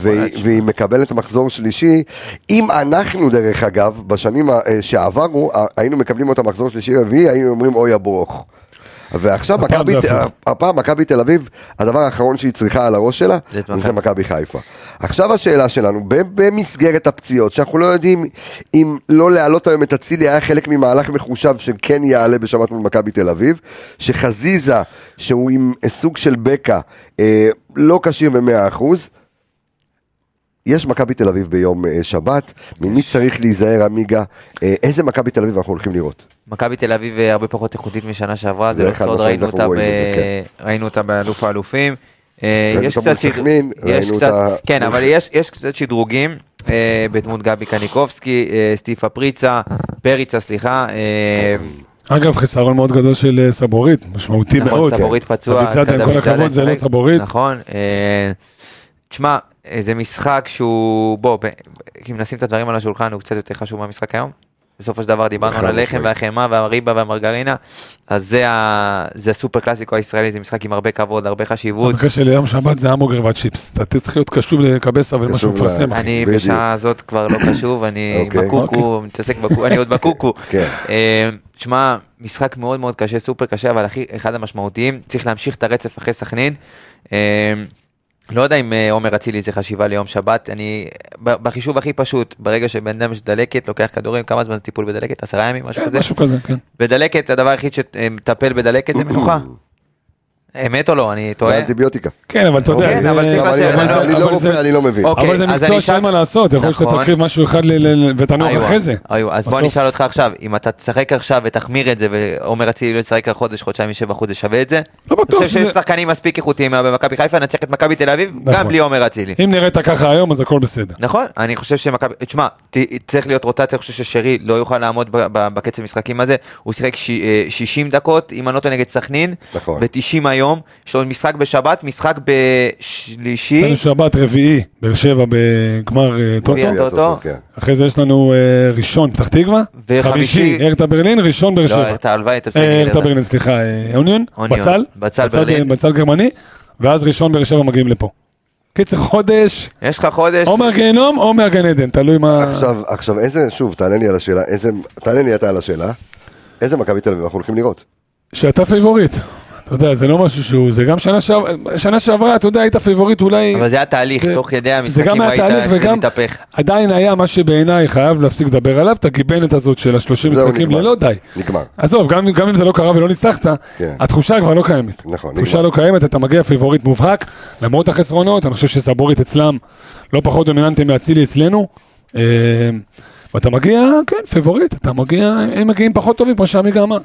Speaker 1: והיא- והיא מקבלת מחזור שלישי. אם אנחנו, דרך אגב, בשנים ה- אה, שעברו, ה- היינו מקבלים אותה מחזור שלישי רביעי, היינו אומרים אוי הברוך. ועכשיו
Speaker 3: הפעם
Speaker 1: מכבי,
Speaker 3: זה הפוך.
Speaker 1: הפעם מכבי תל אביב, הדבר האחרון שהיא צריכה על הראש שלה,
Speaker 2: זה את מכבי.
Speaker 1: זה מכבי חיפה. עכשיו השאלה שלנו, ב- במסגרת הפציעות, שאנחנו לא יודעים אם לא להעלות היום את אצילי היה חלק ממהלך מחושב שכן יעלה בשבת מול מכבי תל אביב, שחזיזה, שהוא עם סוג של בקע, אה, לא כשיר במאה אחוז, יש מכבי תל אביב ביום אה, שבת, ממי צריך להיזהר עמיגה, אה, איזה מכבי תל אביב אנחנו הולכים לראות?
Speaker 2: מכבי תל אביב אה, הרבה פחות איכותית משנה שעברה,
Speaker 1: זה
Speaker 2: זה לא
Speaker 1: חד
Speaker 2: סוד,
Speaker 1: משמעית,
Speaker 2: ראינו
Speaker 1: אנחנו
Speaker 2: אותה
Speaker 1: רואים את
Speaker 2: ב-
Speaker 1: זה, כן.
Speaker 2: ראינו אותה באלוף האלופים. אה,
Speaker 1: ראינו
Speaker 2: יש
Speaker 1: אותה מול
Speaker 2: קצת שד-
Speaker 1: סכנין,
Speaker 2: יש
Speaker 1: ראינו
Speaker 2: קצת-
Speaker 1: אותה-
Speaker 2: כן, אבל יש יש קצת שדרוגים אה, בדמות גבי קניקובסקי, אה, סטיפה פריצה, פריצה, סליחה. אה,
Speaker 3: אגב, חיסרון מאוד גדול של אה, סבורית, משמעותי
Speaker 2: נכון,
Speaker 3: מאוד.
Speaker 2: סבורית פצוע.
Speaker 3: דוד זאדה, עם
Speaker 2: דוד
Speaker 3: כל
Speaker 2: זאדה
Speaker 3: הכבוד, זה לא
Speaker 2: משחק.
Speaker 3: סבורית.
Speaker 2: נכון. אה, תשמע, אה, זה משחק שהוא, בוא, ב- אם נשים את הדברים על השולחן, הוא קצת יותר חשוב מהמשחק היום. בסופו של דבר דיברנו על
Speaker 1: חד
Speaker 3: לא
Speaker 2: הלחם
Speaker 1: משמעית.
Speaker 2: והחמאה והריבה והמרגרינה, אז זה, ה... זה הסופר קלאסיקו הישראלי, זה משחק עם הרבה כבוד, הרבה חשיבות.
Speaker 3: במקרה של יום שבת זה המבורגר והצ'יפס. אתה צריך להיות קשוב לקבסה ולמה שהוא
Speaker 1: קשוב ל-
Speaker 3: מפרסם. אחי.
Speaker 2: אני
Speaker 1: בדיוק.
Speaker 2: בשעה הזאת כבר לא חשוב, אני
Speaker 1: אוקיי.
Speaker 2: בקוקו, מתעסק בקוקו, אני עוד בקוקו.
Speaker 1: *laughs* כן.
Speaker 2: אה, שמע, משחק מאוד מאוד קשה, סופר קשה, אבל הכי, אחד המשמעותיים, צריך להמשיך את הרצף אחרי סכנין. אה, לא יודע אם אה, עומר אצילי זה חשיבה ליום שבת, אני, ב- בחישוב הכי פשוט, ברגע שבן אדם יש דלקת, לוקח כדורים, כמה זמן טיפול בדלקת? עשרה ימים, משהו
Speaker 3: כן,
Speaker 2: כזה?
Speaker 3: משהו כזה, כן.
Speaker 2: בדלקת, הדבר היחיד שמטפל בדלקת זה מנוחה. אמת או לא? אני טועה?
Speaker 1: אנטיביוטיקה.
Speaker 3: כן, אבל אתה יודע,
Speaker 2: אוקיי,
Speaker 3: זה-
Speaker 2: אבל צריך
Speaker 1: אבל
Speaker 2: לעשות-
Speaker 1: אני-
Speaker 2: אבל-
Speaker 1: אני לא
Speaker 3: אבל
Speaker 1: רופא,
Speaker 3: זה-
Speaker 1: אני לא מבין.
Speaker 2: אוקיי,
Speaker 3: אבל זה
Speaker 2: אז
Speaker 3: מקצוע
Speaker 2: אני
Speaker 3: שאין
Speaker 2: אשאל-
Speaker 3: מה לעשות, יכול להיות שאתה
Speaker 2: נכון.
Speaker 3: תקריב משהו אחד ל- ל- ל- ותנוח
Speaker 2: איוה,
Speaker 3: אחרי זה.
Speaker 2: איוה, אז בוא
Speaker 3: בסוף-
Speaker 2: אני אשאל אותך עכשיו, אם אתה תשחק עכשיו ותחמיר את זה, ועומר אצילי לא ישחק על חודש, חודשיים, ישב אחוז, זה שווה את זה?
Speaker 3: לא בטוח
Speaker 2: אני חושב שיש
Speaker 3: שזה-
Speaker 2: שחקנים מספיק איכותיים במכבי חיפה, נצח את מכבי תל אביב,
Speaker 3: נכון.
Speaker 2: גם בלי עומר אצילי.
Speaker 3: אם נראית ככה היום, אז הכל בסדר.
Speaker 2: נכון, אני חושב שמכבי, תשמע, ת- צריך להיות רוטציה, אני חושב ששרי לא יוכל לעמוד ב- ב- בקצב משחקים הזה, הוא שיחק ש- אה, 60 דקות, אם אני לא טועה נגד סכנין,
Speaker 1: נכון.
Speaker 2: ב-90 היום, יש לו משחק בשבת, משחק
Speaker 3: יש
Speaker 2: בשלישי,
Speaker 3: לנו שבת רביעי, באר שבע בגמר אה, טוטו.
Speaker 2: גביע. טוטו.
Speaker 1: כן.
Speaker 3: אחרי זה יש לנו אה, ראשון, פתח תקווה.
Speaker 2: וחמישי-
Speaker 3: חמישי, ארתה ברלין, ראשון באר
Speaker 2: לא,
Speaker 3: שבע.
Speaker 2: את הלוואי, אתה מסתכל
Speaker 3: אה,
Speaker 2: על
Speaker 3: ארתה
Speaker 2: זה.
Speaker 3: ברלין, סליחה, אה, אוניון,
Speaker 2: אוניון,
Speaker 3: בצל.
Speaker 2: בצל ברלין.
Speaker 3: בצל גרמני, ואז ראשון באר שבע מגיעים לפה. קיצר חודש,
Speaker 2: יש לך חודש,
Speaker 3: או מהגיהנום או מהגן עדן, תלוי מה...
Speaker 1: עכשיו, עכשיו איזה, שוב, תענה לי על השאלה, איזה, תענה לי אתה על השאלה, איזה מכבי תל אביב אנחנו הולכים לראות?
Speaker 3: שאתה פייבוריט. אתה יודע, זה לא משהו שהוא, זה גם שנה שעברה, שנה שעברה, אתה יודע, היית פייבוריט אולי...
Speaker 2: אבל זה היה תהליך,
Speaker 3: זה-
Speaker 2: תוך כדי
Speaker 3: זה גם
Speaker 2: המשחקים
Speaker 3: היה
Speaker 2: ראית
Speaker 3: תהליך
Speaker 2: איך זה
Speaker 3: וגם
Speaker 2: מתהפך.
Speaker 3: עדיין היה מה שבעיניי חייב להפסיק לדבר עליו, את הגיבנת הזאת של השלושים
Speaker 1: זהו,
Speaker 3: משחקים
Speaker 1: נגמר.
Speaker 3: ללא די.
Speaker 1: נגמר.
Speaker 3: עזוב, גם, אם- גם אם זה לא קרה ולא ניצחת,
Speaker 1: כן.
Speaker 3: התחושה כבר לא קיימת.
Speaker 1: נכון,
Speaker 3: התחושה לא קיימת, אתה מגיע פיבוריט מובהק, למרות החסרונות, אני חושב שסבורית אצלם לא פחות דומיננטי מאצילי אצלנו. אה, ואתה מגיע, כן, פיבוריט, אתה מגיע, הם מגיעים פחות טובים, כמו שעמיגה אמר.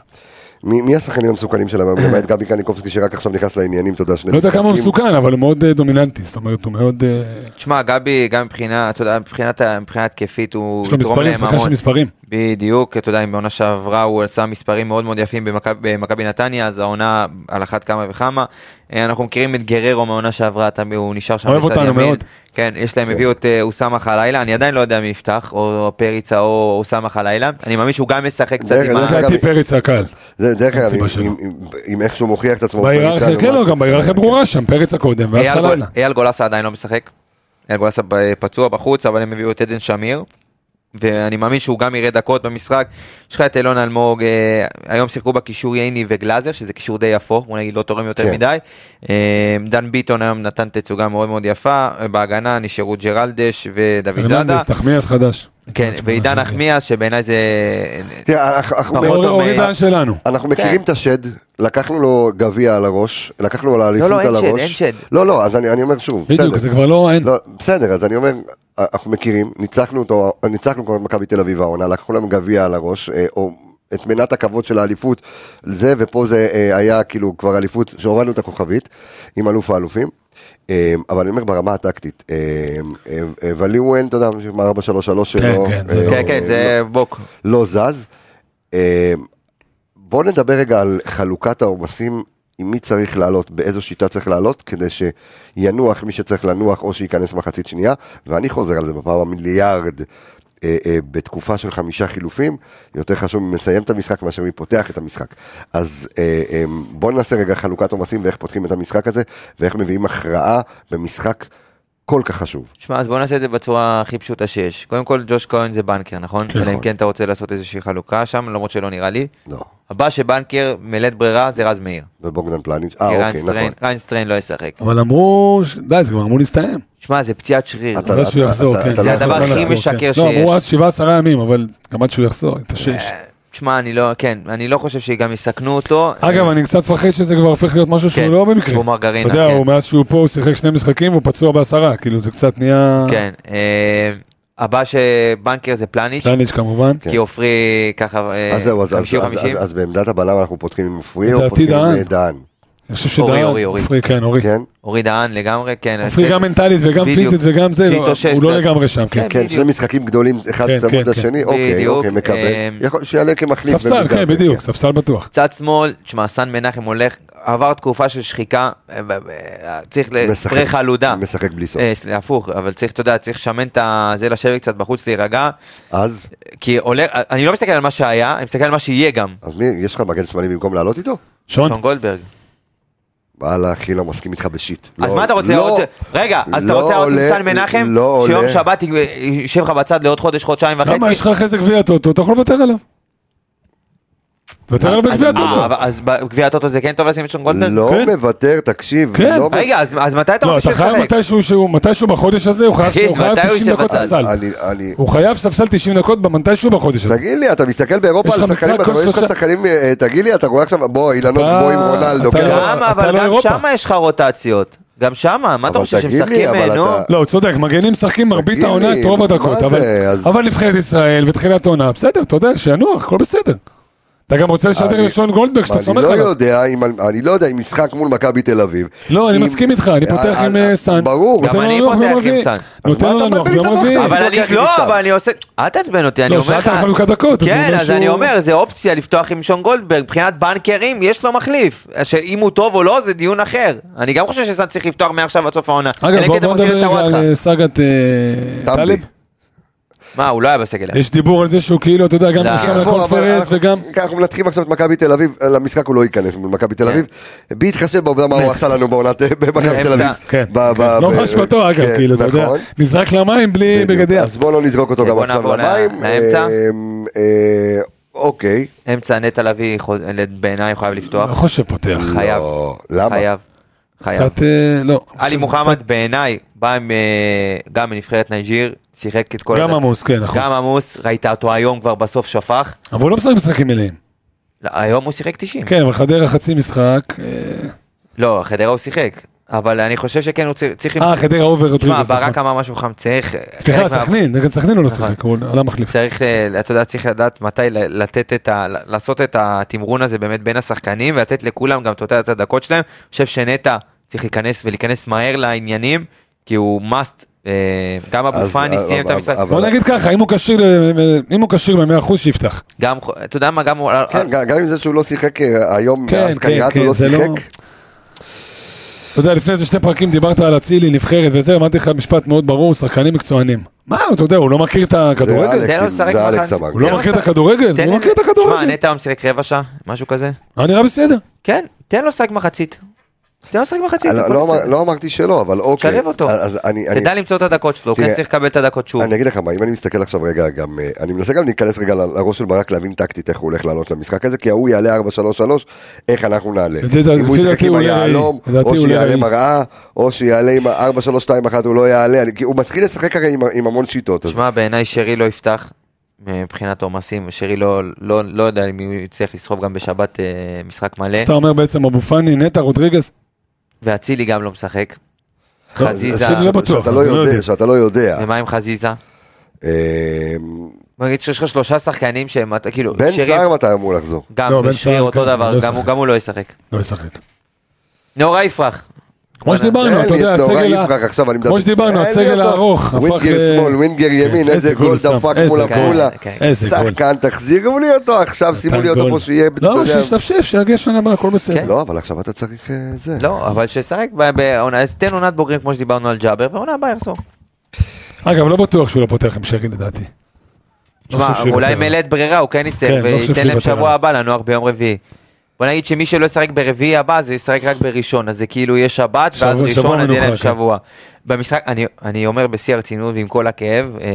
Speaker 1: מי, מי השחקנים המסוכנים שלהם? למעט גבי קניקובסקי שרק עכשיו נכנס לעניינים, אתה יודע, שני
Speaker 3: לא יודע כמה הוא מסוכן, אבל הוא מאוד אה, דומיננטי, זאת אומרת, הוא מאוד... אה,
Speaker 2: תשמע, גבי, גם מבחינה, אתה יודע, מבחינת ה- מבחינה התקפית, הוא
Speaker 3: יש לו
Speaker 2: יתרום
Speaker 3: מספרים,
Speaker 2: להם
Speaker 3: שחקן של
Speaker 2: המון.
Speaker 3: מספרים.
Speaker 2: בדיוק, אתה יודע, אם בעונה שעברה הוא עשה מספרים מאוד מאוד יפים במכב- במכבי נתניה, אז העונה על אחת כמה וכמה. אה, אנחנו מכירים את גררו מהעונה שעברה, אתה- הוא נשאר שם
Speaker 3: אוהב
Speaker 2: בצד
Speaker 3: אותנו
Speaker 2: ימין.
Speaker 3: מאוד.
Speaker 2: כן, יש להם, הביאו את אה, אוסאמה חלילה, אני עדיין לא יודע מי יפתח, או פריצה או אוסאמה חלילה. אני מאמין שהוא גם ישחק קצת
Speaker 1: דרך אגב,
Speaker 2: עם ה...
Speaker 1: אה, אגב,
Speaker 3: לדעתי פרץ הקל.
Speaker 1: זה דרך
Speaker 3: אין
Speaker 1: אגב,
Speaker 3: סיבה
Speaker 1: אם-
Speaker 3: שלא.
Speaker 1: אם- אם- אם איך שהוא מוכיח את עצמו,
Speaker 3: בהיררכיה,
Speaker 1: בריצה,
Speaker 3: כן, לא,
Speaker 1: לעומת-
Speaker 3: גם בהיררכיה ברורה שם, פרץ הקודם, ואז
Speaker 2: אייל גול-
Speaker 3: חלאללה.
Speaker 2: אייל גולסה עדיין לא משחק. אייל גולסה ב- פצוע בחוץ, אבל הם הביאו את עדן שמיר. ואני מאמין שהוא גם יראה דקות במשחק. יש לך את אילון אלמוג, אה, היום שיחקו בקישור ייני וגלאזר, שזה קישור די יפו, בוא נגיד לא תורם יותר
Speaker 1: כן.
Speaker 2: מדי. אה, דן ביטון היום נתן תצוגה מאוד מאוד יפה, אה, בהגנה נשארו ג'רלדש ודוד זאדה.
Speaker 3: ארננדס, נחמיאס חדש.
Speaker 2: כן, ועידן נחמיאס, שבעיניי זה...
Speaker 1: תראה, אנחנו- אנחנו-
Speaker 2: פחות
Speaker 3: אור-
Speaker 2: טוב
Speaker 3: אורי
Speaker 2: מ-
Speaker 3: דן שלנו.
Speaker 1: אנחנו מכירים את השד, לקחנו לו גביע על הראש, לקחנו לו לאליפות
Speaker 2: לא, אין
Speaker 1: על
Speaker 2: שד,
Speaker 1: הראש.
Speaker 2: אין שד.
Speaker 1: לא, לא, אז אני אני אומר שוב,
Speaker 3: בדיוק,
Speaker 1: בסדר.
Speaker 3: זה כבר לא, אין.
Speaker 1: לא, בסדר, אז אני אומר, אנחנו מכירים, ניצחנו אותו, ניצחנו כבר את מכבי תל אביב העונה, לקחו להם גביע על הראש, אה, או את מנת הכבוד של האליפות, זה, ופה זה אה, היה כאילו כבר אליפות, שהורדנו את הכוכבית, עם אלוף האלופים. אה, אבל אני אומר ברמה הטקטית, אה, אה, אה, וליוון, אתה יודע, מה 433 שלו,
Speaker 3: כן, כן, זה
Speaker 1: אה,
Speaker 3: לא-
Speaker 2: כן, כן, זה בוק.
Speaker 1: לא זז. אה, בואו נדבר רגע על חלוקת העומסים, עם מי צריך לעלות, באיזו שיטה צריך לעלות, כדי שינוח מי שצריך לנוח או שייכנס מחצית שנייה, ואני חוזר על זה בפעם המיליארד. אה, אה, בתקופה של חמישה חילופים, יותר חשוב מסיים את המשחק מאשר מפותח את המשחק. אז אה, אה, בואו נעשה רגע חלוקת עומסים ואיך פותחים את המשחק הזה, ואיך מביאים הכרעה במשחק כל כך חשוב.
Speaker 2: שמע, אז בוא נעשה את זה בצורה הכי פשוטה שיש. קודם כל, ג'וש כהן זה בנקר, נכון?
Speaker 3: כן.
Speaker 2: אלא אם כן אתה רוצה לעשות איזושהי חלוקה שם, למרות שלא נראה לי.
Speaker 1: לא.
Speaker 2: הבא שבנקר מלית ברירה זה רז
Speaker 3: אה,
Speaker 2: מאיר.
Speaker 1: ובוגדן פלניץ',
Speaker 2: כי
Speaker 1: אה
Speaker 2: ריין
Speaker 1: אוקיי,
Speaker 2: סטריין-
Speaker 1: נכון.
Speaker 2: ריין סטריין לא ישחק.
Speaker 3: אבל אמרו, ש- די, זה כבר אמור להסתיים.
Speaker 2: שמע, זה פציעת שריר.
Speaker 1: אתה-
Speaker 3: אבל עד שהוא יחזור,
Speaker 1: אתה-
Speaker 3: כן.
Speaker 1: אתה
Speaker 2: זה לא הדבר יכול הכי
Speaker 3: לחזור,
Speaker 2: משקר
Speaker 3: כן. לא,
Speaker 2: שיש.
Speaker 3: אמרו אז 7-10 ימים, אבל גם עד שהוא יחזור, יתאושש.
Speaker 2: אה, שמע, אני לא, כן, אני לא חושב שגם יסכנו אותו.
Speaker 3: אגב, אני קצת מפחד שזה כבר הופך להיות משהו
Speaker 2: אה. כן,
Speaker 3: שהוא לא במקרה.
Speaker 2: שהוא
Speaker 3: אתה
Speaker 2: מרגרינה,
Speaker 3: יודע,
Speaker 2: כן.
Speaker 3: הוא מאז שהוא פה, הוא שיחק שני משחקים והוא פצוע בעשרה, כאילו זה קצת נהיה...
Speaker 2: כן. אה, הבא שבנקר זה פלניץ',
Speaker 3: פלניץ' כן. כמובן.
Speaker 2: כי עופרי ככה, אה,
Speaker 1: אז זהו, אז, אז,
Speaker 2: 50-50.
Speaker 1: אז, אז, אז בעמדת הבלם אנחנו פותחים עם עופרי או
Speaker 3: לדעתי
Speaker 1: פותחים עם
Speaker 3: דהן.
Speaker 1: אה, דהן?
Speaker 3: אני חושב
Speaker 2: אורי,
Speaker 3: שדהן,
Speaker 2: אורי, אורי.
Speaker 3: עופרי, כן, אורי.
Speaker 1: כן?
Speaker 2: אורי דהן לגמרי, כן.
Speaker 3: עופרי גם מנטלית וגם
Speaker 2: בדיוק.
Speaker 3: פיזית וגם זה, לא,
Speaker 2: שהתאושש
Speaker 3: הוא לא
Speaker 2: קצת.
Speaker 3: לגמרי שם, כן.
Speaker 1: כן, שני
Speaker 2: בדיוק.
Speaker 1: משחקים גדולים אחד
Speaker 3: כן,
Speaker 1: צמוד
Speaker 3: כן,
Speaker 1: לשני, אוקיי,
Speaker 2: בדיוק,
Speaker 1: אוקיי, מקווה.
Speaker 2: אמ,
Speaker 1: יכול שיעלה כמחליף.
Speaker 3: ספסל,
Speaker 1: במידה
Speaker 3: כן,
Speaker 1: ו-
Speaker 3: בדיוק, ספסל בטוח.
Speaker 2: צד שמאל, תשמע, סן מנחם הולך, עבר תקופה של שחיקה, אה, ב- ב- אה, צריך
Speaker 1: משחק-
Speaker 2: לפרה חלודה.
Speaker 1: משחק בלי סוף.
Speaker 2: אה, סל- הפוך, אבל צריך, אתה יודע, צריך לשמן את ה- זה, לשבת קצת בחוץ, להירגע,
Speaker 1: אז?
Speaker 2: כי עולה, אני לא מסתכל על מה שהיה, אני מסתכל על מה שיהיה גם.
Speaker 1: אז מי, יש לך מגן שמאלי במקום לעלות איתו?
Speaker 3: שון,
Speaker 2: שון גולדברג.
Speaker 1: וואלה, אחי, לא מסכים איתך בשיט.
Speaker 2: אז
Speaker 1: לא-
Speaker 2: מה אתה רוצה
Speaker 1: לא.
Speaker 2: עוד? רגע, אז אתה
Speaker 1: לא
Speaker 2: רוצה עוד עם
Speaker 1: עולה,
Speaker 2: סן מנחם?
Speaker 1: לא
Speaker 2: שיום
Speaker 1: עולה.
Speaker 2: שבת י- יישב לך בצד לעוד חודש, חודשיים וחצי?
Speaker 3: למה יש לך אחרי זה גביע טוטו, אתה יכול לוותר עליו. תוותר עליו
Speaker 2: אז-
Speaker 3: בגביע
Speaker 2: אה,
Speaker 3: טוטו.
Speaker 2: אבל- אז בגביע הטוטו זה כן טוב לשים את שון גולדברג?
Speaker 1: לא
Speaker 3: כן.
Speaker 1: מוותר, תקשיב.
Speaker 3: כן.
Speaker 1: לא מ-
Speaker 2: רגע, אז אז מתי אתה
Speaker 3: לא,
Speaker 2: רוצה
Speaker 3: אתה
Speaker 2: שהוא
Speaker 3: חייב
Speaker 2: ישחק?
Speaker 3: מתישהו שהוא, מתישהו בחודש הזה, הוא חייב
Speaker 1: כן,
Speaker 2: אחי,
Speaker 3: הוא חייב
Speaker 2: מתי הוא
Speaker 3: 90
Speaker 2: יושב
Speaker 3: דקות
Speaker 2: בצד?
Speaker 3: ספסל.
Speaker 1: אני, אני...
Speaker 3: הוא חייב ספסל 90 דקות במתישהו בחודש הזה.
Speaker 1: תגיד לי, אתה מסתכל באירופה
Speaker 3: יש
Speaker 1: על
Speaker 3: לך
Speaker 1: השחקנים,
Speaker 3: משחק
Speaker 1: אתה
Speaker 3: כל
Speaker 1: רואה, יש לך
Speaker 3: שלושה-
Speaker 1: שחקנים, אה, תגיד לי, אתה רואה עכשיו, בוא, אילנות
Speaker 3: אתה-
Speaker 1: גבוה עם רולנדו,
Speaker 3: אתה
Speaker 1: כן,
Speaker 3: לא-
Speaker 2: למה?
Speaker 3: אתה
Speaker 2: אבל
Speaker 3: לא
Speaker 2: גם
Speaker 3: אירופה.
Speaker 2: שם יש לך רוטציות. גם שמה, מה אתה
Speaker 1: אבל
Speaker 2: חושב
Speaker 1: תגיד לי,
Speaker 2: שמשחקים?
Speaker 1: אבל
Speaker 2: אה, נו.
Speaker 1: אתה-
Speaker 3: לא, הוא צודק, מגנים משחקים מרבית
Speaker 1: תגיד
Speaker 3: העונה
Speaker 1: לי,
Speaker 3: את רוב
Speaker 1: מה
Speaker 3: הדקות,
Speaker 1: זה,
Speaker 3: אבל-
Speaker 1: אז-
Speaker 3: אבל נבחרת ישראל ותחילת העונה, בסדר, אתה יודע, שינוח, הכל בסדר. אתה גם רוצה לשדר
Speaker 1: אני-
Speaker 3: לשון גולדברג, שאתה
Speaker 1: אני
Speaker 3: סומך
Speaker 1: לא
Speaker 3: עליו.
Speaker 1: יודע אם, אני לא יודע אם משחק מול מכבי תל אביב.
Speaker 3: לא, אני
Speaker 1: אם-
Speaker 3: מסכים איתך, אני פותח
Speaker 1: אה,
Speaker 3: עם
Speaker 1: אה,
Speaker 3: אה, סאן.
Speaker 1: ברור.
Speaker 3: נותן
Speaker 2: גם
Speaker 3: לו
Speaker 2: אני
Speaker 3: לנוח
Speaker 2: פותח
Speaker 3: ביום
Speaker 2: עם
Speaker 3: רביעי.
Speaker 2: סאן.
Speaker 1: אז מה
Speaker 3: נותן
Speaker 1: אתה
Speaker 3: לו לנוח
Speaker 1: מבלבל את
Speaker 3: ביום
Speaker 1: המוח
Speaker 3: רביעי.
Speaker 1: שלך?
Speaker 2: אבל אני,
Speaker 1: לוקח לי
Speaker 2: לא,
Speaker 1: סתם.
Speaker 2: אבל אני עושה, אל תעצבן אותי, אני
Speaker 3: לא,
Speaker 2: אומר
Speaker 3: שאלת
Speaker 2: לך.
Speaker 3: על חלוקת דקות, אז
Speaker 2: כן,
Speaker 3: זה
Speaker 2: אז
Speaker 3: משהו-
Speaker 2: אני אומר, זה אופציה לפתוח עם שון גולדברג, מבחינת בנקרים, יש לו מחליף. שאם הוא טוב או לא, זה דיון אחר. אני גם חושב שסאן צריך לפתוח מעכשיו עד סוף העונה. אלא
Speaker 3: אגב,
Speaker 2: אם
Speaker 3: בוא
Speaker 2: כן אתה
Speaker 3: בוא
Speaker 2: מחזיר את
Speaker 3: נדבר רגע על
Speaker 2: טוואטחה.
Speaker 3: אה, סאגת אה,
Speaker 1: טמבי.
Speaker 3: טלב.
Speaker 2: מה, הוא לא היה בסגל.
Speaker 3: יש דיבור על זה שהוא כאילו, אתה יודע, גם
Speaker 2: לא.
Speaker 3: נרשם
Speaker 2: בוא,
Speaker 1: אה, בוא, אבל
Speaker 3: לקונפרנס
Speaker 1: אנחנו-
Speaker 3: וגם...
Speaker 1: כן, אנחנו מנתחים עכשיו את מכבי תל אביב, למשחק הוא לא ייכנס מול מכבי
Speaker 2: כן.
Speaker 1: תל אביב. בהתחשב בעובדה מה הוא
Speaker 3: Next.
Speaker 1: עשה לנו בעונת *laughs* במכבי תל אביב.
Speaker 2: Next.
Speaker 3: כן,
Speaker 1: ב- ב-
Speaker 3: לא
Speaker 1: ב-
Speaker 3: באשמתו אגב,
Speaker 1: כן,
Speaker 3: כאילו, אתה יודע,
Speaker 1: נכון.
Speaker 3: נזרק למים בלי
Speaker 1: בדיוק.
Speaker 3: בגדיה.
Speaker 1: אז בוא לא נזרוק אותו
Speaker 2: כן,
Speaker 1: גם
Speaker 2: בוא
Speaker 1: עכשיו
Speaker 2: נעבור
Speaker 1: למים.
Speaker 2: לאמצע.
Speaker 1: אמ, אה, אוקיי.
Speaker 2: אמצע נטע לביא, חוז- בעיניי הוא חייב לפתוח.
Speaker 3: לא חושב פותח.
Speaker 2: חייב.
Speaker 1: לא, למה?
Speaker 2: חייב. חייב.
Speaker 3: קצת, אה, לא.
Speaker 2: עלי מוחמד בעיניי בא עם, אה, גם מנבחרת ניג'יר, שיחק את כל...
Speaker 3: גם
Speaker 2: הדק-
Speaker 3: עמוס, כן, נכון.
Speaker 2: גם עמוס, ראית אותו היום כבר בסוף שפך.
Speaker 3: אבל הוא לא משחק משחקים מלאים.
Speaker 1: כן.
Speaker 2: לא, היום הוא שיחק 90.
Speaker 3: כן, אבל חדרה חצי משחק. אה,
Speaker 2: לא, חדרה הוא שיחק. אבל אני חושב שכן, הוא צר-
Speaker 1: כן.
Speaker 2: צריך...
Speaker 3: אה, חדרה אובר
Speaker 2: תשמע,
Speaker 3: רודריגז.
Speaker 2: ברק
Speaker 3: נכון.
Speaker 2: אמר משהו חם, צריך...
Speaker 3: סליחה,
Speaker 2: חלק מה-
Speaker 3: סכנין, נגד סכנין הוא לא
Speaker 2: נכון.
Speaker 3: שיחק, הוא עלה מחליף.
Speaker 2: צריך, אה, אתה יודע, צריך לדעת מתי ל- לתת את ה... ל- לעשות את התמרון הזה באמת בין השחקנים, ולתת לכולם גם, אתה יודע, את הדקות שלהם. אני חושב שנטע צריך להיכנס ולהיכנס מהר לעניינים, כי הוא must. אה, גם אבו
Speaker 1: אז-
Speaker 2: פאני
Speaker 1: אבל-
Speaker 2: סיים את
Speaker 1: אבל-
Speaker 2: המשחק.
Speaker 1: אבל-
Speaker 3: בוא נגיד ככה, אם הוא כשיר ל- אם הוא כשיר ב-100% שיפתח.
Speaker 2: גם, אתה יודע מה, גם... הוא- אה,
Speaker 1: כן, גם גם עם זה שהוא לא שיחק אה, היום,
Speaker 3: כן,
Speaker 1: אז
Speaker 3: כן,
Speaker 1: קריאטו
Speaker 3: כן,
Speaker 1: לא
Speaker 3: זה לא-
Speaker 1: שיחק.
Speaker 3: אתה יודע, לפני איזה שני פרקים דיברת על אצילי, נבחרת וזה, אמרתי לך משפט מאוד ברור, שחקנים מקצוענים. מה, אתה יודע, הוא לא מכיר את
Speaker 1: זה
Speaker 3: הכדורגל?
Speaker 2: תן לו
Speaker 1: אלכס,
Speaker 2: לשחק
Speaker 1: זה אלכס
Speaker 2: מחר.
Speaker 1: אמר.
Speaker 3: הוא
Speaker 2: תן
Speaker 3: לא
Speaker 2: לו
Speaker 3: מכיר את
Speaker 2: לשחק.
Speaker 3: הכדורגל?
Speaker 2: תן
Speaker 3: הוא לא
Speaker 2: לי-
Speaker 3: מכיר את
Speaker 2: שמע,
Speaker 3: הכדורגל.
Speaker 2: נטע היום שיחק רבע שעה, משהו כזה.
Speaker 3: היה נראה בסדר.
Speaker 2: כן, תן לו שחק מחצית. תן לו שחק מחצית.
Speaker 1: לא-
Speaker 2: הכל
Speaker 1: לא אמר-
Speaker 2: בסדר.
Speaker 1: לא אמרתי שלא, אבל אוקיי.
Speaker 2: שלב אותו.
Speaker 1: אז אני... אני-
Speaker 2: תדע למצוא את הדקות שלו, הוא
Speaker 1: תראה,
Speaker 2: כן צריך לקבל את הדקות שוב.
Speaker 1: אני אגיד לך מה, אם אני מסתכל עכשיו רגע גם, אה, אני מנסה גם להיכנס רגע ל- לראש של ברק להבין טקטית איך הוא הולך לעלות למשחק הזה, כי ההוא יעלה 4-3-3, איך אנחנו נעלה.
Speaker 3: לדעתי-
Speaker 1: אם הוא
Speaker 3: לפי
Speaker 1: ישחק
Speaker 3: דעתי
Speaker 1: עם
Speaker 3: הוא עולה
Speaker 1: היהלום,
Speaker 3: ראי. לדעתי
Speaker 1: או
Speaker 3: הוא עולה
Speaker 1: שיעלה
Speaker 3: ראי.
Speaker 1: מראה, או שיעלה עם ה-4-3-2-1 הוא לא יעלה, אני- כי הוא מתחיל לשחק הרי עם- עם המון שיטות. אז-
Speaker 2: שמע, בעיניי שרי לא יפתח מבחינת עומסים, שרי לא- לא לא יודע אם הוא יצליח לסחוב גם בשבת אה, משחק מלא,
Speaker 3: אז אתה אומר בעצם אבו פאני, נטע, רודריגז?
Speaker 2: ואצילי גם לא משחק.
Speaker 3: לא,
Speaker 2: חזיזה,
Speaker 3: אצילי לא
Speaker 1: שאתה-
Speaker 3: בטוח,
Speaker 1: שאתה לא
Speaker 3: אני לא
Speaker 1: יודע,
Speaker 3: יודע.
Speaker 1: שאתה לא יודע.
Speaker 2: ומה עם חזיזה?
Speaker 1: אה,
Speaker 2: בוא נגיד שיש לך שלושה שחקנים שהם, אתה כאילו,
Speaker 1: בן
Speaker 2: שרי-
Speaker 1: סער מתי אמור לחזור?
Speaker 2: גם
Speaker 3: לא, בן
Speaker 2: שרי
Speaker 3: סער,
Speaker 2: אותו
Speaker 3: כן,
Speaker 2: דבר,
Speaker 3: לא
Speaker 2: גם הוא-
Speaker 3: ישחק.
Speaker 2: גם הוא לא ישחק.
Speaker 3: לא ישחק.
Speaker 2: נאור יפרח.
Speaker 3: כמו שדיברנו, אתה יודע,
Speaker 1: אין לי את נורא
Speaker 3: הסגל... ה-
Speaker 1: יפרח, עכשיו אני מדבר.
Speaker 3: כמו שדיברנו,
Speaker 1: אין לי
Speaker 3: הסגל
Speaker 1: אותו.
Speaker 3: הארוך הפך
Speaker 1: ווינגר
Speaker 3: ל-
Speaker 1: שמאל, ווינגר ימין,
Speaker 3: כן,
Speaker 1: איזה גול
Speaker 3: הוא
Speaker 1: דפק
Speaker 3: שם, איזה
Speaker 1: מול
Speaker 3: גול.
Speaker 1: עפולה.
Speaker 2: כן.
Speaker 3: איזה גול.
Speaker 1: שחקן, תחזירו לי אותו עכשיו, שימו לי אותו
Speaker 3: גול.
Speaker 1: כמו שיהיה. אתה
Speaker 3: לא,
Speaker 1: יודע.
Speaker 3: שישתפשף, שיגיע שנה הבאה, הכל בסדר.
Speaker 1: לא, אבל עכשיו אתה צריך אה, זה.
Speaker 2: לא, אבל שישחק ב- בעונה, אז תן עונת בוגרים כמו שדיברנו על ג'אבר, ועונה הבאה יחזור.
Speaker 3: אגב, לא בטוח שהוא לא פותח עם שרי לדעתי.
Speaker 2: תשמע,
Speaker 3: חושב שהוא
Speaker 2: אולי
Speaker 3: יותר.
Speaker 2: אם העלה את ברירה, הוא כן יצטרך,
Speaker 3: כן, לא חושב
Speaker 2: וייתן
Speaker 3: שהוא
Speaker 2: להם
Speaker 3: יותר
Speaker 2: שבוע
Speaker 3: רע.
Speaker 2: הבא לנוח ביום רביעי. בוא נגיד שמי שלא ישחק ברביעי הבא, זה ישחק רק בראשון, אז זה כאילו יהיה שבת, ואז
Speaker 3: שבוע- שבוע
Speaker 2: ראשון, אז יהיה להם
Speaker 3: מנוחה, כן.
Speaker 2: שבוע. במשחק, אני- אני אומר בשיא הרצינות ועם כל הכאב, אה,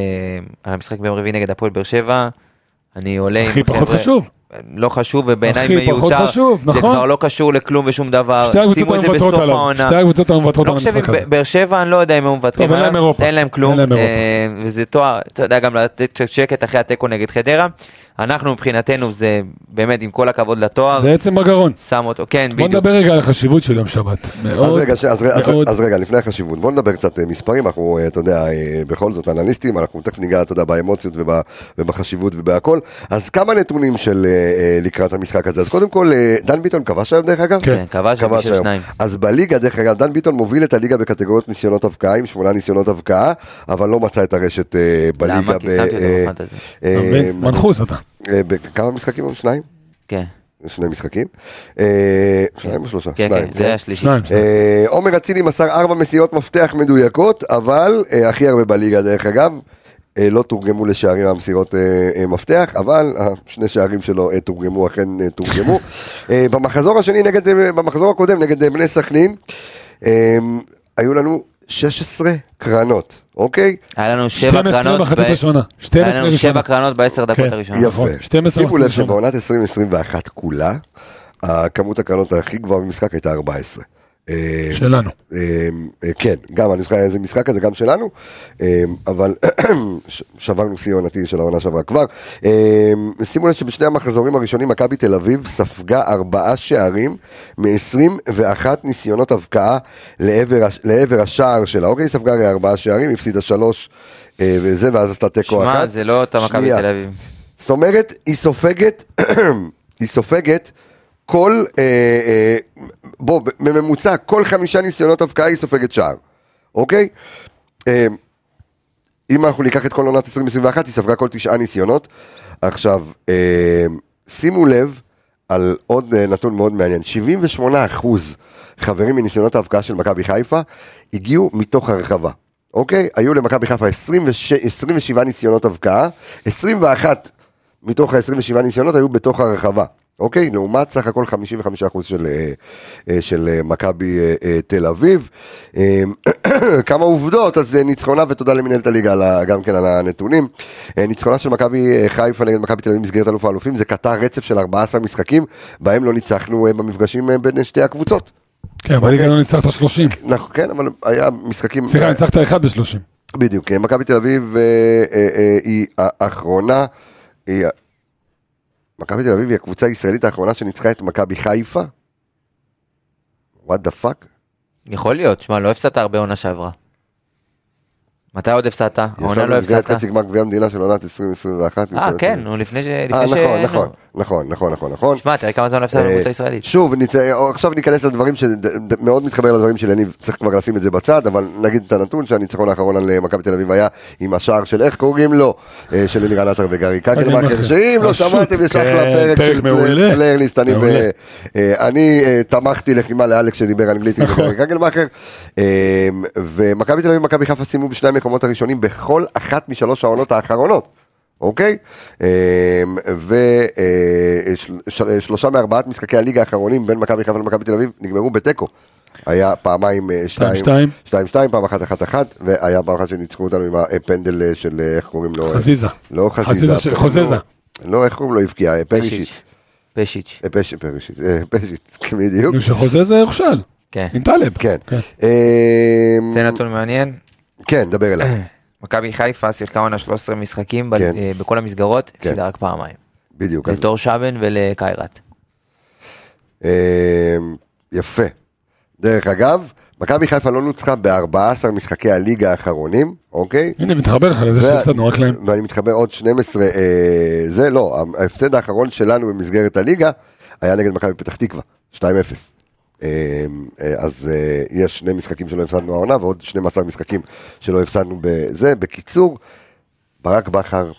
Speaker 2: על המשחק ביום רביעי נגד הפועל באר שבע, אני עולה עם
Speaker 3: הכי פחות
Speaker 2: חבר'ה-
Speaker 3: חשוב.
Speaker 2: לא חשוב ובעיניי
Speaker 3: הכי
Speaker 2: מיותר.
Speaker 3: פחות חשוב,
Speaker 2: זה
Speaker 3: נכון.
Speaker 2: כבר לא קשור לכלום ושום דבר.
Speaker 3: שתי הקבוצות
Speaker 2: שימו את זה
Speaker 3: המוותרות
Speaker 2: בסוף
Speaker 3: עליו.
Speaker 2: העונה.
Speaker 3: שתי הקבוצות המוותרות
Speaker 2: לא
Speaker 3: על
Speaker 2: חושב,
Speaker 3: המשחק הזה.
Speaker 2: אם באר שבע, אני לא יודע אם הם מוותרים
Speaker 3: טוב, אין להם
Speaker 2: עליו,
Speaker 3: אירופה.
Speaker 2: אין להם כלום,
Speaker 3: אין להם אירופה.
Speaker 2: אה, וזה תואר, אתה יודע, גם לתת קצת שקט אחרי התיקו נגד חדרה, אנחנו מבחינתנו זה באמת עם כל הכבוד לתואר,
Speaker 3: זה עצם בגרון.
Speaker 2: שם אותו, כן
Speaker 3: בוא
Speaker 2: בדיוק,
Speaker 3: נדבר רגע על החשיבות של יום שבת.
Speaker 1: אז
Speaker 3: מאוד,
Speaker 1: רגע, ש- אז, רגע, אז,
Speaker 3: מאוד.
Speaker 1: אז רגע, לפני החשיבות, בוא נדבר קצת אה, מספרים, אנחנו, אה, אתה יודע, אה, בכל זאת אנליסטים, אנחנו תכף ניגע, אתה יודע, באמוציות וב, ובחשיבות ובהכל. אז כמה נתונים של אה, אה, לקראת המשחק הזה? אז קודם כל, אה, דן ביטון כבש היום דרך אגב?
Speaker 2: כן, כבש
Speaker 1: כבש
Speaker 2: בשביל
Speaker 1: היום.
Speaker 2: שניים.
Speaker 1: אז בליגה, דרך אגב, דן ביטון מוביל את הליגה בקטגוריות ניסיונות הבקעה, עם שמונה ניסיונות הבקעה, אבל לא מצא את הרשת אה, בליגה.
Speaker 2: למה? כי
Speaker 1: ב-
Speaker 2: שמתי אותו
Speaker 1: אה,
Speaker 2: בפנטזי.
Speaker 1: אה,
Speaker 3: אתה מבין? מנחוס אתה.
Speaker 1: אה, בכמה משחקים? הוא? שניים?
Speaker 2: כן,
Speaker 1: שני משחקים? אה, שניים או שלושה?
Speaker 2: כן,
Speaker 1: שניים,
Speaker 2: כן, זה היה שלישי,
Speaker 3: שניים.
Speaker 1: אה, עומר אצילי מסר ארבע מסירות מפתח מדויקות, אבל אה, הכי הרבה בליגה דרך אגב. אה, לא תורגמו לשערים המסירות אה, אה, מפתח, אבל השני שערים שלו אה, תורגמו, אכן אה, תורגמו. אה, במחזור השני, נגד, אה, במחזור הקודם, נגד אה, בני סכנין, אה, היו לנו 16 קרנות, אוקיי?
Speaker 2: היה לנו שבע
Speaker 3: 12
Speaker 2: קרנות,
Speaker 3: בחצית
Speaker 2: ב-
Speaker 3: הראשונה.
Speaker 2: היה
Speaker 3: 12
Speaker 2: לנו שבע
Speaker 3: ראשונה.
Speaker 2: קרנות בעשר דקות
Speaker 3: כן.
Speaker 2: הראשונות,
Speaker 1: יפה.
Speaker 3: נכון, 12
Speaker 1: שימו לב
Speaker 3: מחצית
Speaker 1: שבעונת 2021 כולה, הכמות הקרנות הכי גבוהה במשחק הייתה 14. אה,
Speaker 3: שלנו.
Speaker 1: אה, אה, כן, גם המשחק, זה משחק הזה גם שלנו, אה, אבל *clears throat* ש- שברנו שיא עונתי של העונה שעברה כבר. אה, שימו לב שבשני המחזורים הראשונים מכבי תל אביב ספגה ארבעה שערים מ-21 ניסיונות הבקעה לעבר, הש- לעבר השער שלה. אוקיי, היא ספגה הרי ארבעה שערים, הפסידה שלוש אה, וזה, ואז עשתה תיקו אחת.
Speaker 2: שמע זה לא אותה מכבי
Speaker 1: שנייה.
Speaker 2: תל אביב,
Speaker 1: זאת אומרת, היא סופגת, *clears throat* היא סופגת כל, אה, אה, בוא, בממוצע, כל חמישה ניסיונות הבקעה היא סופגת שער, אוקיי? אה, אם אנחנו ניקח את כל עונת 2021, היא ספגה כל תשעה ניסיונות. עכשיו, אה, שימו לב על עוד אה, נתון מאוד מעניין, 78 אחוז חברים מניסיונות ההבקעה של מכבי חיפה הגיעו מתוך הרחבה. אוקיי? היו למכבי חיפה 26, 27 ניסיונות הבקעה, 21 מתוך ה-27 ניסיונות היו בתוך הרחבה, אוקיי? לעומת סך הכל 55% של, אה, אה, של אה, מכבי אה, אה, תל אביב. אה, *clears throat* כמה עובדות, אז אה, ניצחונה ותודה למנהלת הליגה על ה- גם כן על הנתונים. אה, ניצחונה של מכבי אה, חיפה נגד מכבי תל אביב במסגרת אלוף האלופים זה קטע רצף של 14 משחקים, בהם לא ניצחנו אה, במפגשים אה, בין שתי הקבוצות.
Speaker 3: כן,
Speaker 1: אוקיי.
Speaker 3: בליגה לא ניצחת 30.
Speaker 1: נכון, כן, אבל היה משחקים...
Speaker 3: סליחה, ניצחת 1 ב-30.
Speaker 1: בדיוק, מכבי תל אביב אה, אה, אה, היא האחרונה, היא ה- מכבי תל אביב היא הקבוצה הישראלית האחרונה שניצחה את מכבי חיפה? וואט דה פאק?
Speaker 2: יכול להיות, שמע לא הפסדת הרבה עונה שעברה, מתי עוד הפסדת?
Speaker 1: היא
Speaker 2: העונה
Speaker 1: עשתה
Speaker 2: לא
Speaker 1: במסגרת
Speaker 2: הפסדת,
Speaker 1: חצי גמר גביע המדינה של עונת 2021.
Speaker 2: אה
Speaker 1: מצוין.
Speaker 2: כן, נו, לפני ש...
Speaker 1: אה,
Speaker 2: לפני ש-
Speaker 1: נכון,
Speaker 2: נו.
Speaker 1: נכון, נכון, נכון, נכון, נכון.
Speaker 2: שמע, תראה כמה זמן הפסדת
Speaker 1: אה,
Speaker 2: בקבוצה ישראלית.
Speaker 1: שוב, ניצ... עכשיו ניכנס לדברים שמאוד מתחבר לדברים של יניב, צריך כבר לשים את זה בצד, אבל נגיד את הנתון שהניצחון האחרון על אה, מכבי תל אביב היה עם השער של איך קוראים לו, אה, של אלירן עטר וגרי קקרמאכר,
Speaker 3: קקלמאכר.
Speaker 1: שאם לא
Speaker 3: פשוט,
Speaker 1: שמעתם יש
Speaker 3: כן,
Speaker 1: אחלה פרק
Speaker 3: פרק
Speaker 1: של
Speaker 3: מעולה.
Speaker 1: פליירליסט, אני ב-
Speaker 3: מעולה.
Speaker 1: אה, אני אה, תמכתי לחימה לאלכס שדיבר אנגלית עם
Speaker 3: נכון.
Speaker 1: גרי קקרמאכר, אה, ומכבי תל אביב ומכבי חיפה סיימו בשני המקומות הראשונים בכל אחת משלוש העונות האחרונות. אוקיי? אה, ושלושה אה, מארבעת משחקי הליגה האחרונים בין מכבי חיפה למכבי תל אביב נגמרו בתיקו. היה פעמיים אה, שתיים,
Speaker 3: שתיים.
Speaker 1: שתיים, שתיים, פעם אחת אחת אחת, והיה פעם אחת שניצחו אותנו עם הפנדל אה, של אה, איך קוראים לו? אה,
Speaker 3: חזיזה.
Speaker 1: לא
Speaker 3: חזיזה
Speaker 1: חזיזה.
Speaker 3: ש-
Speaker 1: לא-
Speaker 3: חוזזה.
Speaker 1: לא, איך קוראים לו הבקיע? אה, פרישיץ.
Speaker 2: פשיץ'.
Speaker 1: אה, פש- פרישיץ, אה, פשיץ, בדיוק.
Speaker 3: נו, שחוזה זה הוכשל.
Speaker 2: כן.
Speaker 3: עם טלב.
Speaker 1: לא. כן.
Speaker 3: כן.
Speaker 1: אה,
Speaker 2: זה נתון מעניין.
Speaker 1: כן, דבר אליי.
Speaker 3: *coughs*
Speaker 2: מכבי חיפה שיחקה עונה 13 משחקים ב-
Speaker 1: כן.
Speaker 2: אה, בכל המסגרות,
Speaker 1: כן.
Speaker 2: הפסידה רק פעמיים.
Speaker 1: בדיוק. אז-
Speaker 2: לתור שבן ולקיירת.
Speaker 1: אה, יפה. דרך אגב, מכבי חיפה לא נוצחה ב-14 משחקי הליגה האחרונים, אוקיי?
Speaker 3: הנה, מתחבר לך לזה
Speaker 1: ו-
Speaker 3: שהפסדנו רק להם.
Speaker 1: ואני מתחבר עוד 12, אה, זה לא, ההפסד האחרון שלנו במסגרת הליגה היה נגד מכבי פתח תקווה, 2-0. אה, אה, אז אה, יש שני משחקים שלא הפסדנו העונה ועוד 12 משחקים שלא הפסדנו בזה. בקיצור, ברק בכר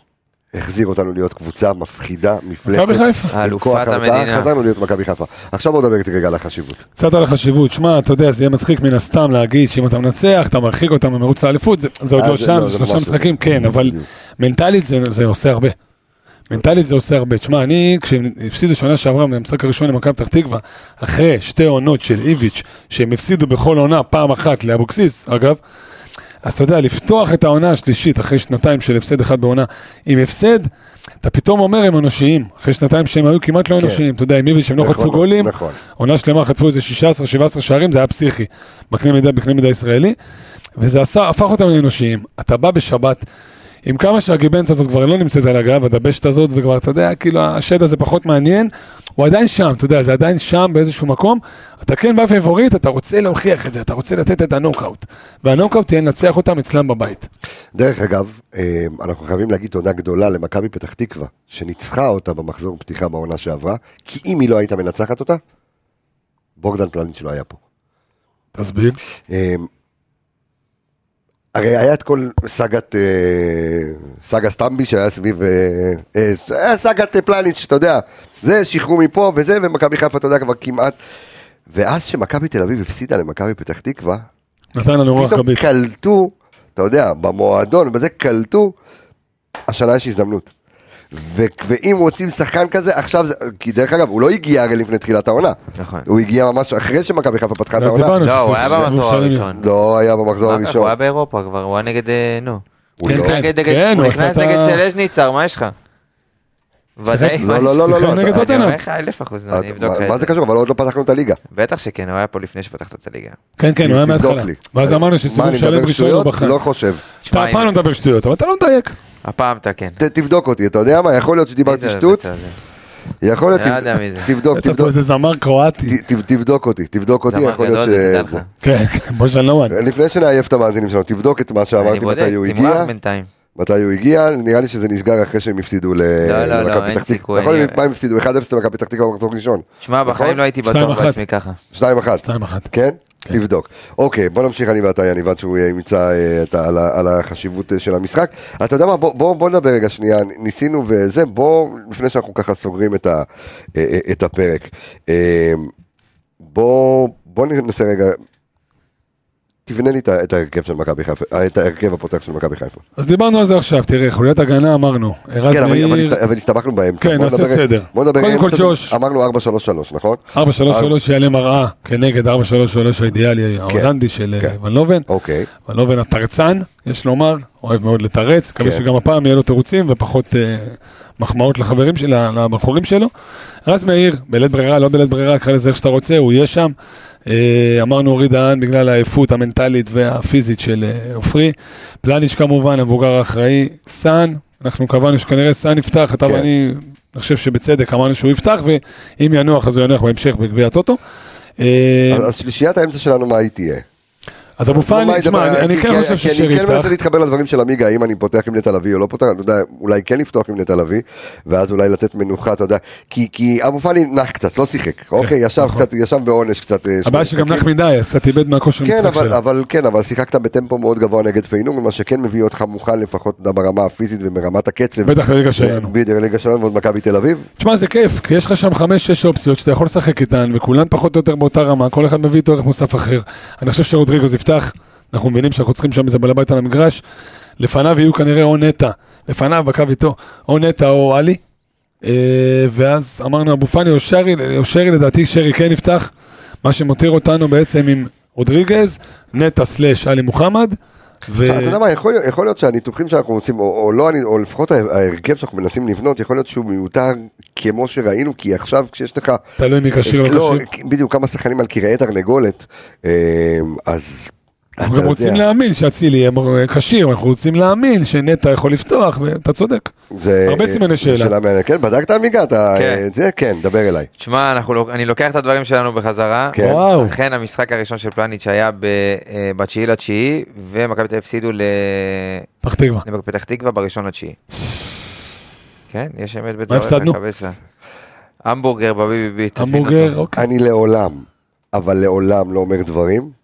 Speaker 1: החזיר אותנו להיות קבוצה מפחידה, מפלצת.
Speaker 3: מכבי חיפה.
Speaker 1: עם
Speaker 2: אלופת
Speaker 1: כוח הרתעה,
Speaker 2: המדינה.
Speaker 1: חזרנו להיות מכבי חיפה. עכשיו בוא נדבר איתי רגע על החשיבות.
Speaker 3: קצת על החשיבות. שמע, אתה יודע, זה יהיה מצחיק מן הסתם להגיד שאם אתה מנצח, אתה מרחיק אותם ממרוץ לאליפות, זה- זה עוד
Speaker 1: אה,
Speaker 3: לא
Speaker 1: זה-
Speaker 3: שם,
Speaker 1: לא,
Speaker 3: זה
Speaker 1: זה
Speaker 3: שלושה
Speaker 1: ממש לא.
Speaker 3: משחקים, כן, אבל
Speaker 1: בדיוק.
Speaker 3: מנטלית זה- זה עושה הרבה. מנטלית זה עושה הרבה. תשמע, אני, כשהם הפסידו שנה שעברה מהמשחק הראשון למכבי פתח תקווה, אחרי שתי עונות של איביץ', שהם הפסידו בכל עונה פעם אחת לאבוקסיס, אגב, אז אתה יודע, לפתוח את העונה השלישית אחרי שנתיים של הפסד אחד בעונה עם הפסד, אתה פתאום אומר הם אנושיים, אחרי שנתיים שהם היו כמעט לא
Speaker 1: כן.
Speaker 3: אנושיים, אתה יודע, עם איביץ' הם לא
Speaker 1: נכון,
Speaker 3: חטפו גולים,
Speaker 1: נכון.
Speaker 3: עונה שלמה חטפו איזה 16-17 שערים, זה היה פסיכי, בקנה מידה, בקנה מידה ישראלי, וזה עשה, הפך אותם לאנושיים. אתה בא בשבת עם כמה שהגיבנס הזאת כבר לא נמצאת על הגב, הדבשת הזאת, וכבר, אתה יודע, כאילו, השד הזה פחות מעניין, הוא עדיין שם, אתה יודע, זה עדיין שם באיזשהו מקום. אתה כן בא פייבוריט, אתה רוצה להוכיח את זה, אתה רוצה לתת את הנוקאוט. והנוקאוט יהיה לנצח אותם אצלם בבית.
Speaker 1: דרך אגב, אה, אנחנו חייבים להגיד תודה גדולה למכבי פתח תקווה, שניצחה אותה במחזור פתיחה בעונה שעברה, כי אם היא לא הייתה מנצחת אותה, בוגדן פלניץ' לא היה פה.
Speaker 3: תסביר.
Speaker 1: אה, הרי היה את כל סאגת, אה, סאגה סטמבי שהיה סביב, אה, אה, היה סאגת אה, פלניץ', אתה יודע, זה שחרור מפה וזה, ומכבי חיפה, אתה יודע, כבר כמעט. ואז שמכבי תל אביב הפסידה למכבי פתח תקווה,
Speaker 3: נתן לנו רוח
Speaker 1: פתאום
Speaker 3: גבית.
Speaker 1: קלטו, אתה יודע, במועדון, בזה קלטו, השנה יש הזדמנות. ו- ואם רוצים שחקן כזה, עכשיו זה... כי דרך אגב, הוא לא הגיע הרי לפני תחילת העונה.
Speaker 2: נכון.
Speaker 1: הוא הגיע ממש אחרי שמכבי חיפה פתחה את
Speaker 3: אז
Speaker 1: העונה.
Speaker 3: דיברנו
Speaker 2: לא, הוא
Speaker 3: שצריך
Speaker 2: היה
Speaker 3: שזה
Speaker 2: במחזור
Speaker 3: מושלם.
Speaker 2: הראשון.
Speaker 1: לא היה במחזור
Speaker 2: מה, אה, הוא
Speaker 1: הראשון.
Speaker 2: היה באירופה כבר, הוא היה נגד, אה, נו.
Speaker 1: הוא
Speaker 3: כן,
Speaker 1: לא.
Speaker 3: כן.
Speaker 2: נגד- נגד-
Speaker 3: הוא
Speaker 2: הוא
Speaker 3: עשה
Speaker 2: נכנס
Speaker 3: את ה-
Speaker 2: נגד סלז'ניצר, מה יש לך? ודאי.
Speaker 1: לא, לא, לא, לא,
Speaker 3: שיחק
Speaker 1: לא.
Speaker 3: נגד
Speaker 1: אתה-
Speaker 3: טוטנהאם.
Speaker 2: אני אומר לך אלף אחוז,
Speaker 1: אתה-
Speaker 2: אני אבדוק
Speaker 1: אה, מה-
Speaker 2: לך
Speaker 1: מה
Speaker 2: את
Speaker 1: זה
Speaker 2: זה.
Speaker 1: קשור? אבל עוד לא פתחנו את הליגה.
Speaker 2: בטח שכן, הוא היה פה לפני שפתחת את הליגה.
Speaker 3: כן, כן, הוא היה
Speaker 1: תבדוק
Speaker 3: מההתחלה.
Speaker 1: לי. אה,
Speaker 3: ואז אמרנו
Speaker 1: מה,
Speaker 3: שסיבוב
Speaker 1: אני מדבר
Speaker 3: שלם ראשון הוא
Speaker 1: שטויות?
Speaker 3: בחר.
Speaker 1: לא חושב.
Speaker 2: שמע,
Speaker 3: אתה אף פעם
Speaker 2: אם-
Speaker 3: לא מדבר שטויות, אבל אתה לא מדייק.
Speaker 2: הפעם אתה כן.
Speaker 1: ת- תבדוק אותי, אתה יודע מה? יכול להיות
Speaker 2: מי זה
Speaker 1: שדיברתי שטות,
Speaker 2: הביצה הזה?
Speaker 1: יכול להיות...
Speaker 2: אני לא
Speaker 1: תבד-
Speaker 2: יודע לא מי זה.
Speaker 1: תבדוק,
Speaker 3: אתה פה
Speaker 1: תבדוק.
Speaker 3: איזה זמר קרואטי.
Speaker 1: ת- ת- תבדוק אותי, תבדוק אותי,
Speaker 2: זמר
Speaker 1: יכול
Speaker 2: גדול
Speaker 1: להיות
Speaker 2: זה, תדע
Speaker 1: ש...
Speaker 2: לך.
Speaker 3: כן, כן, משה נוואן.
Speaker 1: לפני שנעייף את המאזינים שלנו, תבדוק את מה
Speaker 2: אני
Speaker 1: שאמרתי,
Speaker 2: בודק,
Speaker 1: מתי הוא
Speaker 2: תמרח
Speaker 1: הגיע.
Speaker 2: בינתיים.
Speaker 1: מתי הוא הגיע, נראה לי שזה נסגר אחרי שהם הפסידו ל-
Speaker 2: לא, לא,
Speaker 1: למכבי
Speaker 2: לא, אין
Speaker 1: פתח תקווה.
Speaker 2: סיכוי,
Speaker 1: יכול להיות,
Speaker 2: אני-
Speaker 1: מה הם הפסידו? 1-0 למכבי פתח תקווה במחזור ראשון.
Speaker 2: שמע,
Speaker 1: נכון?
Speaker 2: בחיים לא הייתי
Speaker 3: שתיים
Speaker 2: בטוח
Speaker 3: אחת.
Speaker 2: בעצמי ככה.
Speaker 1: 2-1.
Speaker 3: שתיים אחת.
Speaker 1: כן?
Speaker 3: כן.
Speaker 1: תבדוק. אוקיי, בוא נמשיך אני ואתה, יניב, עד שהוא ימצא אה, את ה- על ה- על החשיבות אה, של המשחק. אתה יודע מה, בוא- בוא בוא נדבר רגע שנייה, ניסינו וזה, בוא, לפני שאנחנו ככה סוגרים את ה- אה, אה, את הפרק. אה, בוא בוא ננסה רגע, תבנה לי את ה- את ההרכב של מכבי חיפה, אה, את ההרכב הפותח של מכבי חיפה.
Speaker 3: אז דיברנו על זה עכשיו, תראה, חוליית הגנה אמרנו. ערן
Speaker 1: כן, אבל, אבל,
Speaker 3: מאיר,
Speaker 1: הסת, אבל הסתבכנו באמצע.
Speaker 3: כן,
Speaker 1: בוא
Speaker 3: נעשה
Speaker 1: נדבר-
Speaker 3: סדר.
Speaker 1: בוא נדבר
Speaker 3: קודם כל,
Speaker 1: אמצע,
Speaker 3: ג'וש.
Speaker 1: אמרנו 4-3-3, נכון?
Speaker 3: 433 יעלה מראה כנגד 433 האידיאלי ההולנדי של אה,
Speaker 1: כן.
Speaker 3: ון לובן.
Speaker 1: אוקיי.
Speaker 3: ון לובן התרצן, יש לומר, אוהב מאוד לתרץ, מקווה
Speaker 1: כן.
Speaker 3: שגם הפעם יהיה לו תירוצים ופחות אה, מחמאות לחברים של- לבחורים שלו. רז מאיר, בלית ברירה, לא בלית ברירה, קרא לזה איך שאתה רוצה, הוא יהיה שם. אה, אמרנו אורי דהן בגלל העייפות המנטלית והפיזית של אה, עופרי. פלניץ' כמובן, המבוגר האחראי. סאן, אנחנו קבענו שכנראה סאן יפתח, אתה
Speaker 1: כן.
Speaker 3: ואני, אני חושב שבצדק אמרנו שהוא יפתח, ואם ינוח אז הוא ינוח בהמשך בגביע הטוטו. אה,
Speaker 1: אז, אז שלישיית האמצע שלנו, מה היא תהיה?
Speaker 3: אז אבו
Speaker 1: מה
Speaker 3: פאני,
Speaker 1: היא
Speaker 3: תשמע,
Speaker 1: דבר-
Speaker 3: אני- אני
Speaker 1: כי-
Speaker 3: כן
Speaker 1: כי-
Speaker 3: חושב
Speaker 1: כי
Speaker 3: ששיר
Speaker 1: אני כן
Speaker 3: יפתח.
Speaker 1: מנסה להתחבר לדברים של עמיגה, האם אני פותח עם נטע לביא או לא פותח, אתה יודע, אולי כן לפתוח עם נטע לביא, ואז אולי לתת מנוחה, אתה יודע, כי, כי אבו פאני נח קצת, לא שיחק, אוקיי, ישב
Speaker 3: נכון.
Speaker 1: קצת, ישב בעונש קצת. אה,
Speaker 3: הבעיה
Speaker 1: שני
Speaker 3: שגם
Speaker 1: משחקים.
Speaker 3: נח מדי, אז קצת איבד מהכושר
Speaker 1: כן,
Speaker 3: המשחק
Speaker 1: אבל,
Speaker 3: שלו.
Speaker 1: אבל כן, אבל שיחקת בטמפו מאוד גבוה נגד פיינור, מה שכן מביא אותך מוכן לפחות ברמה הפיזית ומרמת הקצב.
Speaker 3: בטח לליגה שלנו.
Speaker 1: בדיוק, ליגה שלנו ועוד מכבי תל אביב.
Speaker 3: תשמע, זה כיף, כי יש לך שם חמש-שש אופציות שאתה יכול לשחק איתן, וכולן פחות או יותר באותה רמה, כל אחד מביא איתו ערך מוסף אחר. אני חושב שרודריגוז יפתח, אנחנו מבינים שאנחנו צריכים שם איזה בעל הבית על המגרש. לפניו יהיו כנראה או נטע, לפניו בקו איתו, או נטע או עלי. אה, ואז אמרנו אבו פאני או שרי, או שרי לדעתי שרי כן יפתח, מה שמותיר אותנו בעצם עם רודריגז, נטע סלאש עלי מוחמד. ו...
Speaker 1: אתה יודע מה, יכול, יכול להיות שהניתוחים שאנחנו רוצים, או, או לא, אני- או לפחות ה- ההרכב שאנחנו מנסים לבנות, יכול להיות שהוא מיותר כמו שראינו, כי עכשיו כשיש לך,
Speaker 3: תלוי מי כשיר לא
Speaker 1: לא,
Speaker 3: כשיר.
Speaker 1: בדיוק כמה שחקנים על קרעי תרנגולת, אה, אז
Speaker 3: אנחנו
Speaker 1: אתה
Speaker 3: גם רוצים
Speaker 1: יודע,
Speaker 3: להאמין שאצילי יהיה מר- כשיר, אנחנו רוצים להאמין שנטע יכול לפתוח, ואתה צודק.
Speaker 1: זה
Speaker 3: הרבה
Speaker 1: אה,
Speaker 3: סימני
Speaker 1: זו
Speaker 3: שאלה.
Speaker 1: מעניינת. כן, בדקת עמיגה, אתה,
Speaker 2: כן.
Speaker 1: אה, זה, כן, דבר אליי.
Speaker 2: תשמע, אנחנו לוק- אני לוקח את הדברים שלנו בחזרה.
Speaker 1: כן.
Speaker 3: וואו.
Speaker 2: אכן המשחק הראשון של פלניץ' היה ב- אה, בתשיעי לתשיעי, ומכבי תל אביב הפסידו ל-
Speaker 3: פתח תקווה.
Speaker 2: למכבי פתח תקווה בראשון לתשיעי. כן, יש אמת בדבריך.
Speaker 3: הפסדנו?
Speaker 2: קבסה. המבורגר בביבי, תזמין אותו.
Speaker 3: המבורגר, אוקיי.
Speaker 1: אני לעולם, אבל לעולם לא אומר דברים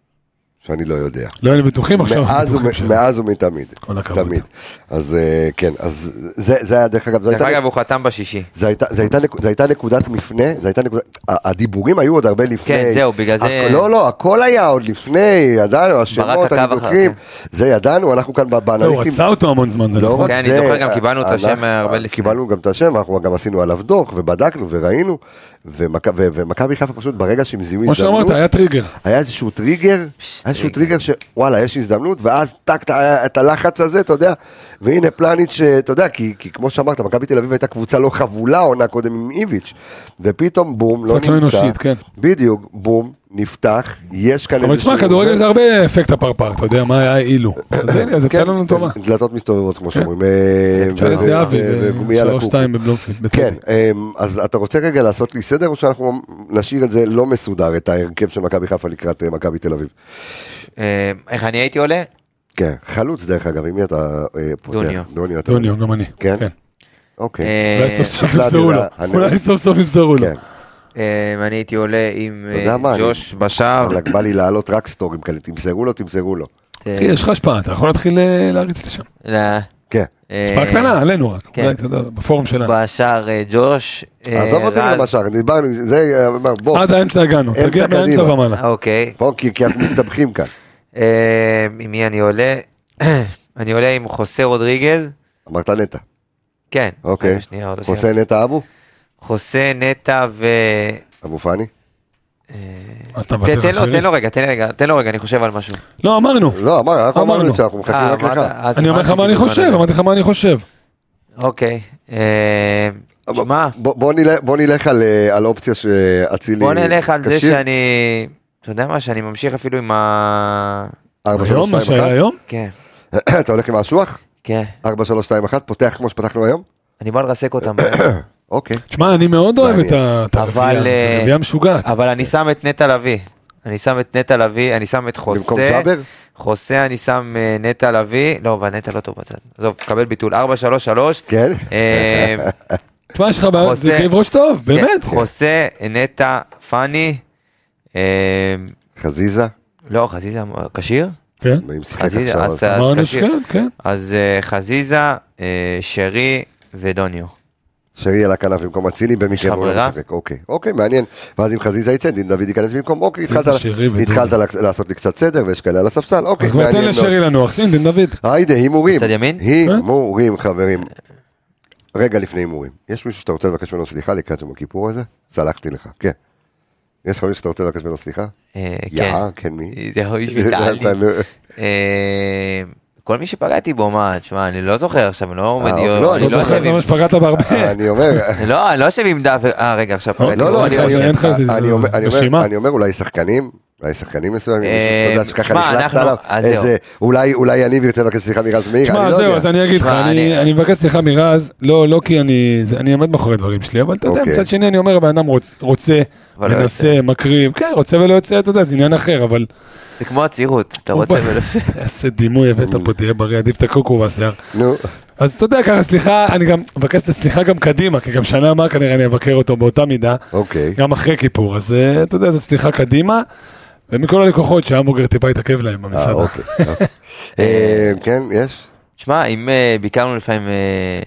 Speaker 1: שאני לא יודע.
Speaker 3: לא היינו בטוחים עכשיו, אנחנו
Speaker 1: מאז
Speaker 3: בטוחים
Speaker 1: ומ-
Speaker 3: שלא.
Speaker 1: מאז ומתמיד,
Speaker 3: כל הכבוד.
Speaker 1: תמיד. אז אה, כן, אז זה זה היה, דרך אגב, זו
Speaker 2: דרך
Speaker 1: הייתה
Speaker 2: אגב, הוא חתם בשישי.
Speaker 1: זה הייתה, זה, הייתה, נק- זה הייתה נקודת מפנה, זה הייתה נקודת, ה- הדיבורים היו עוד הרבה לפני.
Speaker 2: כן, זהו, בגלל זה-
Speaker 1: הכ- לא, לא, הכל היה עוד לפני, ידענו, השמות,
Speaker 2: ברק עקב
Speaker 1: הדיווחים, זה ידענו, אנחנו כאן ב-
Speaker 3: לא, הוא
Speaker 1: באנליסטים.
Speaker 3: רצה אותו המון זמן, זה
Speaker 1: לא
Speaker 3: נכון.
Speaker 1: רק
Speaker 2: כן, אני
Speaker 1: זה,
Speaker 2: זוכר, גם קיבלנו את
Speaker 1: אנחנו-
Speaker 2: השם הרבה לפני.
Speaker 1: קיבלנו גם את השם, אנחנו גם עשינו עליו דוח, ובדקנו וראינו, ומכ- ו- ומכבי חיפה פשוט ברגע שהם זיהו
Speaker 3: כמו שאמרת,
Speaker 1: הזדמנות,
Speaker 3: היה טריגר.
Speaker 1: היה איזשהו טריגר, היה איזשהו טריגר שוואלה, יש הזדמנות, ואז טק, ת- היה את הלחץ הזה, אתה יודע, והנה פלניץ', אה, אתה יודע, כי, כי כמו שאמרת, מכבי תל אביב הייתה קבוצה לא חבולה עונה קודם עם איביץ', ופתאום בום, לא
Speaker 3: קצת לא
Speaker 1: נמצא,
Speaker 3: אנושית, כן.
Speaker 1: בדיוק, בום, נפתח, יש כאן
Speaker 3: אבל תשמע, כדורגל זה הרבה אפקט הפרפר, אתה יודע מה היה אילו. אז הנה, אז יצא
Speaker 1: כן,
Speaker 3: לנו טובה.
Speaker 1: דלתות מסתובבות, כמו
Speaker 3: כן.
Speaker 1: שאומרים. אה, ו-
Speaker 3: שרת
Speaker 1: ו-
Speaker 3: זהבי,
Speaker 1: ו-
Speaker 3: ב-
Speaker 1: ויאללה, קוקו.
Speaker 3: 3-2 בבלומפילד.
Speaker 1: כן,
Speaker 3: בטדי.
Speaker 1: אמ, אז אתה רוצה רגע לעשות לי סדר, או שאנחנו נשאיר את זה לא מסודר, את ההרכב של מכבי חיפה לקראת אה, מכבי תל אביב?
Speaker 2: אה, איך אני הייתי עולה?
Speaker 1: כן, חלוץ דרך אגב, עם מי אתה אה, פותח?
Speaker 2: דוניו.
Speaker 1: דוניו. אתה-
Speaker 3: דוניו, גם אני.
Speaker 1: כן?
Speaker 3: כן.
Speaker 1: אוקיי.
Speaker 2: אה,
Speaker 3: אולי סוף סוף
Speaker 1: החלטתי,
Speaker 3: ימסרו לו.
Speaker 1: אני-
Speaker 3: אולי סוף סוף ימסרו לו.
Speaker 1: כן.
Speaker 2: אה, אני הייתי עולה עם
Speaker 1: אתה יודע
Speaker 2: אה,
Speaker 1: מה, אני-
Speaker 2: ג'וש בשער.
Speaker 1: אבל בא לי לעלות רק סטורים כאלה, תמסרו לו, תמסרו לו.
Speaker 2: אה,
Speaker 3: אחי, יש לך השפעה, אתה יכול להתחיל אה, להריץ לשם.
Speaker 2: לא,
Speaker 1: כן.
Speaker 2: אה,
Speaker 3: השפעה קטנה, עלינו רק.
Speaker 2: כן.
Speaker 3: אולי, אתה יודע, בפורום שלנו.
Speaker 2: בשער אה, ג'וש. אה,
Speaker 1: עזוב אותי
Speaker 2: רז.
Speaker 1: עם השאר, דיברנו, זה, אה, אמר, בוא,
Speaker 3: עד האמצע הגענו,
Speaker 1: אמצע
Speaker 3: תגיע מהאמצע
Speaker 1: קדימה.
Speaker 3: ומעלה.
Speaker 2: אוקיי.
Speaker 1: בוא, כי כי אנחנו מסתבכים כאן.
Speaker 2: אה, עם מי אני עולה? *clears throat* אני עולה עם חוסה רודריגז.
Speaker 1: אמרת נטע,
Speaker 2: כן.
Speaker 1: אוקיי.
Speaker 2: רגע, שנייה, עוד לא
Speaker 1: חוסה
Speaker 2: סיימתי.
Speaker 1: נטע אבו?
Speaker 2: חוסה, נטע ו...
Speaker 1: אבו פאני?
Speaker 3: אז אתה
Speaker 2: ת-
Speaker 3: מוותר
Speaker 2: תן
Speaker 3: על
Speaker 2: לו, תן
Speaker 3: שירי.
Speaker 2: לו רגע, תן לי רגע, תן לו רגע, אני חושב על משהו.
Speaker 3: לא, אמרנו.
Speaker 1: לא, אמר, אנחנו אמרנו
Speaker 3: אמרנו.
Speaker 1: שאנחנו מחכים
Speaker 2: אה,
Speaker 1: רק לך.
Speaker 2: אמרת, אז
Speaker 3: אני אומר לך
Speaker 2: עשיתי
Speaker 3: מה אני
Speaker 2: בזמן
Speaker 3: חושב,
Speaker 2: הזה.
Speaker 3: אמרתי לך מה אני חושב.
Speaker 2: אוקיי. אה,
Speaker 1: אבל
Speaker 2: שמע,
Speaker 1: בוא- בוא נלך- בוא נלך על, אה, על אופציה שאצילי...
Speaker 2: בוא נלך על זה
Speaker 1: כשיר.
Speaker 2: שאני... אתה יודע מה, שאני ממשיך אפילו עם ה...
Speaker 1: ארבע, שלוש,
Speaker 3: היום, מה
Speaker 1: שתיים,
Speaker 3: שהיה
Speaker 1: אחת.
Speaker 3: היום?
Speaker 2: כן,
Speaker 1: *coughs* אתה הולך עם האשוח?
Speaker 2: כן.
Speaker 1: 4, 3, 2, 1, פותח כמו שפתחנו היום?
Speaker 2: אני בא לרסק אותם,
Speaker 1: אוקיי.
Speaker 3: תשמע, אני מאוד אוהב
Speaker 1: מעניין.
Speaker 3: את ה- את הרביעייה
Speaker 2: אבל,
Speaker 3: הזאת,
Speaker 2: אה,
Speaker 3: זו רביעייה משוגעת.
Speaker 2: אבל אני שם את נטע לביא. אני שם את נטע לביא, אני שם את חוסה.
Speaker 1: במקום ג'אבר?
Speaker 2: חוסה, אני שם אה, נטע לביא. לא, אבל נטע לא טוב בצד. עזוב, קבל ביטול. 4-3-3.
Speaker 1: כן.
Speaker 2: אה,
Speaker 1: *laughs*
Speaker 3: תשמע, יש לך בעיה,
Speaker 2: חוזה.
Speaker 3: זה כאב ראש טוב, באמת.
Speaker 2: כן, חוסה, נטע, פאני. אה,
Speaker 1: חזיזה?
Speaker 2: לא, חזיזה כשיר?
Speaker 3: כן.
Speaker 1: אם שיחק
Speaker 2: חזיזה,
Speaker 1: עכשיו,
Speaker 2: אז
Speaker 1: אז-
Speaker 2: אז
Speaker 3: אמרנו
Speaker 2: כשיר.
Speaker 3: שכן, כן.
Speaker 2: אז אה, חזיזה, אה, שרי ודוניו.
Speaker 1: שרי על הכנף במקום אצילי במקרה
Speaker 2: לך
Speaker 1: והוא לא
Speaker 2: ברירה?
Speaker 1: משחק. אוקיי, אוקיי, מעניין. ואז אם חזיזה יצא, דין דוד ייכנס במקום. אוקיי,
Speaker 3: חזיזה,
Speaker 1: התחלת-
Speaker 3: שרי ודודי.
Speaker 1: התחלת לק- לעשות לי קצת סדר, ויש כאלה על הספסל. אוקיי,
Speaker 3: אז כבר תן
Speaker 1: מעניין מאוד.
Speaker 3: לשרי לנוח, שים דין דוד.
Speaker 1: היידה, הימורים.
Speaker 2: בצד ימין?
Speaker 1: הימורים, חברים. רגע לפני הימורים. יש מישהו שאתה רוצה לבקש ממנו סליחה לקראת יום הכיפור הזה? סלחתי לך, כן. יש לך מישהו שאתה רוצה לבקש ממנו סליחה?
Speaker 2: אה, כן.
Speaker 1: יאה, כן מי?
Speaker 2: *laughs* זה
Speaker 1: *laughs*
Speaker 2: הויש ויטלי.
Speaker 1: אתה לא-
Speaker 2: אה, כל מי שפגעתי בו, מה, תשמע, אני לא זוכר עכשיו, אני לא עומד,
Speaker 1: אה,
Speaker 2: אני
Speaker 1: לא,
Speaker 2: לא
Speaker 1: אני
Speaker 3: לא זוכר
Speaker 2: יושב
Speaker 3: זה
Speaker 2: עם-
Speaker 3: מה שפגעת בהרבה.
Speaker 1: אני אומר,
Speaker 2: לא, אני לא יושב עם דף, אה, רגע, עכשיו פגעתי
Speaker 1: לא,
Speaker 2: בו,
Speaker 1: לא,
Speaker 2: אני
Speaker 1: אני-
Speaker 3: חושב.
Speaker 1: אני-
Speaker 3: אין לך איזה-
Speaker 1: אני- אני אומר- אני אומר-
Speaker 3: רשימה?
Speaker 1: אני אומר אולי שחקנים, אולי שחקנים מסוימים,
Speaker 2: אה,
Speaker 1: מישהו שאתה יודע שככה
Speaker 2: שמע,
Speaker 1: נחלקת
Speaker 2: אנחנו-
Speaker 1: עליו,
Speaker 2: אז זהו.
Speaker 1: איזה, אולי- אולי אני ארצה לבקש סליחה מרז מאיר,
Speaker 3: תשמע,
Speaker 1: אני לא
Speaker 3: זהו, אז
Speaker 1: יודע.
Speaker 3: אני אגיד לך,
Speaker 2: תשמע,
Speaker 3: אני-
Speaker 2: אני-
Speaker 3: אני מבקש סליחה מרז, לא לא כי אני זה- אני עומד מאחורי הדברים שלי, אבל אתה יודע,
Speaker 1: אוקיי.
Speaker 3: מצד שני אני אומר, הבן אדם רוצ- רוצה,
Speaker 2: אבל לא
Speaker 3: מנסה, מקריב, כן, רוצה ולא יוצא, אתה יודע, זה עניין אחר, אבל...
Speaker 2: זה כמו הצעירות, אתה
Speaker 3: הוא
Speaker 2: רוצה
Speaker 3: בא-
Speaker 2: ולא...
Speaker 3: *laughs* איזה דימוי הבאת פה, תהיה בריא, עדיף את הקוקו והשיער.
Speaker 1: נו,
Speaker 3: אז אתה יודע, ככה, סליחה, אני גם מבקש את הסליחה גם קדימה, כי גם שנה הבאה כנראה אני אבקר אותו באותה מידה,
Speaker 1: אוקיי.
Speaker 3: גם אחרי כיפור, אז אה, אתה יודע, זו סליחה קדימה, ומכל הלקוחות שההמבורגר טיפה התעכב להם
Speaker 1: אה,
Speaker 3: במסעדה.
Speaker 1: אוקיי. אוקיי. אה, כן, יש?
Speaker 2: תשמע, אם אה, ביקרנו לפעמים, אה,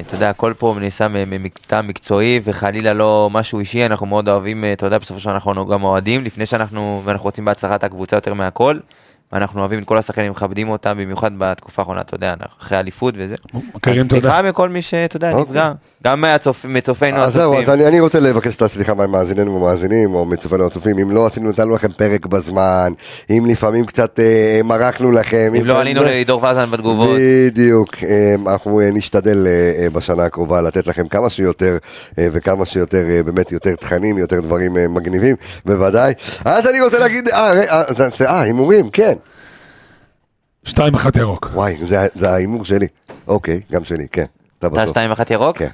Speaker 2: אתה יודע, הכל פה נעשה מ- מ- מקטע מקצועי וחלילה לא משהו אישי, אנחנו מאוד אוהבים, אה, אתה יודע, בסופו של דבר אנחנו גם אוהדים, לפני שאנחנו, ואנחנו רוצים בהצלחת הקבוצה יותר מהכל, ואנחנו אוהבים את כל השחקנים, מכבדים אותם, במיוחד בתקופה האחרונה, אתה יודע, אנחנו אחרי אליפות וזה.
Speaker 3: מכירים,
Speaker 2: אז
Speaker 3: אתה יודע.
Speaker 2: סליחה מכל מי שאתה יודע,
Speaker 1: אוקיי.
Speaker 2: נפגע, גם מהצופ- מצופינו
Speaker 1: אה, אז זהו,
Speaker 2: הצופים.
Speaker 1: אז אני אני רוצה לבקש את הסליחה ממאזיננו ומאזינים, או מצופינו הצופים, אם לא עשינו, נתנו לכם פרק בזמן, אם לפעמים קצת אה, מרקנו לכם.
Speaker 2: אם לא עלינו
Speaker 1: זה-
Speaker 2: ללידור וזן בתגובות.
Speaker 1: בדיוק, אה, אנחנו אה, נשתדל אה, אה, בשנה הקרובה לתת לכם כמה שיותר אה, וכמה שיותר אה, באמת יותר תכנים, יותר דברים אה, מגניבים, בוודאי. אז אני רוצה להגיד, אה, ר- אה, זה- זה- אה, הימורים, כן.
Speaker 3: 2-1 ירוק.
Speaker 1: וואי, זה- זה ההימור שלי. אוקיי, גם שלי, כן. אתה
Speaker 2: אתה
Speaker 1: בסוף.
Speaker 2: 2-1 ירוק?
Speaker 1: כן.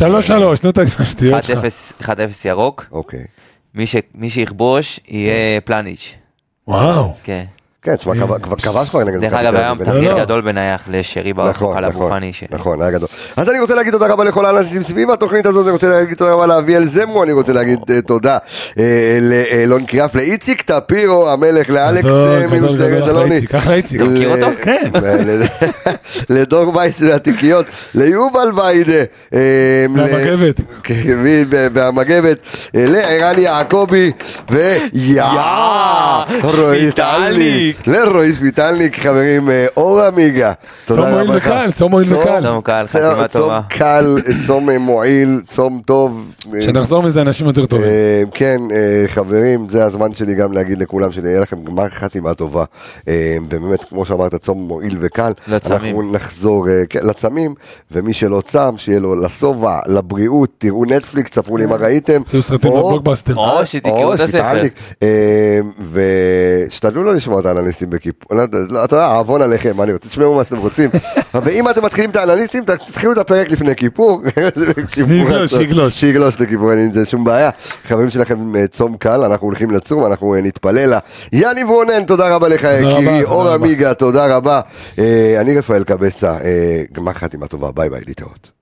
Speaker 3: 3-3, נו, את השטויות
Speaker 2: 1-0
Speaker 3: שלך.
Speaker 2: 1-0 ירוק.
Speaker 1: אוקיי.
Speaker 2: מי ש- מי שיכבוש יהיה פלניץ'.
Speaker 3: וואו.
Speaker 2: כן.
Speaker 1: כן, תשמע, כבר- כבר כבש כבר נגד...
Speaker 2: דרך
Speaker 1: מכבי
Speaker 2: אגב,
Speaker 1: תל
Speaker 2: היה
Speaker 1: אביב,
Speaker 2: תרגיל
Speaker 3: לא, לא.
Speaker 2: גדול בנייח לשרי באוכל
Speaker 1: נכון,
Speaker 2: על אבו
Speaker 1: נכון,
Speaker 2: פאני. ש-
Speaker 1: נכון, היה גדול. אז אני רוצה להגיד תודה רבה לכל האנשים סביב התוכנית הזאת, אני רוצה להגיד תודה רבה לאביאל זמו, אני רוצה להגיד אה, תודה אה, לאלון קריאף, לאיציק טפירו המלך, לאלכס
Speaker 3: גדול,
Speaker 1: אה,
Speaker 3: גדול,
Speaker 1: מינוס
Speaker 3: גדול, אחלה
Speaker 1: גזלוני.
Speaker 3: איציק, אחלה איציק.
Speaker 2: אתה מכיר
Speaker 1: ל-
Speaker 2: אותו?
Speaker 3: כן.
Speaker 1: ל- לדור וייס והתיקיות, ליובל ויידה. אה, ל-
Speaker 3: והמגבת.
Speaker 1: כן, מי- והמגבת, אה, לערן יעקבי, ויאה,
Speaker 2: יאה,
Speaker 1: רויטלי.
Speaker 2: ויטאליק.
Speaker 1: לרועי שפיטלניק, חברים, אה, אור עמיגה. תודה
Speaker 3: צום
Speaker 1: רבה
Speaker 3: מועיל
Speaker 1: לך.
Speaker 3: וקל, צום מועיל וקל.
Speaker 2: צום קל,
Speaker 1: צום-
Speaker 2: חתימה טובה.
Speaker 1: צום קל, צום אה, מועיל, צום טוב. אה,
Speaker 3: שנחזור מזה אנשים יותר טובים.
Speaker 1: אה, כן, אה, חברים, זה הזמן שלי גם להגיד לכולם שיהיה לכם גמר חתימה טובה. אה, ובאמת, כמו שאמרת, צום מועיל וקל.
Speaker 2: לצמים.
Speaker 1: אנחנו נחזור אה, כן, לצמים, ומי שלא צם, שיהיה לו לשובע, לבריאות, תראו נטפליקס, ספרו לי מה ראיתם.
Speaker 3: צאו כן. סרטים
Speaker 1: או-
Speaker 3: בבלוקבאסטר.
Speaker 2: או שתקראו
Speaker 1: או,
Speaker 2: את הספר.
Speaker 1: שפיטלניק. אה, ושתדלו לא לשמוע את האנליסטים בכיפור. לא, לא, אתה יודע, אהבון עליכם, מה אני רוצה, תשמעו מה שאתם
Speaker 3: *laughs*
Speaker 1: רוצים. ואם אתם מתחילים את האנליסטים, ת- תתחילו את הפרק לפני כיפור. *laughs*
Speaker 3: שיגלוש, שיגלוש.
Speaker 1: שיגלוש לכיפור, אין עם זה שום בעיה. חברים שלכם אה, צום קל, אנחנו הולכים לצום, אנחנו אה, נתפלל לה. יניב רונן, תודה רבה לך, יקירי.
Speaker 3: תודה
Speaker 1: אור
Speaker 3: רבה.
Speaker 1: עמיגה, תודה רבה. אה, אני רפאל קבסה, אה, גמר חתימה טובה, ביי ביי, להתראות.